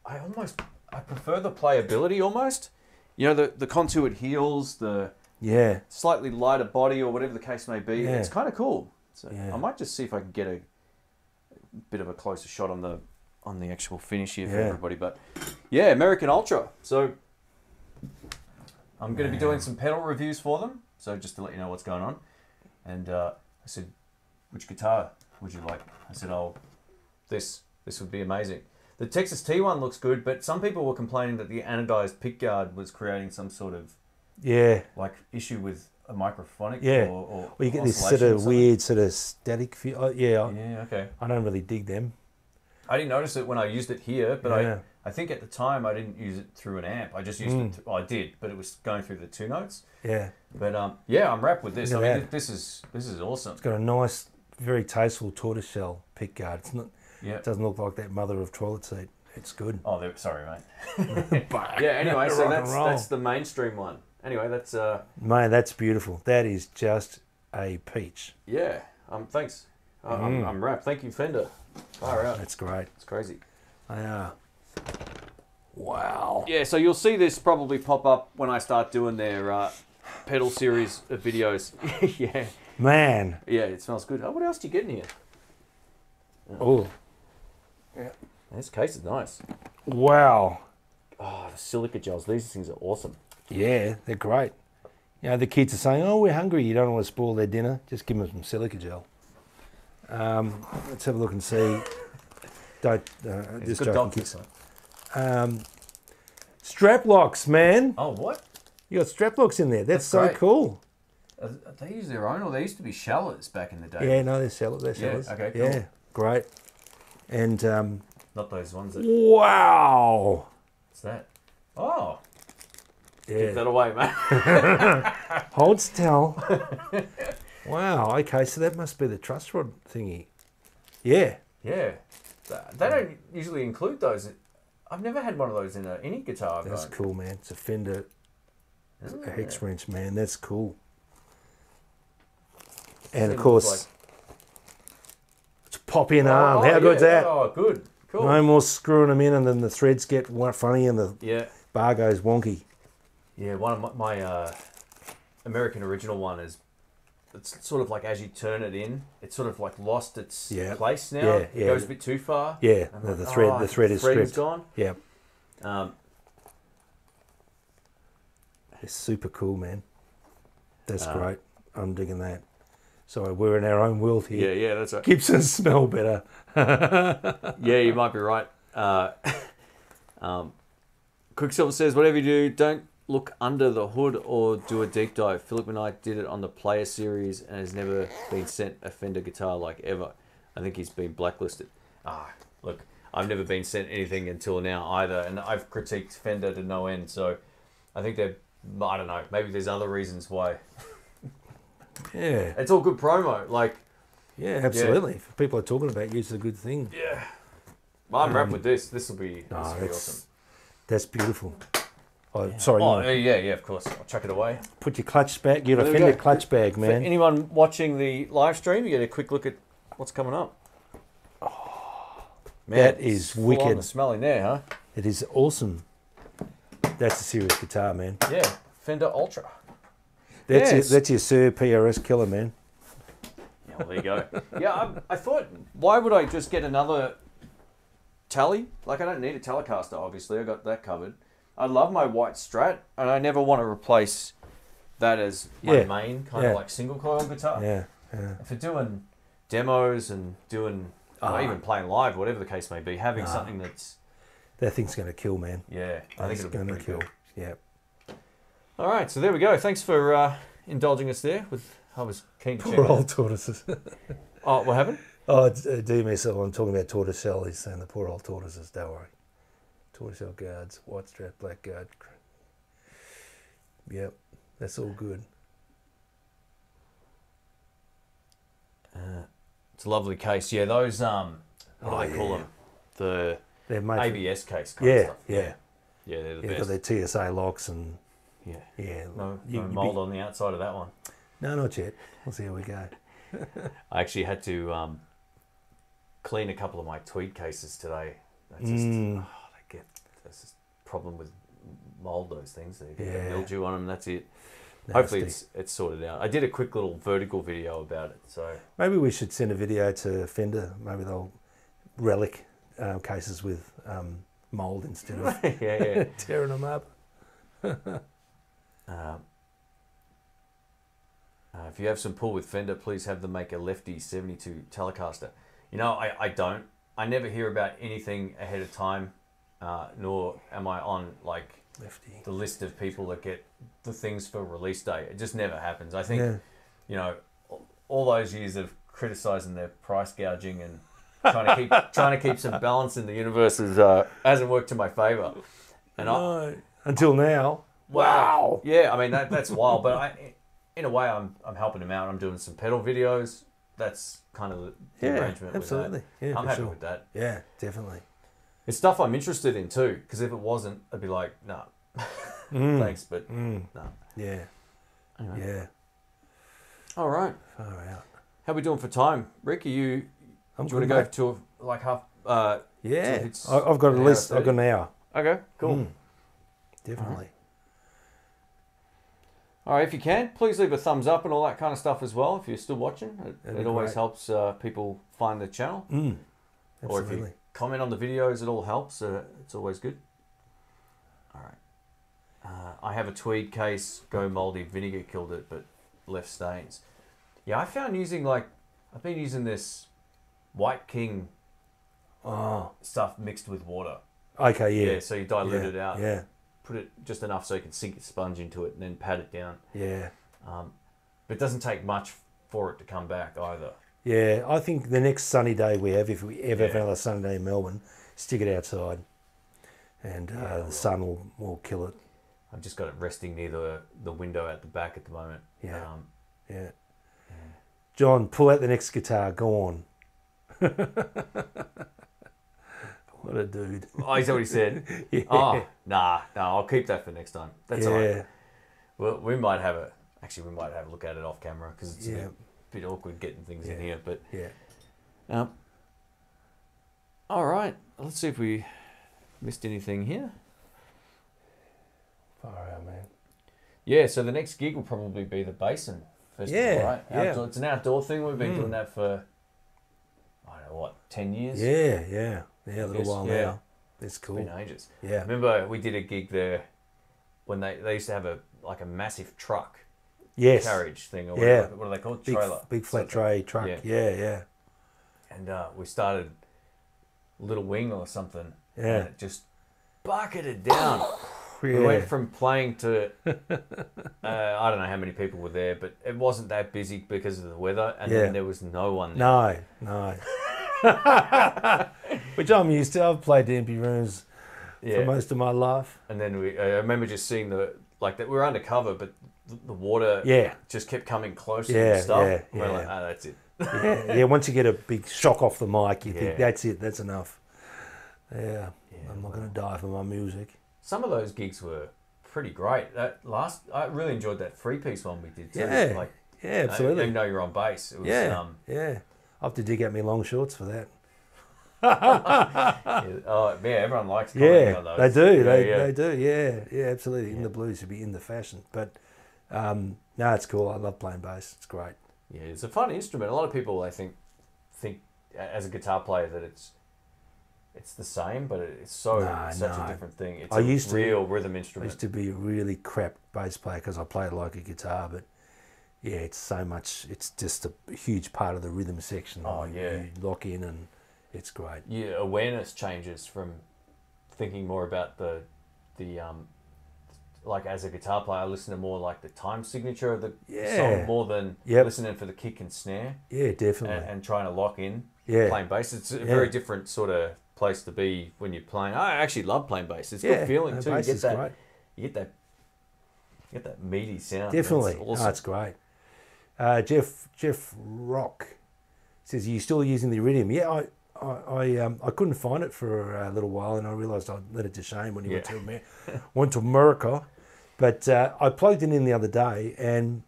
S1: I almost, I prefer the playability almost. You know, the the contoured heels, the
S2: Yeah,
S1: slightly lighter body or whatever the case may be.
S2: Yeah.
S1: It's kind of cool. So
S2: Yeah.
S1: I might just see if I can get a bit of a closer shot on the on the actual finish here for
S2: Yeah.
S1: everybody. But yeah, American Ultra. So I'm going to be doing some pedal reviews for them. So just to let you know what's going on. And uh, I said, which guitar would you like? I said, oh, this this would be amazing. The Texas T1 looks good, but some people were complaining that the anodized pick guard was creating some sort of
S2: yeah.
S1: like issue with a microphonic
S2: Yeah.
S1: or, or
S2: Well, you get this
S1: oscillation
S2: sort of
S1: or something?
S2: weird, sort of static feel. Oh, yeah, I
S1: yeah okay
S2: I don't really dig them.
S1: I didn't notice it when I used it here, but
S2: Yeah. Mm.
S1: I I think at the time I didn't use it through an amp. I just used it. Th- well, I did, but it was going through the two notes.
S2: Yeah.
S1: But um, yeah, I'm wrapped with this.
S2: Look
S1: I
S2: at
S1: mean,
S2: that.
S1: thi- this is this is awesome.
S2: It's got a nice, very tasteful tortoiseshell pick guard. It's not,
S1: Yeah.
S2: it doesn't look like that mother of toilet seat. It's good.
S1: Oh, there- sorry, mate. Yeah.
S2: <laughs>
S1: Anyway,
S2: Rock
S1: so
S2: and
S1: that's
S2: roll.
S1: that's the mainstream one. Anyway, that's uh,
S2: Mate, that's beautiful. That is just a peach.
S1: yeah. Um, thanks. I
S2: Mm.
S1: I'm, I'm wrapped. Thank you, Fender. Far out.
S2: That's great.
S1: It's crazy.
S2: They are. Wow.
S1: Yeah, so you'll see this probably pop up when I start doing their uh, pedal series of videos. <laughs> yeah,
S2: Man.
S1: yeah, it smells good. Oh, what else do you get in here?
S2: Oh.
S1: This case is nice.
S2: Wow.
S1: Oh, the silica gels. These things are awesome.
S2: Yeah, they're great. You know, the kids are saying, oh, we're hungry. You don't want to spoil their dinner. Just give them some silica gel. Um, let's have a look and see. Don't, uh, this
S1: good
S2: joke
S1: dog
S2: and kids.
S1: food,
S2: Um, strap locks, man.
S1: Oh, what?
S2: You got strap locks in there.
S1: That's
S2: That's, so
S1: great.
S2: cool.
S1: Uh, They use their own, or they used to be shallers back in the day.
S2: Yeah, no, they're sellers. They're
S1: Yeah,
S2: sellers.
S1: okay, cool.
S2: yeah great. And um,
S1: Not those ones. That,
S2: wow.
S1: what's that? Oh, give that
S2: Yeah.
S1: away, mate. <laughs>
S2: Hold still. <laughs> wow. Okay, so that must be the truss rod thingy. Yeah.
S1: yeah, Th- they don't usually include those. I've never had one of those in a, any guitar. I've
S2: That's
S1: owned.
S2: cool, man. It's a Fender, it's a hex wrench, man. That's cool. And of
S1: Seems
S2: course, it's a pop in arm.
S1: Oh,
S2: Ah, How good's
S1: yeah.
S2: that?
S1: Oh, good. Cool.
S2: No more screwing them in, and then the threads get wa- funny, and the
S1: Yeah.
S2: bar goes wonky.
S1: Yeah, one of my, my uh, American original one is it's sort of like as you turn it in, it's sort of like lost its
S2: Yeah.
S1: place now.
S2: Yeah,
S1: It
S2: yeah.
S1: goes a bit too far.
S2: Yeah,
S1: I'm
S2: no,
S1: like,
S2: the thread,
S1: "Oh,
S2: the thread is
S1: thread's
S2: stripped.
S1: gone.
S2: Yeah,
S1: Um,
S2: it's super cool, man. That's
S1: Uh,
S2: great. I'm digging that. So we're in our own world here.
S1: yeah, yeah, that's right.
S2: Gibsons smell better.
S1: yeah, you might be right. Uh, <laughs> um, Quicksilver says, whatever you do, don't look under the hood or do a deep dive. Philip and I did it on the Player series and has never been sent a Fender guitar like ever. I think he's been blacklisted. Ah, look, I've never been sent anything until now either, and I've critiqued Fender to no end. So I think they're, I don't know, maybe there's other reasons why.
S2: Yeah,
S1: It's all good promo. Like,
S2: yeah, absolutely. If people are talking about you, it's a good thing.
S1: yeah. I'm wrapped with this. This will be,
S2: No,
S1: this will be
S2: that's-
S1: awesome.
S2: That's beautiful. Oh, sorry,
S1: Oh,
S2: no.
S1: yeah, yeah, of course. I'll chuck it away.
S2: put your clutch back. You've
S1: There
S2: a
S1: we
S2: Fender
S1: go.
S2: clutch bag,
S1: For
S2: man.
S1: anyone watching the live stream, you get a quick look at what's coming up. Man,
S2: That is
S1: it's full
S2: wicked.
S1: On the smelling there, huh?
S2: It is awesome. That's a serious guitar, man.
S1: Yeah, Fender Ultra. Yes.
S2: That's your, that's your Sir PRS killer, man.
S1: Yeah, well, there you go. <laughs> yeah, I, I thought, why would I just get another tally? Like, I don't need a Telecaster, obviously. I got that covered. I love my white Strat, and I never want to replace that as my
S2: Yeah.
S1: main kind
S2: Yeah.
S1: of like single coil guitar.
S2: Yeah, yeah.
S1: for doing demos and doing or
S2: Ah.
S1: even playing live, whatever the case may be, having something that's
S2: That thing's gonna kill, man.
S1: yeah, I think
S2: That's
S1: it'll be
S2: gonna
S1: pretty
S2: kill.
S1: Cool.
S2: Yeah.
S1: All right, so there we go. Thanks for uh, indulging us there. With I was keen to check.
S2: Poor
S1: out-
S2: old tortoises. <laughs>
S1: Oh, what happened?
S2: oh, it's, uh, DMSL. I'm talking about tortoiseshell. He's saying the poor old tortoises. Don't worry. Tortoiseshell guards, white strap, black guard. Yep, that's all good.
S1: It's a lovely case. Yeah, those um, what do
S2: Oh,
S1: they call
S2: yeah.
S1: them? The
S2: They're made. for-
S1: ABS case. Kind of
S2: Yeah,
S1: stuff.
S2: yeah.
S1: yeah, they're the
S2: yeah
S1: best.
S2: got their TSA locks and
S1: yeah, no,
S2: yeah. you-
S1: no
S2: you'd be-
S1: mold on the outside of that one.
S2: No, not yet. We'll see how we go.
S1: I actually had to um, clean a couple of my tweed cases today. I just,
S2: Mm.
S1: oh, they get there's this problem with mold those things. They get
S2: Yeah.
S1: mildew on them. That's it.
S2: Nasty.
S1: Hopefully it's it's sorted out. I did a quick little vertical video about it.
S2: <laughs>
S1: So
S2: Maybe we should send a video to Fender. Maybe they'll relic um, cases with um, mold instead
S1: <laughs>
S2: of
S1: yeah, yeah.
S2: tearing them up.
S1: Um, uh, if you have some pull with Fender, please have them make a lefty 72 Telecaster. You know, I, I don't. I never hear about anything ahead of time, uh, nor am I on like
S2: Lefty.
S1: the list of people that get the things for release day. It just never happens. I think
S2: Yeah.
S1: you know all those years of criticizing their price gouging and trying to keep
S2: <laughs>
S1: trying to keep some balance in the universe is, uh, hasn't worked to my favour. And I,
S2: No. Until now.
S1: Wow. Yeah, I mean that, that's wild, but I, in a way, I'm I'm helping him out. I'm doing some pedal videos. That's kind of the, the
S2: Yeah,
S1: arrangement.
S2: absolutely.
S1: With that.
S2: Yeah,
S1: I'm
S2: for
S1: happy
S2: sure.
S1: with that.
S2: Yeah, definitely.
S1: It's stuff I'm interested in too. Because if it wasn't, I'd be like, <laughs> no, Mm.
S2: Hmm.
S1: thanks, but no.
S2: Mm. Yeah.
S1: Anyway.
S2: Yeah.
S1: All right.
S2: Far out.
S1: How we doing for time, Rick? Are you?
S2: I'm
S1: do you want
S2: good,
S1: to go
S2: mate.
S1: to like half? Uh,
S2: Yeah.
S1: it's
S2: I, I've got
S1: an
S2: at
S1: hour
S2: least,
S1: thirty.
S2: I've got an hour. Mm.
S1: okay. Cool.
S2: Definitely.
S1: All right, if you can, please leave a thumbs up and all that kind of stuff as well. If you're still watching, it,
S2: be
S1: it always
S2: great.
S1: helps uh, people find the channel.
S2: Mm.
S1: Or if you
S2: Absolutely.
S1: comment on the videos, it all helps. Uh, it's always good. All right. Uh, I have a tweed case. Go moldy. Vinegar killed it, but left stains. Yeah, I found using like I've been using this White King
S2: Oh.
S1: stuff mixed with water.
S2: Okay.
S1: Yeah,
S2: Yeah.
S1: so you dilute
S2: yeah.
S1: it out,
S2: Yeah.
S1: put it just enough so you can sink a sponge into it, and then pat it down.
S2: Yeah.
S1: But it doesn't take much for it to come back either.
S2: Yeah. I think the next sunny day we have, if we ever have
S1: Yeah.
S2: another sunny day in Melbourne, stick it outside, and uh, the sun will will kill it.
S1: I've just got it resting near the the window at the back at the moment.
S2: Yeah.
S1: Um,
S2: Yeah. John, pull out the next guitar. Go on. <laughs> what a dude. <laughs>
S1: oh, is that what he said?
S2: Yeah.
S1: Oh, nah, nah. I'll keep that for next time. That's all right.
S2: yeah.
S1: Well, we might have a actually we might have a look at it off camera because it's a
S2: Yeah.
S1: bit, bit awkward getting things in here. But
S2: Yeah.
S1: um, all right, let's see if we missed anything here.
S2: Far out, man.
S1: Yeah, so the next gig will probably be the Basin Festival,
S2: Yeah,
S1: right?
S2: yeah. Hmm.
S1: Outdoor, it's an outdoor thing. We've been doing that for I don't know what ten years.
S2: Yeah, yeah, yeah. A little
S1: Yes,
S2: while
S1: yeah.
S2: now. That's
S1: been
S2: cool.
S1: ages. I
S2: Yeah,
S1: remember we did a gig there when they, they used to have a like a massive truck
S2: yes.
S1: carriage thing or
S2: Yeah.
S1: whatever. What are they called?
S2: Big,
S1: Trailer.
S2: big flat
S1: Something.
S2: tray truck.
S1: Yeah.
S2: Yeah, yeah,
S1: And uh, we started Little Wing or something.
S2: Yeah.
S1: And it just bucketed down.
S2: yeah.
S1: We went from playing
S2: <laughs>
S1: to uh, I don't know how many people were there, but it wasn't that busy because of the weather, and
S2: Yeah.
S1: then there was no one there.
S2: no, no. <laughs> Which I'm used to. I've played empty rooms for
S1: yeah.
S2: most of my life.
S1: and then we I remember just seeing the like that we were undercover, but the, the water
S2: Yeah.
S1: just kept coming closer
S2: Yeah,
S1: and stuff.
S2: yeah,
S1: We're like,
S2: yeah.
S1: ah, that's it.
S2: Yeah, yeah. Once you get a big shock off the mic, you
S1: Yeah.
S2: think that's it. That's enough. Yeah,
S1: Yeah,
S2: I'm not going to die for my music.
S1: some of those gigs were pretty great. That last, I really enjoyed that three piece one we did too.
S2: Yeah,
S1: like
S2: yeah,
S1: uh,
S2: absolutely.
S1: Even though you're on bass, it was
S2: yeah,
S1: um,
S2: yeah. I have to dig out my long shorts for that.
S1: yeah, oh yeah, everyone likes commenting
S2: Ah. Yeah,
S1: on those.
S2: they do.
S1: Yeah,
S2: they,
S1: yeah.
S2: they do. Yeah, yeah, absolutely. In the blues should be in the fashion, but um, no, it's cool. I love playing bass. It's great.
S1: Yeah, it's a fun instrument. A lot of people, I think, think a- as a guitar player that it's it's the same, but it- it's so
S2: No,
S1: such
S2: no.
S1: a different thing. It's
S2: I
S1: a
S2: used to-
S1: real rhythm
S2: I
S1: instrument.
S2: used to be a really crap bass player because I played like a guitar, but yeah, it's so much. It's just a huge part of the rhythm section.
S1: Oh,
S2: you-
S1: yeah.
S2: you lock in and it's great.
S1: yeah, awareness changes from thinking more about the the um like as a guitar player, I listen to more like the time signature of the
S2: Yeah.
S1: song more than
S2: Yep.
S1: listening for the kick and snare
S2: Yeah, definitely.
S1: and, and trying to lock in
S2: Yeah.
S1: playing bass. It's a very
S2: Yeah.
S1: different sort of place to be when you're playing. I actually love playing bass. It's a
S2: yeah,
S1: good feeling
S2: no,
S1: too. You
S2: bass
S1: get
S2: is
S1: that
S2: great.
S1: you get that you get that meaty sound.
S2: Definitely.
S1: It's
S2: That's
S1: awesome.
S2: it's great. Uh, Jeff Jeff Rock says, Are you still using the iridium? Yeah, I I, I, um, I couldn't find it for a little while and I realised I'd let it to Shane when he went,
S1: Yeah.
S2: to Amer- went to America. But uh, I plugged it in the other day and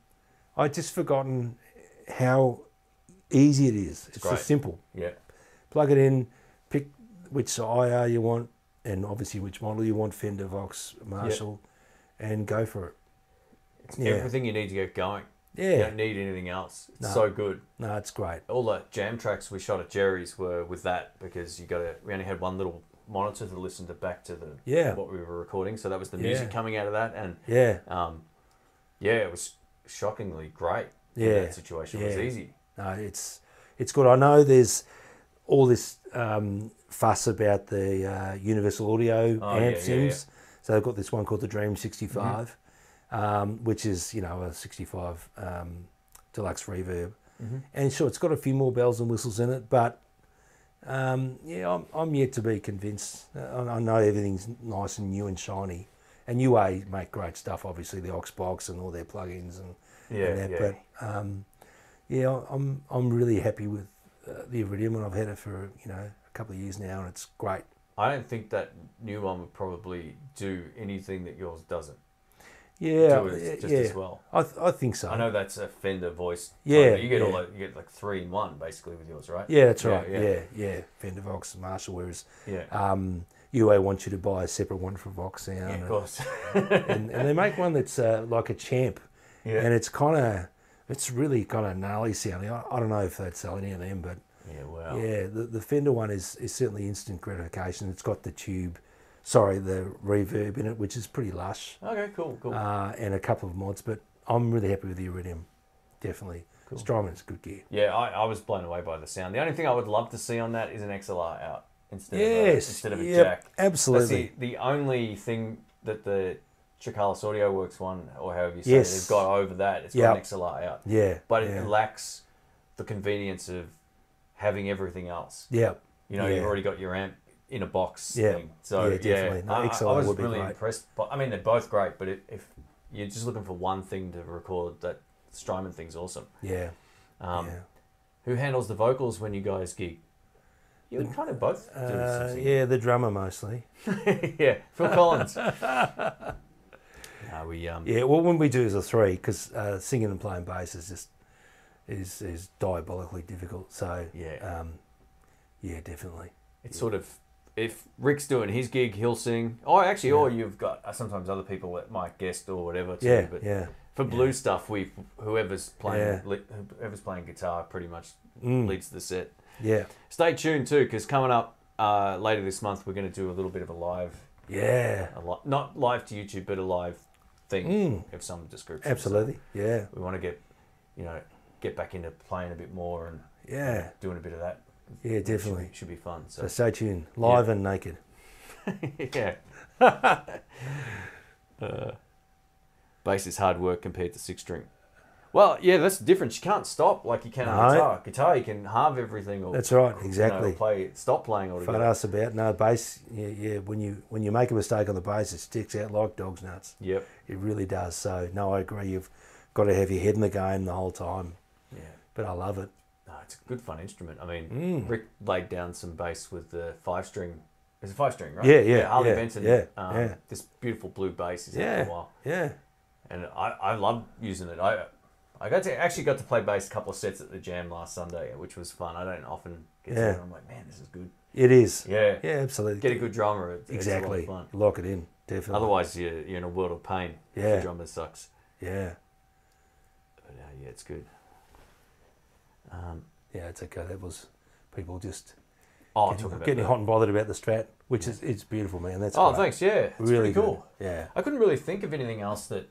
S2: I'd just forgotten how easy it is. It's,
S1: great.
S2: just simple.
S1: yeah.
S2: Plug it in, pick which IR you want and obviously which model you want Fender, Vox, Marshall, and go for it.
S1: It's
S2: Yeah.
S1: everything you need to get going. You
S2: Yeah,
S1: don't need anything else. It's
S2: No.
S1: so good.
S2: no, it's great.
S1: all the jam tracks we shot at Jerry's were with that because you got to. We only had one little monitor to listen to back to the
S2: Yeah.
S1: what we were recording, so that was the
S2: Yeah.
S1: music coming out of that, and
S2: Yeah,
S1: um, yeah, it was shockingly great. in
S2: Yeah.
S1: that situation It was
S2: Yeah.
S1: easy.
S2: no, it's it's good. I know there's all this um, fuss about the uh, Universal Audio
S1: Oh, yeah,
S2: amp
S1: yeah, yeah.
S2: sims. So they've got this one called the Dream 65,
S1: Mm-hmm.
S2: um, which is you know a 65
S1: Mm-hmm.
S2: um, deluxe reverb, and sure it's got a few more bells and whistles in it, but Um, yeah, I'm, I'm yet to be convinced. Uh, I, I know everything's nice and new and shiny, and UA make great stuff. Obviously, the Oxbox and all their plugins and,
S1: Yeah,
S2: and that.
S1: yeah.
S2: But um, yeah, I- I'm I'm really happy with uh, the Iridium, and I've had it for you know a couple of years now, and it's great.
S1: I don't think that new one would probably do anything that yours doesn't.
S2: Yeah,
S1: do
S2: yeah,
S1: it just
S2: yeah.
S1: as well.
S2: I, th- I think so.
S1: I know that's a Fender voice. type,
S2: Yeah,
S1: but you get all
S2: yeah.
S1: like, you get like three in one basically with yours, right?
S2: Yeah, that's
S1: Yeah,
S2: right.
S1: yeah.
S2: Yeah, yeah. Fender Vox and Marshall, whereas
S1: Yeah,
S2: um, UA wants you to buy a separate one for Vox sound.
S1: yeah of
S2: and-
S1: course. <laughs>
S2: and, and they make one that's uh, like a champ,
S1: Yeah.
S2: and it's kind of it's really kind of gnarly sounding. I, I don't know if they'd sell any of them, but
S1: yeah, wow.
S2: yeah, the, the Fender one is is certainly instant gratification. It's got the tube, sorry, the reverb in it, which is pretty lush,
S1: Okay, cool, cool.
S2: uh, and a couple of mods. But I'm really happy with the Iridium, definitely.
S1: Cool.
S2: It's drum and it's good gear.
S1: yeah, I, I was blown away by the sound. The only thing I would love to see on that is an XLR out instead of a,
S2: yes,
S1: instead of a
S2: yep,
S1: jack. That's
S2: absolutely.
S1: the, the only thing that the Chicalis Audio Works one, or however you say
S2: Yes.
S1: it, has got over that. It's got an
S2: Yep.
S1: XLR out.
S2: Yeah,
S1: But it
S2: yeah,
S1: lacks the convenience of having everything else.
S2: yeah,
S1: You know,
S2: Yeah.
S1: you've already got your amp in a box
S2: Yeah.
S1: thing. So,
S2: Yeah,
S1: yeah,
S2: definitely. No,
S1: I- I, I
S2: XLR
S1: was
S2: would be
S1: really
S2: great.
S1: impressed. But, I mean, they're both great, but it, if you're just looking for one thing to record, that Strymon thing's awesome.
S2: yeah,
S1: Um,
S2: yeah.
S1: Who handles the vocals when you guys gig? You
S2: The-
S1: kind of both do
S2: Uh,
S1: something.
S2: yeah, the drummer mostly.
S1: <laughs> yeah, Phil
S2: <laughs>
S1: Collins. no, we um,
S2: Yeah, well, when we do is a three, because uh, singing and playing bass is just is is diabolically difficult. So
S1: yeah,
S2: um, yeah, definitely.
S1: it's sort of if Rick's doing his gig, he'll sing. Or actually, or you've got uh, sometimes other people that might guest or whatever too.
S2: yeah,
S1: but
S2: yeah,
S1: for blue stuff, we whoever's playing
S2: Yeah.
S1: li- whoever's playing guitar pretty much
S2: Mm.
S1: leads the set.
S2: yeah,
S1: Stay tuned too, because coming up uh, later this month, we're going to do a little bit of a live,
S2: yeah,
S1: a li- not live to YouTube, but a live thing
S2: Mm.
S1: of some description. So
S2: absolutely, yeah,
S1: we want to get, you know, get back into playing a bit more and
S2: yeah,
S1: doing a bit of that.
S2: yeah,
S1: Should be-
S2: definitely.
S1: should be fun. So
S2: So stay tuned, live and naked.
S1: <laughs> yeah. uh, bass is hard work compared to six string. Well, yeah, that's the difference. You can't stop like you can on
S2: No.
S1: guitar. Guitar, you can halve everything or
S2: That's right,
S1: you know,
S2: exactly.
S1: play stop playing
S2: Fat
S1: altogether.
S2: ass about no bass. Yeah, yeah. When you when you make a mistake on the bass, it sticks out like dog's nuts.
S1: Yep.
S2: It really does. So no, I agree. You've got to have your head in the game the whole time.
S1: Yeah.
S2: But I love it.
S1: No, it's a good fun instrument. I mean,
S2: Mm.
S1: Rick laid down some bass with the five string. It's a five string, right?
S2: Yeah, yeah,
S1: Harley
S2: yeah,
S1: Benson.
S2: yeah,
S1: um,
S2: yeah.
S1: This beautiful blue bass he's had
S2: Yeah,
S1: for a while.
S2: yeah.
S1: and I, I love using it. I I got to actually got to play bass a couple of sets at the jam last Sunday, which was fun. I don't often get to
S2: Yeah.
S1: it. I'm like, man, this is good.
S2: It is.
S1: Yeah,
S2: Yeah, absolutely.
S1: get a good drummer. It,
S2: exactly.
S1: It's a lot of fun.
S2: Lock it in. Definitely.
S1: Otherwise, you're, you're in a world of pain. if
S2: Yeah.
S1: the drummer sucks.
S2: Yeah.
S1: But uh, yeah, it's good. Um,
S2: Yeah, it's okay. That was people just
S1: oh,
S2: getting,
S1: talking about
S2: getting
S1: that.
S2: hot and bothered about the Strat, which is it's beautiful, man. That's
S1: Oh,
S2: great.
S1: thanks. Yeah, it's
S2: really
S1: really cool.
S2: good. Yeah.
S1: I couldn't really think of anything else that,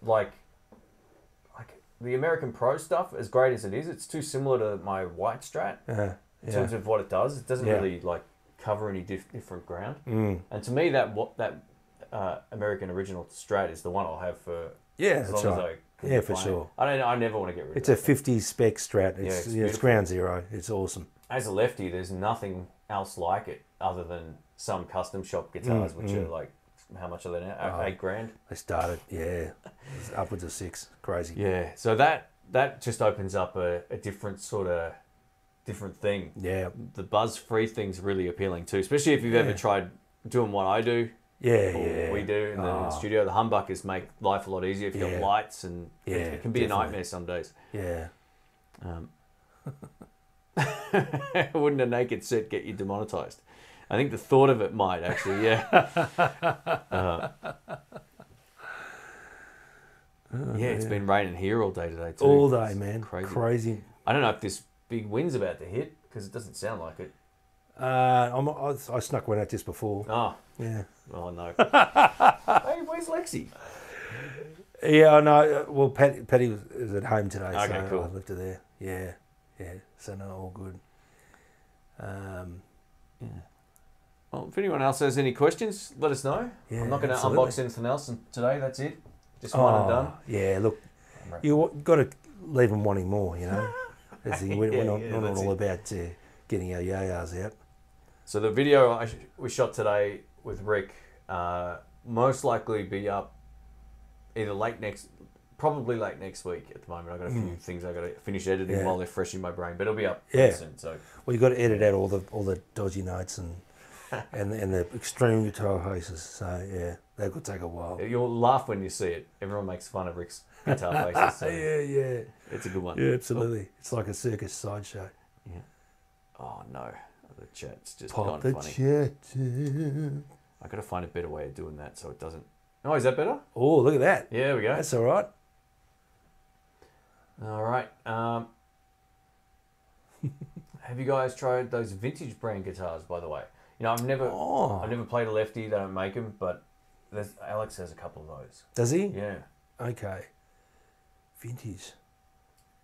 S1: like, like the American Pro stuff. As great as it is, it's too similar to my white Strat.
S2: Uh,
S1: in
S2: yeah.
S1: terms of what it does. It doesn't
S2: Yeah.
S1: really like cover any diff- different ground.
S2: Mm.
S1: And to me, that what that uh, American original strat is the one I'll have for
S2: Yeah,
S1: as
S2: that's
S1: long
S2: right.
S1: as I can
S2: Yeah,
S1: define
S2: for sure.
S1: It. I don't. I never want to get rid
S2: It's a
S1: of it.
S2: 50 spec Strat. It's, yeah,
S1: it's
S2: it's,
S1: beautiful.
S2: ground zero. It's awesome.
S1: As a lefty, there's nothing else like it other than some custom shop guitars,
S2: Mm,
S1: which are like how much are they now?
S2: Oh.
S1: Eight grand.
S2: They started, yeah, it's upwards of six. Crazy.
S1: Yeah. So that that just opens up a, a different sort of different thing
S2: Yeah.
S1: the buzz free thing's really appealing too, especially if you've ever
S2: Yeah.
S1: tried doing what I do.
S2: Yeah,
S1: or
S2: yeah.
S1: We do in the, in the
S2: Ah.
S1: studio. The humbuckers make life a lot easier if you have
S2: Yeah.
S1: lights, and
S2: Yeah,
S1: it can be a
S2: definitely.
S1: nightmare some days.
S2: Yeah.
S1: Um, <laughs> wouldn't a naked set get you demonetized? I think the thought of it might actually,
S2: <laughs>
S1: yeah. Uh, yeah, it's been raining here all day today too.
S2: All day,
S1: It's
S2: man.
S1: Crazy.
S2: Crazy.
S1: I don't know if this big wind's about to hit because it doesn't sound like it.
S2: Uh, I'm, I, I snuck one out just before.
S1: Oh,
S2: Yeah.
S1: Oh no. <laughs> hey, where's Lexi?
S2: Yeah, I know. uh, Well, Patty, Patty was, is at home today,
S1: Okay,
S2: so
S1: cool.
S2: I left her there. Yeah, yeah. So no, all good. Um,
S1: Well, if anyone else has any questions, let us know.
S2: Yeah,
S1: I'm not going to
S2: absolutely.
S1: unbox anything else and today. That's it. Just one and done.
S2: oh, Yeah, look,
S1: Right. <laughs>
S2: you got to leave them wanting more. You know, that's the, we're,
S1: Yeah,
S2: we're not,
S1: yeah,
S2: not
S1: that's
S2: all
S1: it.
S2: about uh, getting our yayas out.
S1: So the video I sh- we shot today with Rick uh, most likely be up either late next, probably late next week. At the moment, I've got a few things I've got to finish editing
S2: Yeah.
S1: while they're fresh in my brain, but it'll be up
S2: Yeah.
S1: soon. So
S2: Well, you've got to edit out all the all the dodgy
S1: <laughs>
S2: notes and and and the extremely guitar hoaxes. So yeah, that could take a while.
S1: you'll laugh when you see it. Everyone makes fun of Rick's <laughs> guitar bases, so
S2: yeah, yeah,
S1: it's a good one.
S2: yeah, absolutely. It's like a circus sideshow.
S1: Oh no, the chat's just
S2: Pop
S1: gone
S2: the
S1: funny.
S2: chat.
S1: I gotta find a better way of doing that so it doesn't. Oh, is that better?
S2: Oh, look at that.
S1: Yeah, there we go.
S2: That's all right.
S1: All right. Um, <laughs> have you guys tried those vintage brand guitars? By the way, you know I've never, I've
S2: Oh,
S1: never played a lefty. They don't make them, but there's, Alex has a couple of those.
S2: does he?
S1: Yeah,
S2: Okay. Vintage.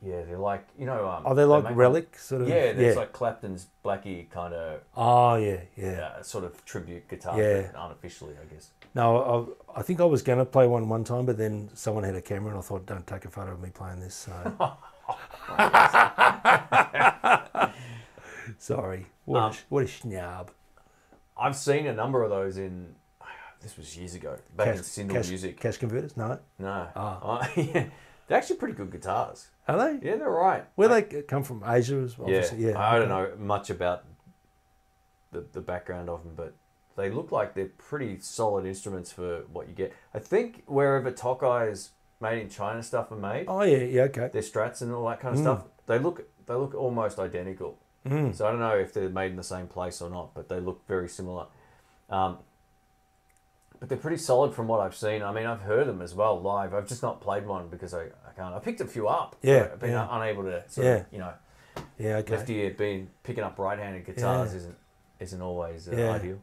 S1: yeah, they're like you know. Um,
S2: Are they like
S1: make-
S2: relic sort of?
S1: Yeah, it's like Clapton's Blackie kind of
S2: oh yeah, yeah.
S1: uh, sort of tribute guitar,
S2: Yeah.
S1: but unofficially, I guess.
S2: No, I, I think I was going to play one one time, but then someone had a camera, and I thought, don't take a photo of me playing
S1: <laughs>
S2: this. So. Sorry. What,
S1: Um,
S2: a, sh- what a schnob.
S1: I've seen a number of those in. <sighs> This was years ago, back in Sindel
S2: cash,
S1: Music.
S2: Cash converters? No.
S1: No, <laughs>
S2: Ah.
S1: Uh, yeah. they're actually pretty good guitars.
S2: Are they?
S1: Yeah, they're right.
S2: Where they c- come from? Asia as well?
S1: Yeah,
S2: obviously. yeah.
S1: I don't know much about the, the background of them, but they look like they're pretty solid instruments for what you get. I think wherever Tokai's made in China stuff are made,
S2: Oh, yeah, yeah, okay.
S1: their strats and all that kind of stuff, they look they look almost identical.
S2: Mm.
S1: So I don't know if they're made in the same place or not, but they look very similar. Um, but they're pretty solid from what I've seen. I mean, I've heard them as well live. I've just not played one because I, I can't. I picked a few up.
S2: Yeah,
S1: I've been
S2: yeah.
S1: unable to, sort
S2: Yeah.
S1: of, you know,
S2: Yeah, okay.
S1: left ear being picking up right-handed guitars
S2: Yeah.
S1: isn't isn't always uh,
S2: Yeah.
S1: ideal.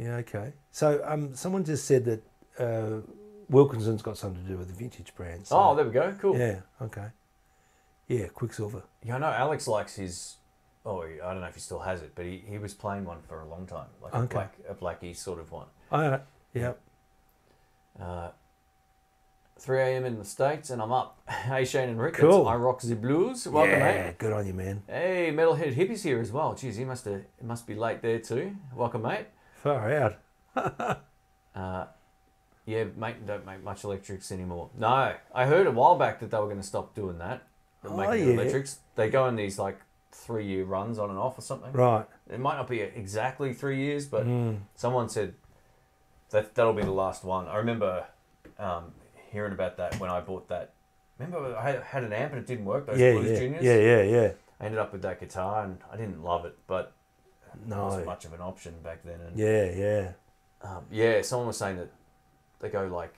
S2: Yeah, okay. So um, someone just said that uh, Wilkinson's got something to do with the vintage brand. So,
S1: oh, there we go. Cool. Yeah.
S2: Yeah, okay. Yeah, Quicksilver.
S1: I know Alex likes his. Oh, he- I don't know if he still has it, but he, he was playing one for a long time, like
S2: Okay.
S1: a black a blackie sort of one.
S2: All right. Yeah.
S1: Uh, 3 a.m. in the states, and I'm up. <laughs> hey, Shane and Rick.
S2: Cool.
S1: It's I rock the blues. Welcome,
S2: yeah,
S1: mate.
S2: good on you, man.
S1: Hey, metalhead hippies here as well. Geez, he must have it must be late there too. Welcome, mate.
S2: Far out.
S1: Uh, yeah, mate, don't make much electrics anymore. No, I heard a while back that they were going to stop doing that. Not
S2: Oh,
S1: making the
S2: yeah.
S1: electrics. They go on these like three year runs on and off or something.
S2: Right. Mm.
S1: It might not be exactly three years, but someone said that that'll be the last one. I remember um, hearing about that when I bought that. Remember, I had- had an amp and it didn't work. Those
S2: yeah,
S1: Blues
S2: yeah.
S1: Juniors.
S2: yeah, yeah, yeah.
S1: I ended up with that guitar and I didn't love it, but it wasn't
S2: No.
S1: much of an option back then. And
S2: Yeah, yeah.
S1: um, yeah, someone was saying that they go like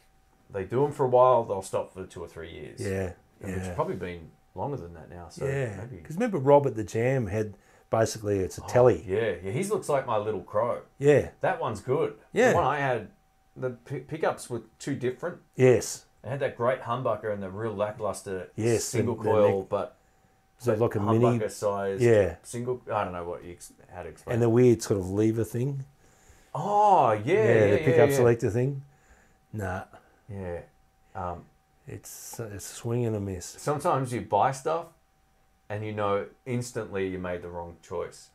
S1: they do them for a while, they'll stop for two or three years.
S2: Yeah.
S1: And which has
S2: Yeah.
S1: probably been longer than that now. So
S2: yeah.
S1: maybe. Oh,
S2: Because remember, Rob at the Jam had basically it's a telly.
S1: Yeah, yeah, he looks like my little crow.
S2: Yeah.
S1: That one's good.
S2: Yeah.
S1: the one I had, the p- pickups were too different.
S2: Yes.
S1: It had that great humbucker and the real lackluster
S2: Yes,
S1: single
S2: the- the
S1: coil, but
S2: So like a
S1: humbucker
S2: mini.
S1: size.
S2: Yeah.
S1: single. I don't know what you ex- how to explain.
S2: And the weird sort of lever thing.
S1: oh yeah, yeah,
S2: the
S1: yeah,
S2: pickup
S1: yeah.
S2: selector thing. Nah.
S1: Yeah. Um,
S2: It's it's a swing and a miss.
S1: sometimes you buy stuff and you know instantly you made the wrong choice.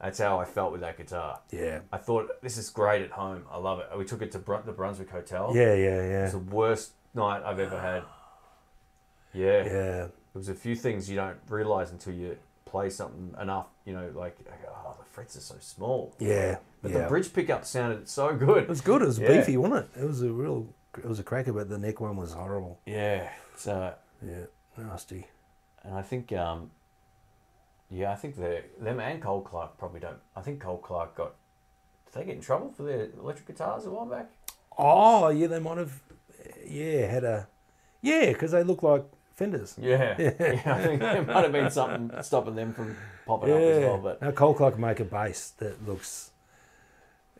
S1: That's how I felt with that guitar.
S2: Yeah.
S1: I thought this is great at home. I love it. We took it to Brun- the Brunswick Hotel.
S2: Yeah, yeah,
S1: It's the worst night I've ever had. Yeah.
S2: yeah. Yeah.
S1: There was a few things you don't realize until you play something enough, you know, like, oh, the frets are so small.
S2: Yeah.
S1: But
S2: yeah.
S1: the bridge pickup sounded so
S2: It
S1: good.
S2: was good. It was
S1: Yeah.
S2: beefy, wasn't it? It was a real. It was a cracker, but the neck one was horrible.
S1: <laughs> Yeah. So,
S2: Yeah, nasty.
S1: and I think, um, yeah, I think the them and Cole Clark probably don't. I think Cole Clark got. Did they get in trouble for their electric guitars a while back?
S2: Oh yeah, they might have. Yeah, had a. Yeah, because they look like fenders.
S1: Yeah. <laughs> yeah. I think there might have been something stopping them from popping up as well. But
S2: now Cole Clark make a bass that looks.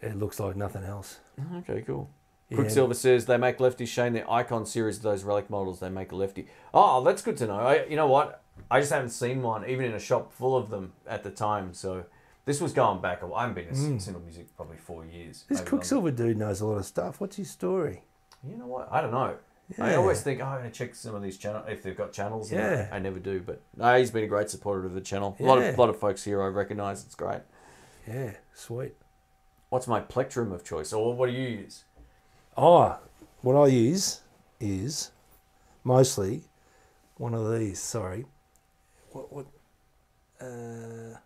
S2: It looks like nothing else.
S1: Okay, cool.
S2: Yeah.
S1: Quicksilver says they make lefty Shane their icon series of those relic models. They make a lefty. Oh, that's good to know. I, you know what? I just haven't seen one, even in a shop full of them at the time. So this was going back. a while. I haven't been to mm. music probably four years. maybe
S2: This
S1: longer.
S2: Quicksilver dude knows a lot of stuff. What's his story?
S1: You know what? I don't know. I
S2: Yeah.
S1: always think oh, I'm going to check some of these channels if they've got channels. and
S2: Yeah.
S1: I, I never do, but no, he's been a great supporter of the channel. A lot
S2: Yeah.
S1: of lot of folks here I recognise. It's great.
S2: Yeah, sweet.
S1: What's my plectrum of choice, or what do you use?
S2: Oh, what I use is mostly one of these. Sorry, what what? Uh,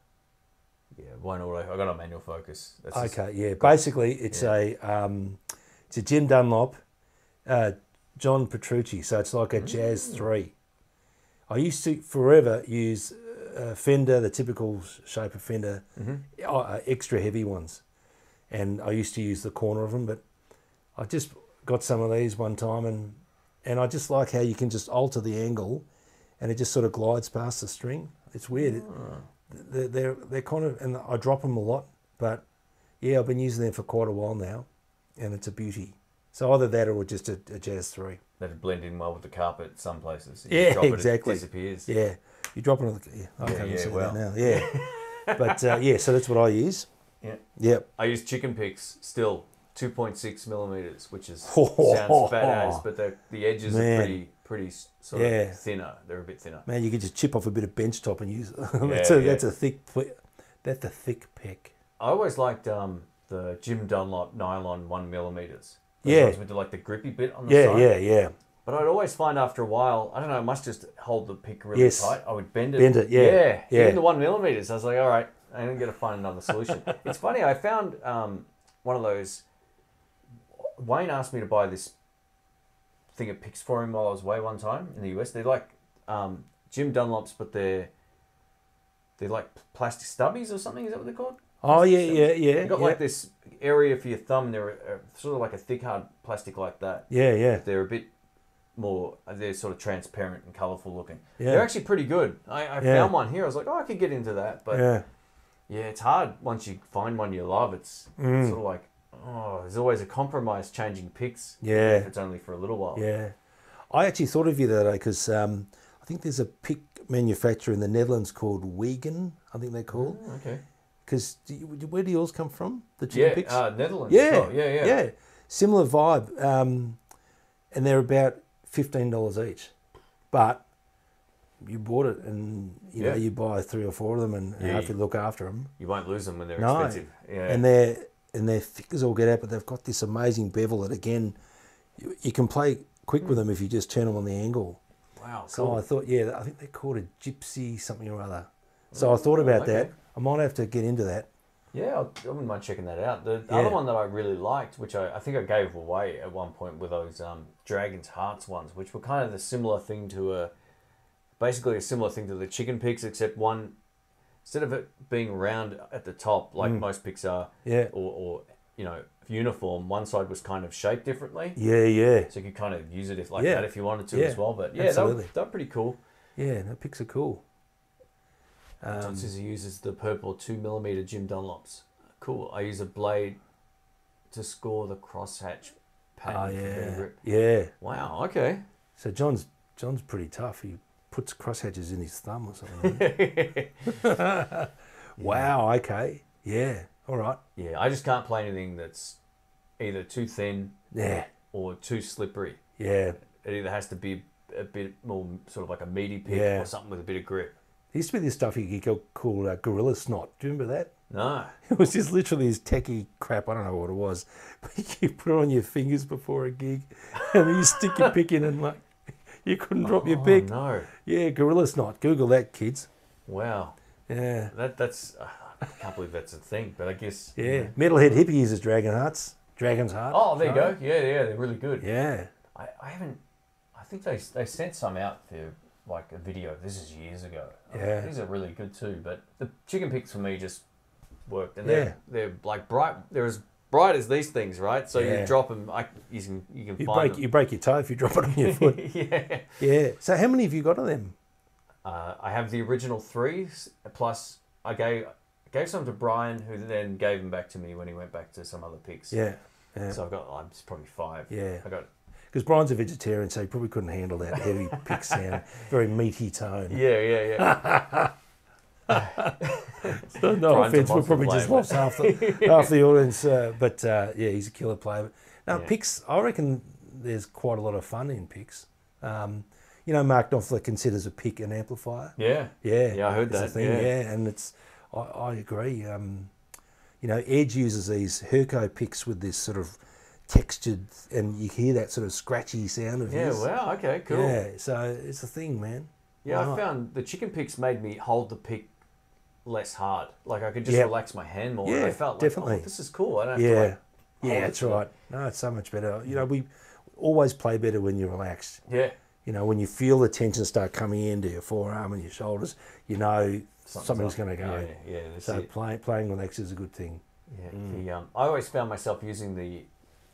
S1: Yeah, one auto. I got a manual focus. That's just-
S2: okay, yeah. Basically, it's
S1: Yeah.
S2: a um, it's a Jim Dunlop, uh, John Petrucci. So it's
S1: Mm.
S2: like a Jazz Three. I used to forever use uh, Fender, the typical shape of Fender,
S1: Mm-hmm.
S2: uh, uh, extra heavy ones, and I used to use the corner of them. But I just got some of these one time, and and I just like how you can just alter the angle, and it just sort of glides past the string. It's weird. It-
S1: Ah.
S2: They're, they're they're kind of and I drop them a lot, but yeah, I've been using them for quite a while now, and it's a beauty. So either that or just a, a jazz three.
S1: That'd blend in well with the carpet some places. You
S2: Yeah,
S1: drop it,
S2: exactly.
S1: It disappears.
S2: Yeah, you drop another. Yeah, I
S1: Yeah,
S2: can't
S1: yeah,
S2: see
S1: well.
S2: that now.
S1: <laughs>
S2: Yeah, but uh, yeah, so that's what I use.
S1: Yeah.
S2: Yep.
S1: I use chicken picks still, 2.6 millimeters, which
S2: <laughs>
S1: is sounds
S2: Ho, ho,
S1: badass,
S2: ho.
S1: but the the edges
S2: Man.
S1: are pretty pretty s- sort
S2: Yeah.
S1: of thinner. They're a bit thinner.
S2: Man, you could just chip off a bit of bench top and use it. <laughs> that's,
S1: Yeah,
S2: a,
S1: yeah.
S2: that's a thick. pl- That's a thick pick.
S1: I always liked um the Jim Dunlop nylon one millimeters. Those
S2: Yeah.
S1: ones with the, like the grippy bit on the
S2: Yeah,
S1: side.
S2: yeah, yeah.
S1: But I'd always find after a while, I don't know, I must just hold the pick really
S2: Yes.
S1: tight. I would bend it.
S2: Bend it, yeah,
S1: Yeah.
S2: yeah.
S1: Even the one millimeters. I was like, all right, I'm going to find another solution. <laughs> it's funny, I found um, one of those. Wayne asked me to buy this thing of picks for him while I was away one time in the US. They're like um, Jim Dunlops, but they're. They're like plastic stubbies or something. Is that what they're called?
S2: Oh yeah, yeah, yeah.
S1: You got
S2: yeah.
S1: like this area for your thumb. They're uh, sort of like a thick, hard plastic like that
S2: Yeah, yeah.
S1: they're a bit more they're sort of transparent and colourful looking
S2: Yeah.
S1: they're actually pretty good i, I
S2: Yeah.
S1: found one here i was like oh i could get into that but yeah,
S2: yeah.
S1: it's hard once you find one you love it's
S2: Mm.
S1: sort of like oh there's always a compromise changing picks
S2: Yeah.
S1: if it's only for a little while
S2: Yeah. I actually thought of you the other day because um, I think there's a pick manufacturer in the Netherlands called Wiegen, I think they're called.
S1: Oh, okay
S2: Because where do yours come from? The chicken
S1: yeah
S2: picks?
S1: uh, netherlands
S2: yeah,
S1: yeah. yeah yeah
S2: Similar vibe. Um, and they're about $15 each. But you bought it and you know
S1: Yeah.
S2: you buy three or four of them and, and
S1: Yeah,
S2: hopefully look after them.
S1: you won't lose them when they're
S2: No.
S1: expensive yeah
S2: and they're and they're thick as all get out, but they've got this amazing bevel that again, you, you can play quick with them if you just turn them on the angle.
S1: wow
S2: So
S1: Mm. cool.
S2: I thought, yeah, I think they're called a gypsy something or other. So I thought about
S1: Mm. Oh, okay.
S2: that. I might have to get into that.
S1: Yeah, I'll- I wouldn't mind checking that out. The
S2: Yeah.
S1: other one that I really liked, which I, I think I gave away at one point, were those um, Dragon's Hearts ones, which were kind of the similar thing to a, basically a similar thing to the chicken picks, except one, instead of it being round at the top like most picks are,
S2: Mm. Yeah.
S1: or, or you know uniform, one side was kind of shaped differently,
S2: Yeah, yeah,
S1: so you could kind of use it if like
S2: Yeah.
S1: that if you wanted to
S2: Yeah.
S1: as well. But yeah, they were,
S2: Absolutely.
S1: they were pretty cool.
S2: yeah. No, picks are cool.
S1: Um, he uses the purple two millimeter Jim Dunlops. Cool. I use a blade to score the crosshatch
S2: Oh
S1: pattern. for better
S2: yeah,
S1: grip.
S2: yeah.
S1: Wow. Okay. <laughs>
S2: So John's John's pretty tough. He puts crosshatches in his thumb or
S1: <laughs>
S2: something. wow. Okay. Yeah. All right.
S1: Yeah. I just can't play anything that's either too thin
S2: Yeah.
S1: or too slippery.
S2: Yeah.
S1: It either has to be a bit more sort of like a meaty pick
S2: Yeah.
S1: or something with a bit of grip.
S2: There used to be this stuff he got called uh, gorilla snot. Do you remember that? <laughs>
S1: No.
S2: It was just literally this techie crap. I don't know what it was, <laughs> but you put it on your fingers before a gig, <laughs> and then you stick your pick in, and like <laughs> you couldn't drop your
S1: Oh,
S2: pick.
S1: no.
S2: Yeah, gorilla snot. Google that, kids.
S1: Wow.
S2: Yeah,
S1: That that's. Uh, I can't believe that's a thing, but I guess.
S2: yeah. Metalhead hippie uses dragon hearts. Dragon's heart.
S1: Oh, there you
S2: No?
S1: go. Yeah, yeah, they're really good.
S2: Yeah,
S1: I, I haven't. I think they they sent some out for like a video. This is years ago. I mean,
S2: Yeah.
S1: these are really good too. But the chicken picks for me just worked, and
S2: Yeah.
S1: they're they're like bright. They're as bright as these things, right? So
S2: Yeah.
S1: you drop them. I you can you can
S2: you
S1: find
S2: break you break your toe if you <laughs> drop it on your foot.
S1: them. <laughs> yeah.
S2: yeah. So how many have you got of them?
S1: Uh, I have the original three s- plus I gave gave some to Brian, who then gave them back to me when he went back to some other picks.
S2: Yeah, yeah.
S1: So I've got I'm probably five.
S2: Yeah.
S1: I got
S2: Because Brian's a vegetarian, so he probably couldn't handle that heavy pick <laughs> sound, very meaty tone.
S1: yeah yeah yeah.
S2: <laughs> No, no
S1: Brian's a
S2: offense, we
S1: monster
S2: probably just
S1: player,
S2: lost <laughs> half the half the audience. Uh, but uh, yeah, he's a killer player. But, no,
S1: Yeah.
S2: picks. I reckon there's quite a lot of fun in picks. Um, you know, Mark Knopfler considers a pick an amplifier.
S1: Yeah.
S2: Yeah,
S1: Yeah, I heard
S2: it's a
S1: that, yeah.
S2: and it's I, I agree. Um, you know, Edge uses these Herco picks with this sort of textured, and you hear that sort of scratchy sound of
S1: Yeah,
S2: his.
S1: wow, okay, cool.
S2: Yeah, so it's a thing, man.
S1: Yeah,
S2: Why
S1: I
S2: not?
S1: found the chicken picks made me hold the pick less hard. Like I could just
S2: Yeah.
S1: relax my hand more. and
S2: Yeah,
S1: I felt like,
S2: definitely.
S1: oh, this is cool. I don't have
S2: Yeah,
S1: to like, hold
S2: yeah,
S1: it
S2: that's
S1: to the-
S2: right. No, it's so much better. You know, we always play better when you're relaxed.
S1: Yeah,
S2: You know, when you feel the tension start coming into your forearm and your shoulders, you know something's
S1: up.
S2: going to go.
S1: Yeah, yeah, that's
S2: so Mm.
S1: it.
S2: play, playing relaxed is a good thing.
S1: Yeah, the, um, I always found myself using the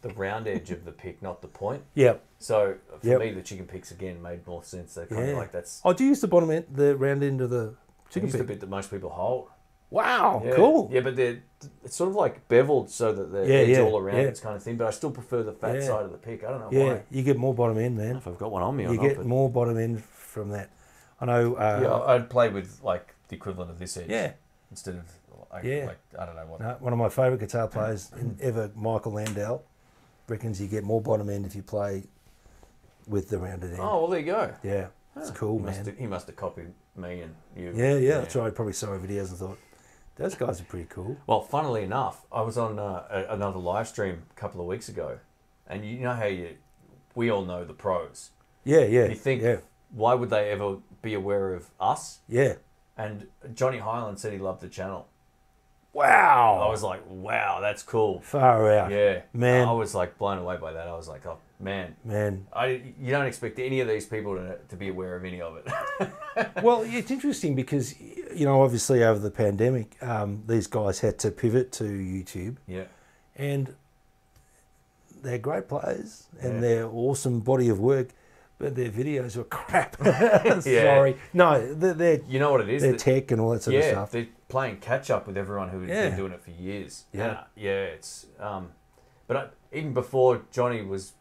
S1: the round edge of the pick, not the point.
S2: Yep.
S1: So uh, for
S2: Yep.
S1: me, the chicken picks again made more sense. They're kind of
S2: Yeah.
S1: like that's
S2: I do use the bottom end, the round end of the chicken
S1: it's the
S2: pick.
S1: bit that most people hold.
S2: Wow,
S1: Yeah.
S2: cool.
S1: Yeah, but they're it's sort of like beveled so that the
S2: Yeah,
S1: edge
S2: yeah,
S1: all around
S2: yeah.
S1: it's kind of thin. But I still prefer the fat
S2: Yeah.
S1: side of the pick. I don't know
S2: Yeah,
S1: why.
S2: you get more bottom end, man.
S1: If I've got one on me, or
S2: You
S1: not,
S2: get
S1: but-
S2: more bottom end from that. I know. Uh,
S1: Yeah, I'd play with like the equivalent of this edge.
S2: Yeah.
S1: Instead of like,
S2: Yeah.
S1: like I don't know what.
S2: no, one of my favourite guitar players in ever, Michael Landau, reckons you get more bottom end if you play with the rounded end.
S1: Oh well, there you go.
S2: Yeah, it's cool,
S1: He must,
S2: man.
S1: have, he must have copied me and you.
S2: Yeah, yeah, that's right. Probably saw videos and thought, those guys are pretty cool.
S1: Well, funnily enough, I was on uh, a, another live stream a couple of weeks ago, and you know how you, we all know the pros.
S2: Yeah, yeah.
S1: You think,
S2: Yeah,
S1: why would they ever be aware of us?
S2: yeah.
S1: And Johnny Highland said he loved the channel. I
S2: Wow.
S1: was like, wow, that's cool.
S2: Far out.
S1: Oh. Yeah,
S2: Man.
S1: I was like blown away by that. I was like, oh man,
S2: Man.
S1: I you don't expect any of these people to, to be aware of any of it. <laughs>
S2: well, it's interesting because, you know, obviously over the pandemic, um, these guys had to pivot to YouTube
S1: yeah.
S2: and they're great players and
S1: Yeah.
S2: they're awesome body of work, but their videos
S1: <laughs>
S2: were crap. <laughs> Sorry. No, they're, they're,
S1: You know what it is?
S2: they're
S1: that-
S2: tech and all that sort of
S1: yeah,
S2: stuff.
S1: they're playing catch up with everyone who's been
S2: Yeah.
S1: doing it for years.
S2: Yeah.
S1: And, uh, yeah. It's um, but I, even before Johnny was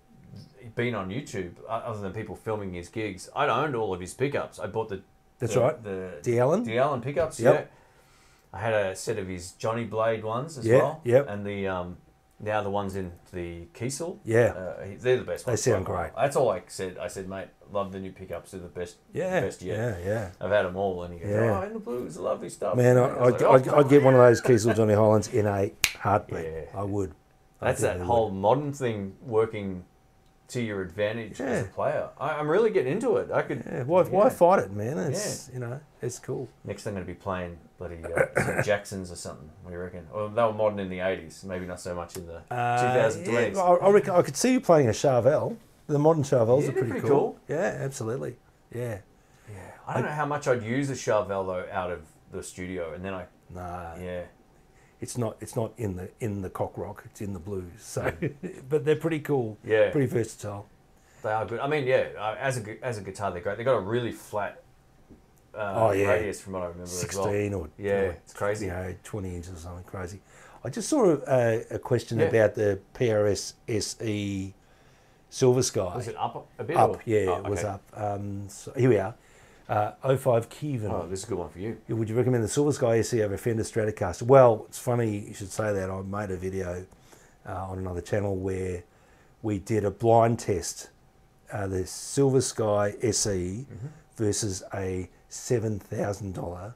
S1: been on YouTube, o- other than people filming his gigs, I'd owned all of his pickups. I bought the
S2: That's
S1: the-
S2: right.
S1: the
S2: D. Allen?
S1: D. Allen pickups.
S2: Yep.
S1: Yeah. I had a set of his Johnny Blade ones as
S2: Yeah,
S1: well.
S2: yep.
S1: And the um, now the ones in the Kiesel.
S2: Yeah.
S1: Uh, he- they're the best.
S2: They
S1: ones.
S2: sound great.
S1: That's all I said. I said, mate, love the new pickups. They're the best.
S2: yeah,
S1: Best yet.
S2: yeah, yeah.
S1: I've had them all, and he goes,
S2: Yeah.
S1: "Oh, in the blues, lovely stuff."
S2: Man, I,
S1: And was
S2: I'd,
S1: like,
S2: I'd,
S1: "Oh,
S2: I'd get one of those Kiesel Johnny Hollands in a heartbeat.
S1: Yeah.
S2: I would. I
S1: that's that
S2: definitely
S1: whole
S2: would.
S1: modern thing working to your advantage as a
S2: Yeah.
S1: player. I, I'm really getting into it. I could.
S2: Yeah, why, why
S1: yeah.
S2: fight it, man? It's you know, it's cool.
S1: Next thing I'm going to be playing bloody uh,
S2: <coughs>
S1: some Jacksons or something. What do you reckon? Well, they were modern in the '80s, maybe not so much in the
S2: Uh,
S1: 2020s.
S2: yeah, I, I reckon I could see you playing a Charvel. The modern Charvels
S1: Yeah, they're
S2: are pretty,
S1: pretty
S2: cool.
S1: cool.
S2: Yeah, absolutely. Yeah.
S1: I don't know how much I'd use a Charvel though out of the studio, and then I
S2: Nah,
S1: yeah
S2: it's not. It's not in the in the cock rock. It's in the blues. So, <laughs> but they're pretty cool.
S1: Yeah.
S2: Pretty versatile.
S1: They are good. I mean, yeah, uh, as a gu- as a guitar, they're great. They got a really flat uh,
S2: Oh, yeah.
S1: radius, from what I remember. as
S2: Sixteen
S1: well.
S2: or
S1: yeah,
S2: or,
S1: it's crazy.
S2: You know, twenty inches or something crazy. I just saw a, a, a question
S1: Yeah.
S2: about the PRS SE E Silver Sky.
S1: Was it up a bit? or-
S2: up? Yeah,
S1: Oh,
S2: it was
S1: okay.
S2: up. Um, so here we are. Uh, 05 Kievan.
S1: Oh, this is a good one for you.
S2: Yeah, Would you recommend the Silver Sky SE over a Fender Stratocaster? Well, it's funny you should say that. I made a video uh, on another channel where we did a blind test, uh, the Silver Sky SE versus a seven thousand dollar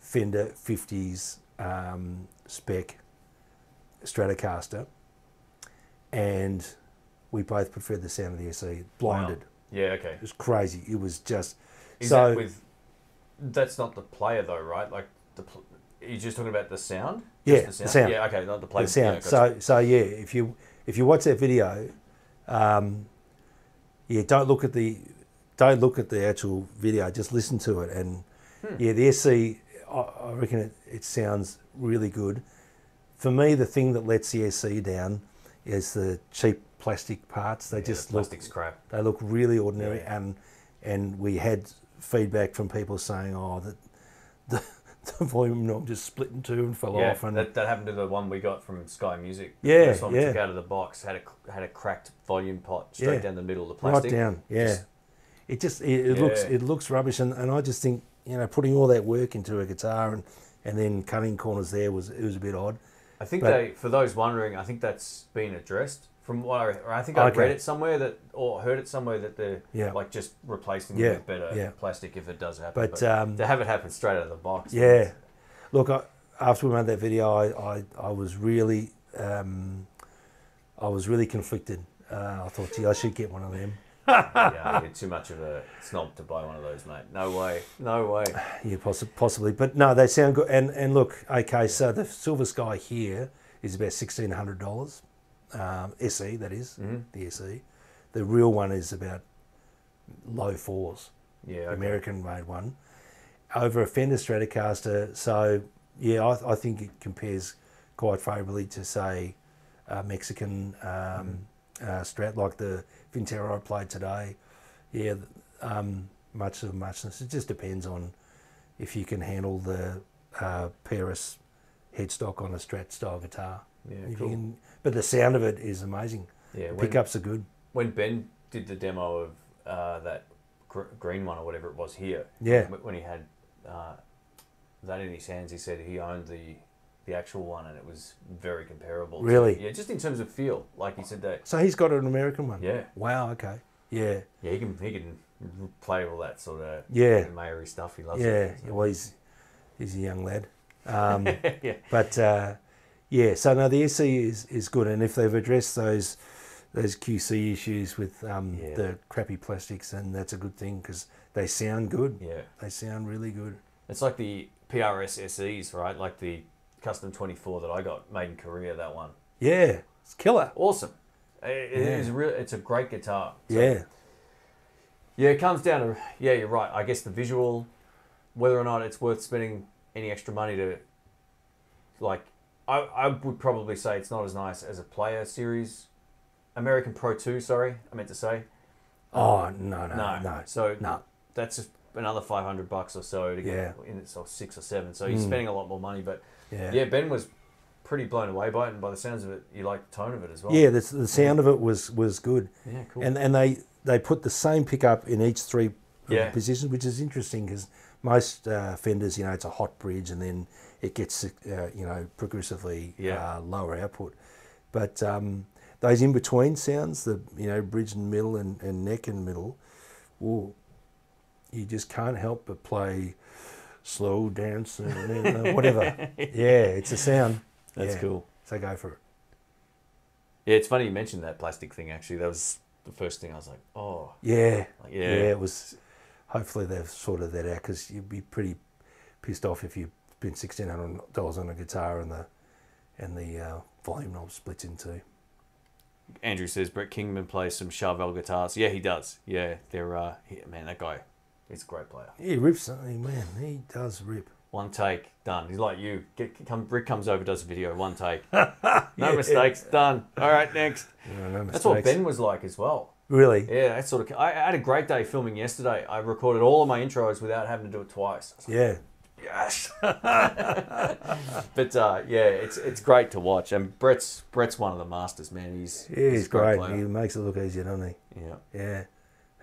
S2: Fender fifties um, spec Stratocaster, and we both preferred the sound of the SE blinded.
S1: Yeah, okay.
S2: It was crazy. It was just
S1: Is
S2: so.
S1: that with? That's not the player though, right? Like the. Pl- you're just talking about the sound?
S2: Yeah,
S1: Just
S2: the sound.
S1: Yeah, okay, not the player.
S2: the sound.
S1: Yeah, gotcha.
S2: so so yeah, if you if you watch that video, um, yeah, don't look at the don't look at the actual video. Just listen to it, and
S1: Hmm.
S2: yeah, the SC I, I reckon it, it sounds really good. For me, the thing that lets the SC down is the cheap plastic parts. They
S1: Yeah,
S2: just
S1: the
S2: look
S1: plastic's crap.
S2: they look really ordinary,
S1: Yeah.
S2: and and we had feedback from people saying, oh, that the, <laughs> the volume knob just split in two and fell
S1: Yeah,
S2: off, and
S1: that, that happened to the one we got from Sky Music. The
S2: Yeah,
S1: first one we
S2: yeah.
S1: took out of the box had a cr- had a cracked volume pot straight
S2: Yeah.
S1: down the middle of the
S2: right
S1: plastic.
S2: down. Yeah,
S1: Just-
S2: it just it, it looks
S1: Yeah.
S2: it looks rubbish, and, and I just think you know putting all that work into a guitar and and then cutting corners there was it was a bit odd.
S1: I think
S2: But-
S1: they, for those wondering, I think that's been addressed From what I, or I think I
S2: Okay.
S1: read it somewhere that, or heard it somewhere that they're
S2: Yeah.
S1: like just replacing
S2: Yeah,
S1: them with better
S2: yeah.
S1: plastic if it does happen.
S2: But, um,
S1: to have it happen straight out of the box,
S2: <laughs> Yeah. Look, I, after we made that video, I, I, I was really, um, I was really conflicted. Uh, I thought, gee, I should get one of them.
S1: yeah, you're too much of a snob to buy one of those, mate. No way, no
S2: <sighs>
S1: way.
S2: Yeah, possi possibly. But no, they sound good. And and look, okay, so the Silver Sky here is about sixteen hundred dollars, um, SE that is, the SE. The real one is about low fours,
S1: Yeah, okay.
S2: American made one, over a Fender Stratocaster. So yeah, I, I think it compares quite favourably to say a Mexican um,
S1: Mm-hmm.
S2: uh, Strat like the Vintero I played today. Yeah, th- um, much of muchness. It just depends on if you can handle the uh, PRS headstock on a Strat style guitar.
S1: Yeah,
S2: If you
S1: cool.
S2: can- but the sound of it is amazing.
S1: yeah. When,
S2: Pickups are good.
S1: when Ben did the demo of uh, that gr- green one or whatever it was here,
S2: Yeah.
S1: wh- when he had uh, that in his hands, he said he owned the the actual one and it was very comparable. to-
S2: Really?
S1: yeah, just in terms of feel, like he said that.
S2: So he's got an American one.
S1: Yeah,
S2: Wow. Okay. Yeah.
S1: yeah, he can he can play all that sort of
S2: Yeah.
S1: Maori stuff. He loves
S2: Yeah.
S1: it.
S2: Well, he's he's a young lad. Um, <laughs>
S1: <laughs> yeah,
S2: But uh, yeah, so no, the SE is, is good, and if they've addressed those those QC issues with um,
S1: Yeah.
S2: the crappy plastics, then that's a good thing because they sound good.
S1: yeah.
S2: They sound really good.
S1: It's like the PRS SEs, right? Like the Custom 24 that I got made in Korea, that one.
S2: Yeah, it's killer.
S1: Awesome. It, it
S2: Yeah.
S1: is real, it's a great guitar.
S2: Yeah,
S1: Yeah, it comes down to, yeah, you're right. I guess the visual, whether or not it's worth spending any extra money to, like, I, I would probably say it's not as nice as a player series. American Pro 2, sorry, I meant to say.
S2: Oh no, no,
S1: No.
S2: no, no.
S1: So that's just another 500 bucks or so to get in it, so six or seven. So you're spending a lot more money, but
S2: Hmm. Yeah,
S1: Yeah,
S2: yeah.
S1: Ben was pretty blown away by it, and by the sounds of it, you like the tone of it as well.
S2: the, the sound of it was was good,
S1: yeah, cool.
S2: and and they they put the same pickup in each three uh,
S1: Yeah.
S2: positions, which is interesting because most uh, fenders, you know, it's a hot bridge, and then it gets uh, you know progressively
S1: Yeah.
S2: uh, lower output. But um, those in between sounds, the you know bridge and middle and, and neck and middle, ooh, you just can't help but play slow dance and then, uh,
S1: <laughs>
S2: whatever. yeah, it's a sound.
S1: That's
S2: Yeah,
S1: cool.
S2: So go for it.
S1: Yeah, it's funny you mentioned that plastic thing. Actually, that was the first thing I was like, oh,
S2: Yeah.
S1: like,
S2: Yeah.
S1: yeah,
S2: it was. Hopefully they've sorted that out because you'd be pretty pissed off if you spent sixteen hundred dollars on a guitar and the and the uh, volume knob splits in two.
S1: Andrew says Brett Kingman plays some Charvel guitars. Yeah, he does. Yeah, they're uh, he- man, that guy, he's a great player.
S2: He rips something, man. He does rip.
S1: One take, done. He's like you. Get come, Rick comes over, does a video, one
S2: <laughs>
S1: take, no mistakes, done. All right, next.
S2: You know, no
S1: That's what
S2: mistakes.
S1: Ben was like as well.
S2: Really?
S1: Yeah, that sort of. I I had a great day filming yesterday. I recorded all of my intros without having to do it twice.
S2: Yeah.
S1: Yes. <laughs> but uh, yeah, it's it's great to watch, and Brett's Brett's one of the masters, man. He's
S2: Yeah, he's
S1: a
S2: great.
S1: player.
S2: He makes it look easier, doesn't
S1: Yeah.
S2: he? Yeah.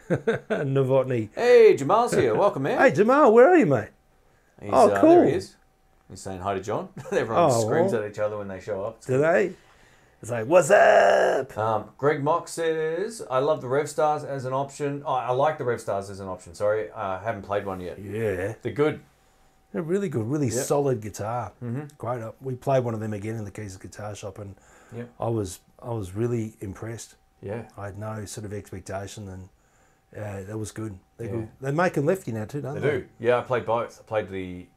S2: <laughs> Novotny.
S1: Hey, Jamal's here. Welcome, man.
S2: <laughs> Hey Jamal, where are you, mate?
S1: He's,
S2: oh,
S1: uh,
S2: cool.
S1: There he is. He's saying hi to John. <laughs> Everyone
S2: Oh,
S1: screams
S2: well.
S1: at each other when they show up.
S2: Today. It's like, what's up?
S1: Um, Greg Mock says, "I love the RevStars as an option. Oh, I like the RevStars as an option. Sorry, uh, I haven't played one yet.
S2: Yeah.
S1: They're good.
S2: They're really good, really
S1: Yep.
S2: solid guitar.
S1: Mm-hmm.
S2: Great up. We played one of them again in the Keys Guitar Shop, and
S1: Yep.
S2: I was I was really impressed.
S1: Yeah,
S2: I had no sort of expectation, and uh, that was good. They're
S1: Yeah.
S2: good. They make and lefty now too, don't
S1: they
S2: they?
S1: do. Yeah, I played both. I played the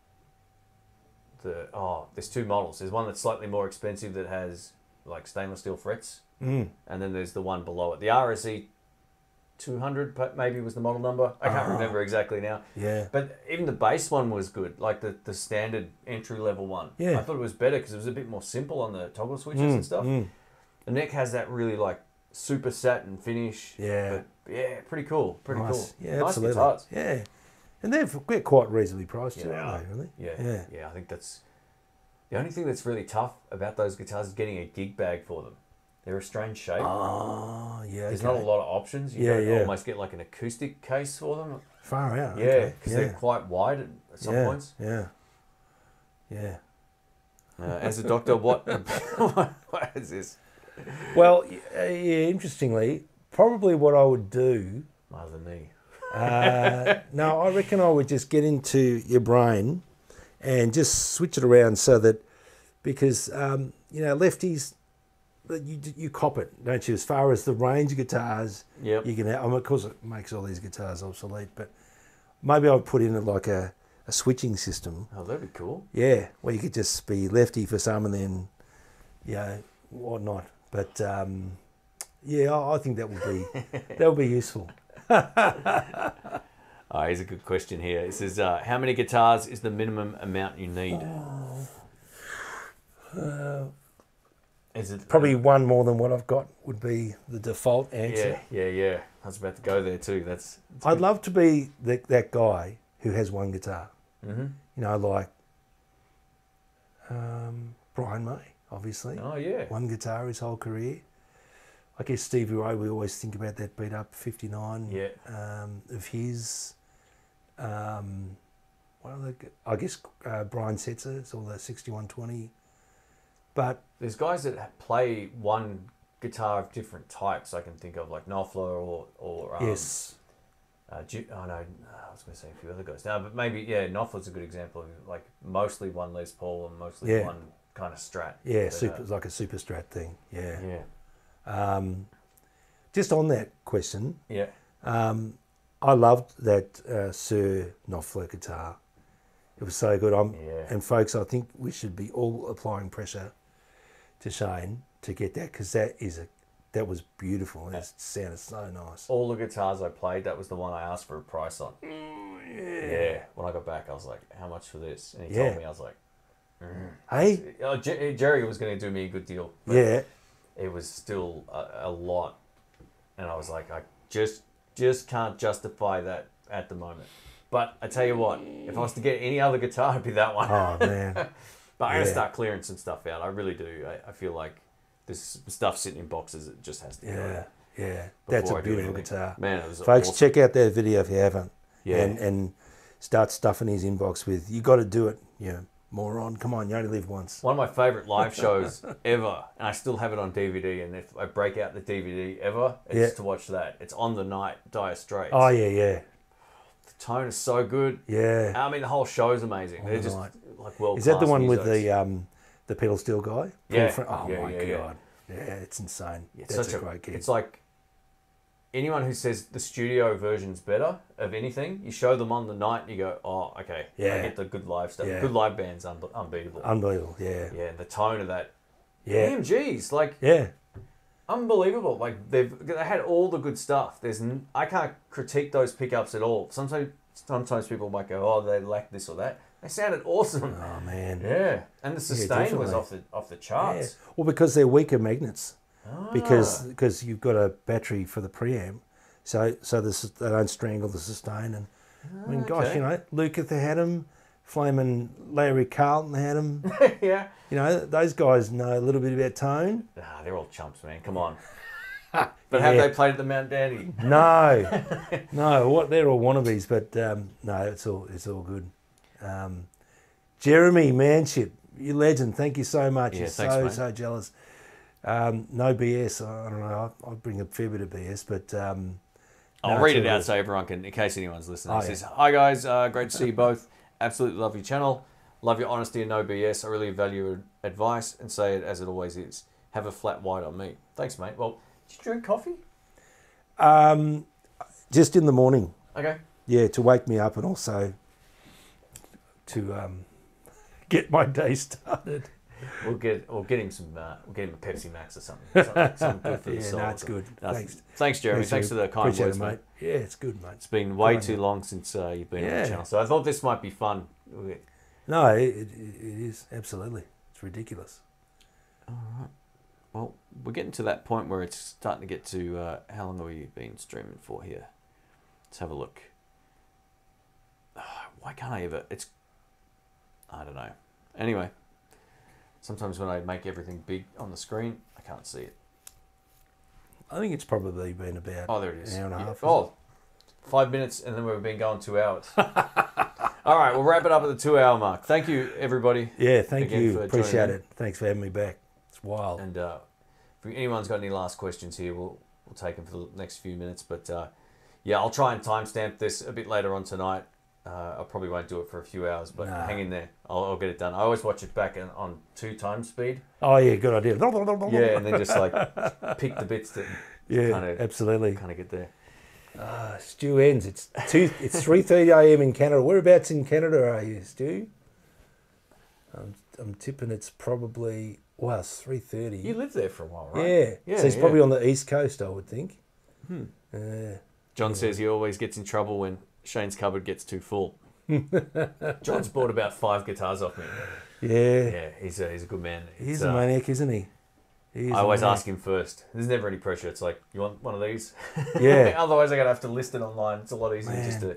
S1: the oh, there's two models. There's one that's slightly more expensive that has like stainless steel frets,
S2: Mm.
S1: and then there's the one below it. The E RSE 200 pa- maybe was the model number. I can't
S2: Ah.
S1: remember exactly now.
S2: Yeah.
S1: But even the base one was good, like the, the standard entry level one.
S2: Yeah.
S1: I thought it was better because it was a bit more simple on the toggle switches
S2: Mm,
S1: and stuff.
S2: mm.
S1: The neck has that really like super satin finish.
S2: Yeah.
S1: But yeah, pretty cool. Pretty
S2: nice.
S1: cool.
S2: Yeah,
S1: nice
S2: absolutely.
S1: guitars.
S2: Yeah, and they're, they're quite reasonably priced, too,
S1: Yeah, they
S2: aren't they? Really?
S1: Yeah,
S2: Yeah.
S1: yeah, I think that's the only thing that's really tough about those guitars is getting a gig bag for them. They're a strange shape.
S2: Oh, yeah.
S1: There's
S2: okay.
S1: not a lot of options. You
S2: Yeah,
S1: yeah,
S2: yeah.
S1: almost get like an acoustic case for them.
S2: Far out.
S1: Yeah,
S2: okay.
S1: because they're quite wide at, at some
S2: yeah.
S1: points.
S2: Yeah. Yeah. <laughs>
S1: Uh, as a doctor, <laughs> what what is this?
S2: Well, y- uh, yeah, interestingly, probably what I would do.
S1: Other than me.
S2: Uh, no, I reckon I would just get into your brain and just switch it around so that because um, you know lefties, that you you cop it, don't you? As far as the range of guitars,
S1: Yep.
S2: you can. I mean, of course, it makes all these guitars obsolete, but maybe I would put in like a, a switching system.
S1: Oh, that'd be cool.
S2: Yeah, where you could just be lefty for some and then, you know, whatnot. But um, yeah, I, I think that would
S1: <laughs>
S2: be that would be useful.
S1: Oh, here's a good question here. It says, uh, how many guitars is the minimum amount you need?
S2: Uh,
S1: is it
S2: Probably one more than what I've got would be the default
S1: Yeah,
S2: answer.
S1: yeah, yeah. I was about to go there too. That's. that's
S2: I'd
S1: good.
S2: love to be the, that guy who has one guitar.
S1: Mhm.
S2: You know, like um, Brian May, obviously.
S1: Oh yeah.
S2: One guitar his whole career. I guess Stevie Ray, we always think about that beat up 59.
S1: Yeah.
S2: um, of his. Um, what other? g- I guess uh, Brian Setzer, it's all the sixty-one twenty. But
S1: There's guys that ha- play one guitar of different types. I can think of like Knopfler or or um,
S2: yes,
S1: Uh, Ju- oh no, I was going to say a few other guys. No, but maybe yeah, Knopfler's a good example. of Like mostly one Les Paul and mostly
S2: Yeah.
S1: one kind of Strat.
S2: yeah,
S1: But, uh,
S2: super like a super strat thing. Yeah.
S1: yeah.
S2: Um, just on that question,
S1: Yeah.
S2: um, I loved that uh, Sir Knopfler guitar. It was so good. I'm
S1: Yeah.
S2: and folks, I think we should be all applying pressure to Shane to get that because that is a that was beautiful. and It sounded so nice.
S1: All the guitars I played, that was the one I asked for a price on.
S2: Mm.
S1: yeah. When I got back, I was like, "How much for this?" And he
S2: Yeah.
S1: told me, I was like,
S2: Hey,
S1: oh, Jer- "Jerry was going to do me a good deal." but
S2: yeah,
S1: It was still a, a lot, and I was like, "I just just can't justify that at the moment." But I tell you what, if I was to get any other guitar, it'd be that one.
S2: Oh
S1: <laughs>
S2: man,
S1: But I'm
S2: Yeah.
S1: gonna start clearing some stuff out. I really do. I, I feel like this stuff sitting in boxes. It just has to
S2: yeah,
S1: go.
S2: yeah. That's
S1: before
S2: a
S1: I do
S2: beautiful
S1: anything.
S2: guitar,
S1: Man, it was
S2: folks.
S1: awesome.
S2: Check out that video if you haven't.
S1: Yeah.
S2: and and start stuffing his inbox with you got to do it. Yeah, moron. Come on, you only live once.
S1: One of my favorite live
S2: <laughs>
S1: shows ever, and I still have it on DVD. And if I break out the DVD ever, it's
S2: Yeah.
S1: to watch that. It's on the night Dire Straits.
S2: Oh yeah, yeah,
S1: The tone is so good.
S2: yeah.
S1: I mean, the whole show's amazing. They're
S2: the
S1: just
S2: night.
S1: like world.
S2: Is that the one with the um the pedal steel guy? Paul
S1: Yeah.
S2: Fran- Oh
S1: Yeah,
S2: my
S1: yeah, yeah.
S2: god. Yeah. it's insane.
S1: It's
S2: That's
S1: such
S2: a great gig.
S1: It's like anyone who says the studio version's better of anything, you show them on the night and you go, oh, okay, I
S2: Yeah.
S1: get the good live stuff.
S2: Yeah.
S1: Good live band's un- unbeatable.
S2: Unbelievable. Yeah,
S1: yeah, and the tone of that.
S2: yeah,
S1: AMG's like
S2: yeah,
S1: unbelievable. Like they've they had all the good stuff. There's n- I can't critique those pickups at all. Sometimes sometimes people might go, oh, they lack this or that. They sounded <laughs> awesome.
S2: Oh man.
S1: Yeah, and the sustain was
S2: definitely.
S1: off the off the
S2: Yeah.
S1: charts.
S2: Well, because they're weaker magnets. Because
S1: Ah.
S2: because you've got a battery for the preamp, so so the, sus- they don't strangle the sustain. And I mean, gosh,
S1: Ah, okay.
S2: you know, Lucas had him, Flamin Larry Carlton had him.
S1: <laughs> Yeah,
S2: you know, those guys know a little bit about tone.
S1: Ah, they're all chumps, man. Come on. <laughs> but have
S2: Yeah.
S1: they played at the Mount Dandy?
S2: No, <laughs> no, what they're all wannabes, but um, no, it's all it's all good. Um, Jeremy Manship, you legend. Thank you so much.
S1: Yeah,
S2: You're
S1: thanks,
S2: so
S1: mate.
S2: so jealous. Um, no BS. I, I don't know. I, I bring a fair bit of BS, but um,
S1: I'll
S2: No,
S1: read
S2: it's
S1: it
S2: all
S1: out
S2: good.
S1: so everyone can, in case anyone's listening.
S2: Oh,
S1: It
S2: yeah.
S1: says, Hi, guys. Uh, great to see you both. Absolutely love your channel. Love your honesty and no BS. I really value your advice and say it as it always is. Have a flat white on me. Thanks, mate. Well, did you drink coffee?
S2: um, just in the morning,
S1: Okay.
S2: yeah, to wake me up and also to um, <laughs> get my day started.
S1: We'll get we'll get him some uh, we'll get him a Pepsi Max or something. Something,
S2: <laughs>
S1: something good for the
S2: Yeah,
S1: soul.
S2: no, it's good.
S1: No,
S2: Thanks.
S1: Thanks, Jeremy. Thanks, for the kind
S2: Appreciate
S1: words,
S2: it,
S1: mate.
S2: Yeah, it's good, mate.
S1: It's been way
S2: Kind.
S1: too long since uh, you've been on
S2: Yeah.
S1: the channel, so I thought this might be fun. Okay.
S2: No, it, it, it is absolutely. It's ridiculous.
S1: Well, we're getting to that point where it's starting to get to uh, how long have we been streaming for here? Let's have a look. <sighs> Ah, Why can't I ever? It's I don't know. Anyway, sometimes when I make everything big on the screen, I can't see it.
S2: I think it's probably been about.
S1: Oh, there it is.
S2: An hour and a
S1: Yeah.
S2: half, isn't
S1: Oh, five minutes, and then we've been going two hours. <laughs> All right, we'll wrap it up at the two-hour mark. Thank you, everybody.
S2: yeah, thank
S1: Again
S2: you.
S1: for
S2: Appreciate
S1: joining.
S2: it. Thanks for having me back. It's wild.
S1: And uh, if If anyone's got any last questions here, we'll we'll take them for the next few minutes. But uh, yeah, I'll try and timestamp this a bit later on tonight. Uh, I probably won't do it for a few hours, but
S2: Nah.
S1: hang in there. I'll, I'll get it done. I always watch it back on, on two times speed.
S2: Oh yeah, good idea.
S1: Yeah, and then just <laughs> like pick the bits that
S2: yeah,
S1: kinda-
S2: absolutely.
S1: kind of get there.
S2: Uh, Stu ends. It's two. It's three thirty a.m. in Canada. Whereabouts in Canada are you, Stu? I'm, I'm tipping it's probably well, it's three thirty.
S1: You lived there for a while, right?
S2: Yeah.
S1: Yeah,
S2: so he's
S1: yeah. Hmm.
S2: probably on the east coast, I would think. Uh,
S1: John says he always gets in trouble when Shane's cupboard gets too full. <laughs> John's bought about five guitars off me.
S2: yeah.
S1: Yeah, he's a, he's a good man.
S2: He's
S1: It's,
S2: a
S1: uh,
S2: maniac, isn't he? He is
S1: I
S2: a
S1: always
S2: maniac.
S1: ask him first. There's never any pressure. It's like, you want one of these? <laughs>
S2: Yeah.
S1: Otherwise, I'm going to have to list it online. It's a lot easier just to
S2: Man.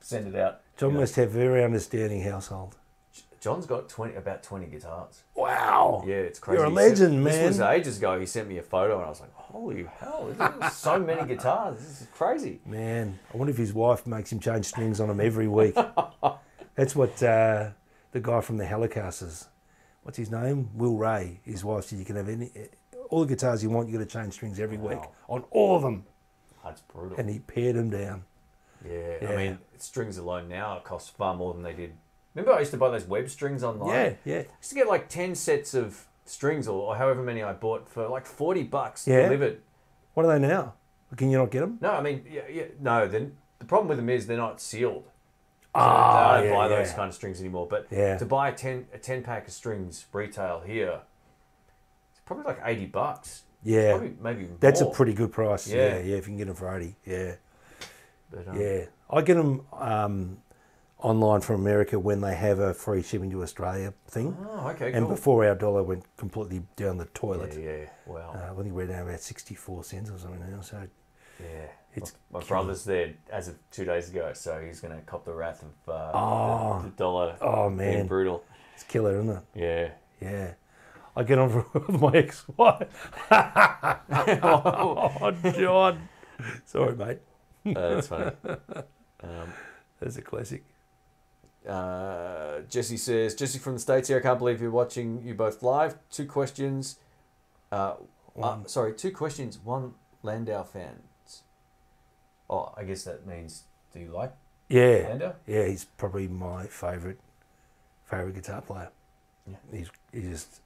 S1: send it out.
S2: John
S1: you know.
S2: must have very understanding household.
S1: John's got 20, about 20 guitars.
S2: Wow.
S1: Yeah, it's crazy.
S2: You're a
S1: He sent-
S2: legend,
S1: This was
S2: man.
S1: ages ago. He sent me a photo and I was like, holy hell, there's so many guitars. This is crazy.
S2: Man, I wonder if his wife makes him change strings on him every <laughs> week. That's what uh, the guy from the Helicasters, what's his name? Will Ray. His wife said you can have any, eh, all the guitars you want. You got to change strings every week
S1: Wow.
S2: on all of them,
S1: That's brutal.
S2: and he pared them down.
S1: Yeah,
S2: Yeah.
S1: I mean, strings alone now cost far more than they did. Remember, I used to buy those web strings online.
S2: Yeah, yeah.
S1: I used to get like ten sets of strings or, or however many I bought for like forty bucks
S2: Yeah.
S1: delivered.
S2: What are they now? Can you not get them?
S1: No, I mean, yeah, yeah, no. Then the problem with them is they're not sealed.
S2: Ah,
S1: I don't
S2: yeah,
S1: buy those
S2: yeah.
S1: kind of strings anymore. But
S2: Yeah.
S1: to buy a ten a ten pack of strings retail here, it's probably like eighty bucks.
S2: Yeah.
S1: probably, maybe
S2: That's
S1: more.
S2: a pretty good price. Yeah. yeah,
S1: Yeah.
S2: If you can get them for eighty, yeah,
S1: But, um,
S2: yeah. I get them um, online from America when they have a free shipping to Australia thing,
S1: Oh, okay,
S2: and
S1: cool.
S2: before our dollar went completely down the toilet.
S1: yeah, yeah, wow,
S2: Uh, I think we're down about sixty-four cents or something now. So
S1: yeah.
S2: it's
S1: My brother's there as of two days ago, so he's going to cop the wrath of uh,
S2: Oh.
S1: the, the dollar
S2: oh
S1: being
S2: man,
S1: brutal.
S2: it's killer, isn't it? <laughs>
S1: Yeah.
S2: Yeah. I get <laughs> on with my
S1: <laughs>
S2: ex-wife. oh, John. <laughs> Sorry, mate.
S1: Uh, that's funny. Um,
S2: That's a classic.
S1: uh, Jesse says, Jesse from the States here, I can't believe you're watching you both live. Two questions. Uh, uh, sorry, two questions. One Landau fans. Oh, I guess that means do you like
S2: Yeah.
S1: Landau?
S2: Yeah, he's probably my favourite favourite guitar player.
S1: Yeah.
S2: He's he just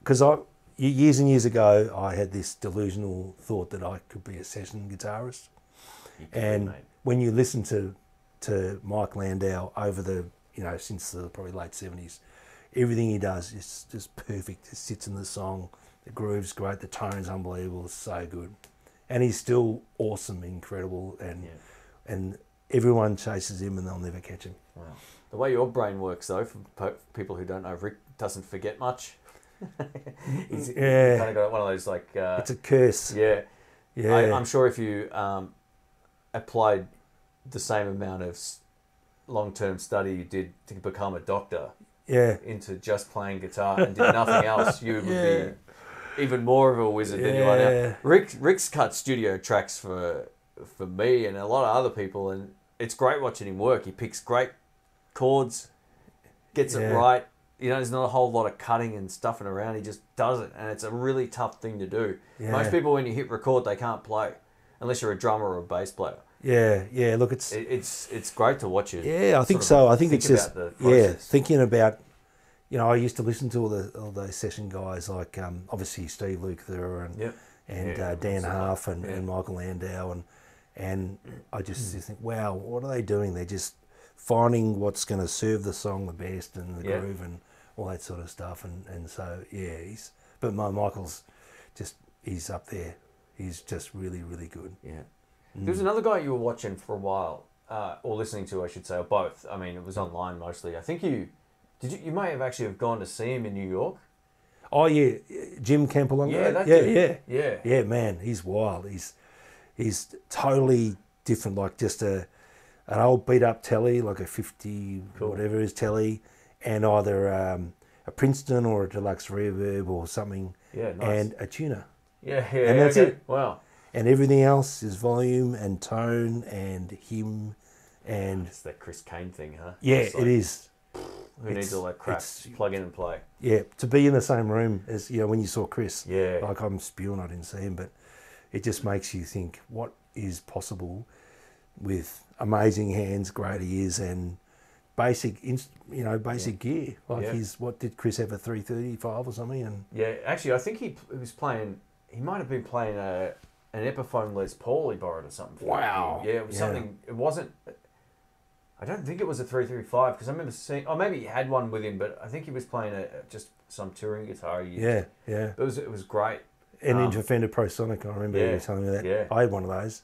S2: because I ye- years and years ago I had this delusional thought that I could be a session guitarist,
S1: You can,
S2: and
S1: mate.
S2: when you listen to to Mike Landau over the you know since the probably late seventies, everything he does is just perfect. It sits in the song, the groove's great, the tone's unbelievable, it's so good, and he's still awesome, incredible, and
S1: Yeah.
S2: and everyone chases him and they'll never catch him.
S1: Wow. The way your brain works, though, for po- people who don't know, Rick doesn't forget much. He's
S2: Yeah.
S1: kind of got one of those Mm. like. Uh,
S2: It's a curse.
S1: yeah.
S2: Yeah.
S1: I, I'm sure if you um, applied the same amount of s- long-term study you did to become a doctor
S2: yeah.
S1: into just playing guitar and did
S2: <laughs>
S1: nothing else, you would
S2: Yeah.
S1: be even more of a wizard than you are
S2: Yeah.
S1: now. Rick Rick's cut studio tracks for for me and a lot of other people, and it's great watching him work. He picks great chords, gets
S2: Yeah.
S1: it right. You know, there's not a whole lot of cutting and stuffing around. He just does it, and it's a really tough thing to do.
S2: Yeah.
S1: Most people, when you hit record, they can't play unless you're a drummer or a bass player.
S2: Yeah. Yeah. Look, it's
S1: It, it's it's great to watch it.
S2: Yeah, I
S1: sort
S2: think
S1: of
S2: so. I think it's
S1: about
S2: just
S1: the
S2: yeah,
S1: process.
S2: thinking about. You know, I used to listen to all the all those session guys like um, obviously Steve Lukather and
S1: Yep.
S2: and
S1: Yeah,
S2: uh, Dan
S1: lots of
S2: Half and,
S1: yeah. Hmm.
S2: and Michael Landau and and I just, just think, wow, what are they doing? They're just finding what's going to serve the song the best and the
S1: Yeah.
S2: groove and all that sort of stuff. And and so yeah, he's but my Michael's just he's up there. He's just really really good.
S1: Yeah.
S2: Mm.
S1: There was another guy you were watching for a while, uh, or listening to, I should say, or both. I mean, it was online mostly. I think you did. You, you may have actually have gone to see him in New York.
S2: Oh yeah, Jim Campbell.
S1: Yeah, that
S2: yeah,
S1: dude.
S2: yeah.
S1: Yeah.
S2: Yeah, man, he's wild. He's he's totally different, like just a an old beat up telly, like a fifty whatever is telly, and either um, a Princeton or a deluxe reverb or something,
S1: Yeah, nice.
S2: and a tuner,
S1: yeah, yeah.
S2: And that's
S1: okay.
S2: it.
S1: Wow.
S2: and everything else is volume and tone and him, and
S1: It's that Chris Kane thing, huh?
S2: yeah,
S1: It's like,
S2: it is.
S1: who needs
S2: It's-
S1: all that crap.
S2: it's-
S1: Plug in and play.
S2: Yeah, to be in the same room as you know when you saw Chris.
S1: Yeah.
S2: like I'm spewing, I didn't see him, but it just makes you think what is possible with amazing hands, great ears, and basic, inst- you know, basic gear. Like
S1: Yeah.
S2: his, what did Chris have a three thirty five or something? And
S1: Yeah, actually, I think he, p- he was playing. He might have been playing a, an Epiphone Les Paul he borrowed or something. from
S2: Wow.
S1: him. Yeah, it was
S2: Yeah.
S1: something. It wasn't. I don't think it was a three three five because I remember seeing. Oh, maybe he had one with him, but I think he was playing a just some touring guitar. He used.
S2: yeah, yeah,
S1: it was it was great.
S2: and
S1: Um,
S2: into Fender Pro Sonic. I remember
S1: yeah,
S2: you telling me that.
S1: yeah.
S2: I had one of those,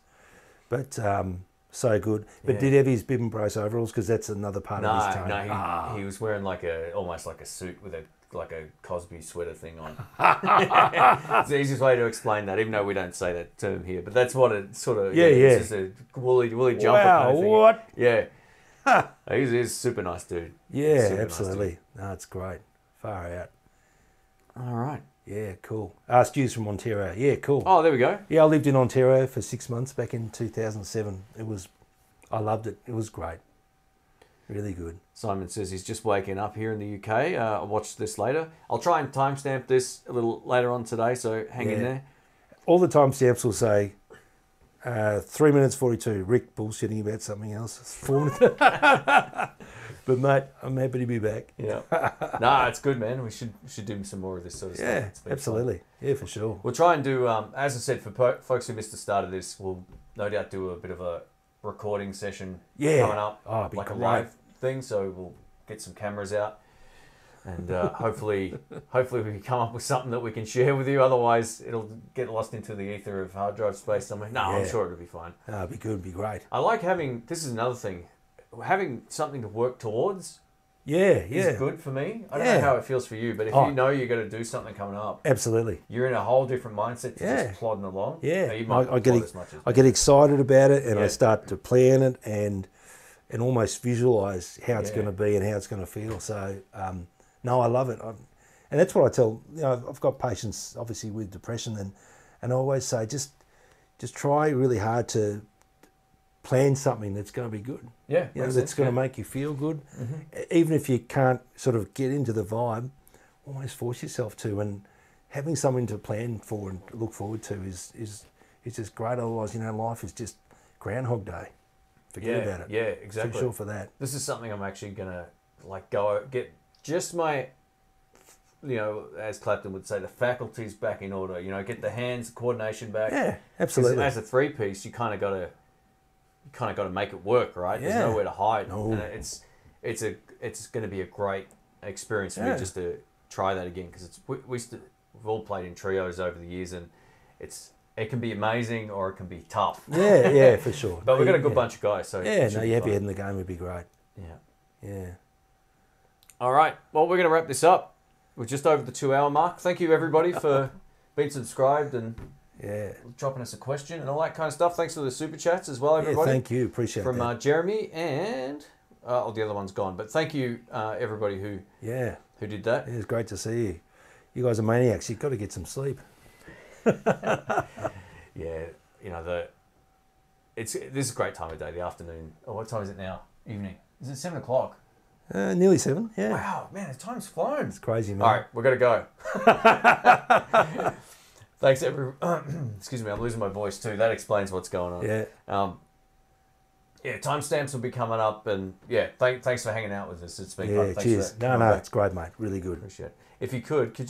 S2: but um, so good. But
S1: Yeah.
S2: did he have his bib and brace overalls because that's another part of his
S1: No,
S2: tone.
S1: no, he,
S2: Ah.
S1: he was wearing like a almost like a suit with a like a Cosby sweater thing
S2: <laughs>
S1: on. it's the easiest way to explain that, even though we don't say that term here. But that's what it sort of
S2: Yeah, yeah.
S1: It's just a woolly woolly jumper
S2: wow,
S1: kind of thing.
S2: what
S1: Yeah. he's, he's a super nice dude.
S2: Yeah,
S1: Super nice
S2: absolutely. no, it's great. Far out.
S1: All right.
S2: Yeah, cool. Ah, Stu's from Ontario. Yeah, cool.
S1: Oh, there we go.
S2: Yeah, I lived in Ontario for six months back in 2007. It was, I loved it. It was great. Really good.
S1: Simon says he's just waking up here in the UK. Uh, I'll watch this later. I'll try and timestamp this a little later on today, so hang in
S2: Yeah.
S1: there.
S2: All the timestamps will say uh, three minutes 42, Rick bullshitting about something else. It's four minutes. <laughs> but, mate, I'm happy to be back.
S1: Yeah. <laughs>
S2: <laughs>
S1: nah, it's good, man. We should should do some more of this sort of stuff.
S2: Yeah,
S1: It's been fun.
S2: absolutely. Yeah, for sure.
S1: We'll try and do, um, as I said, for po- folks who missed the start of this, we'll no doubt do a bit of a recording session
S2: Yeah.
S1: coming up,
S2: Oh, it'd be
S1: like a
S2: great.
S1: live thing. So we'll get some cameras out, and uh, <laughs> hopefully, hopefully we can come up with something that we can share with you. Otherwise, it'll get lost into the ether of hard drive space somewhere. No, I'm
S2: Yeah.
S1: sure it'll be fine.
S2: Ah, it'd be good. It'd be great.
S1: I like having. This is another thing. Having something to work towards
S2: Yeah, yeah.
S1: is good for me. I don't
S2: Yeah.
S1: know how it feels for you, but if
S2: Oh.
S1: you know you're going to do something coming up,
S2: Absolutely.
S1: you're in a whole different mindset to
S2: Yeah.
S1: just plodding along.
S2: Yeah,
S1: Now, you
S2: I-
S1: might
S2: I
S1: not
S2: get
S1: plod
S2: it.
S1: as much as
S2: I get excited about it and
S1: Yeah.
S2: I start to plan it and and almost visualize how it's
S1: Yeah.
S2: going to be and how it's going to feel. So um, no, I love it, i and that's what I tell. You know, I've got patients obviously with depression and and I always say just just try really hard to plan something that's going to be good.
S1: yeah,
S2: You know,
S1: makes
S2: that's
S1: sense,
S2: going to
S1: yeah.
S2: make you feel good,
S1: Mm-hmm.
S2: E- even if you can't sort of get into the vibe. Almost force yourself to, and having something to plan for and look forward to is is is just great. Otherwise, you know, life is just Groundhog Day. Forget
S1: yeah,
S2: about it.
S1: Yeah,
S2: So I'm
S1: exactly.
S2: sure for that.
S1: This is something I'm actually gonna like go get just my, you know, as Clapton would say, the faculties back in order. You know, get the hands coordination back.
S2: Yeah,
S1: 'Cause
S2: absolutely.
S1: As a three piece, you kind of got to, you kind of got to make it work, right?
S2: Yeah.
S1: There's nowhere to hide.
S2: No.
S1: And it's, it's a, it's going to be a great experience for
S2: Yeah.
S1: me just to try that again because it's we, we st- we've all played in trios over the years and it's it can be amazing or it can be tough.
S2: Yeah, yeah, for sure.
S1: <laughs> But we've got a good
S2: Yeah.
S1: bunch of guys, so it
S2: Yeah,
S1: should
S2: no,
S1: be
S2: you have
S1: fun.
S2: your head in the game would be great.
S1: Yeah.
S2: Yeah.
S1: All right. Well, we're going to wrap this up. We're just over the two hour mark. Thank you, everybody,
S2: <laughs>
S1: for being subscribed and
S2: Yeah.
S1: dropping us a question and all that kind of stuff. Thanks for the super chats as well,
S2: Yeah,
S1: everybody.
S2: thank you. Appreciate
S1: from
S2: that.
S1: uh, Jeremy and uh, oh, the other one's gone. But thank you, uh, everybody who
S2: yeah.
S1: who did that.
S2: It was great to see you. You guys are maniacs. You've got to get some sleep.
S1: Yeah, you know the it's this is a great time of day. The afternoon. Oh, what time is it now? Evening. Is it seven o'clock?
S2: Uh, nearly seven. Yeah.
S1: Wow, man, the time's flown.
S2: It's crazy, man.
S1: All right, we're gonna go. <laughs> Thanks, every. <clears throat> Excuse me, I'm losing my voice too. That explains what's going on.
S2: Yeah.
S1: Um, yeah, timestamps will be coming up, and yeah, thank, thanks for hanging out with us. It's been fun.
S2: Yeah,
S1: Thanks
S2: cheers.
S1: For that.
S2: No, no, it's great, mate. Really good.
S1: Appreciate it. If you could, could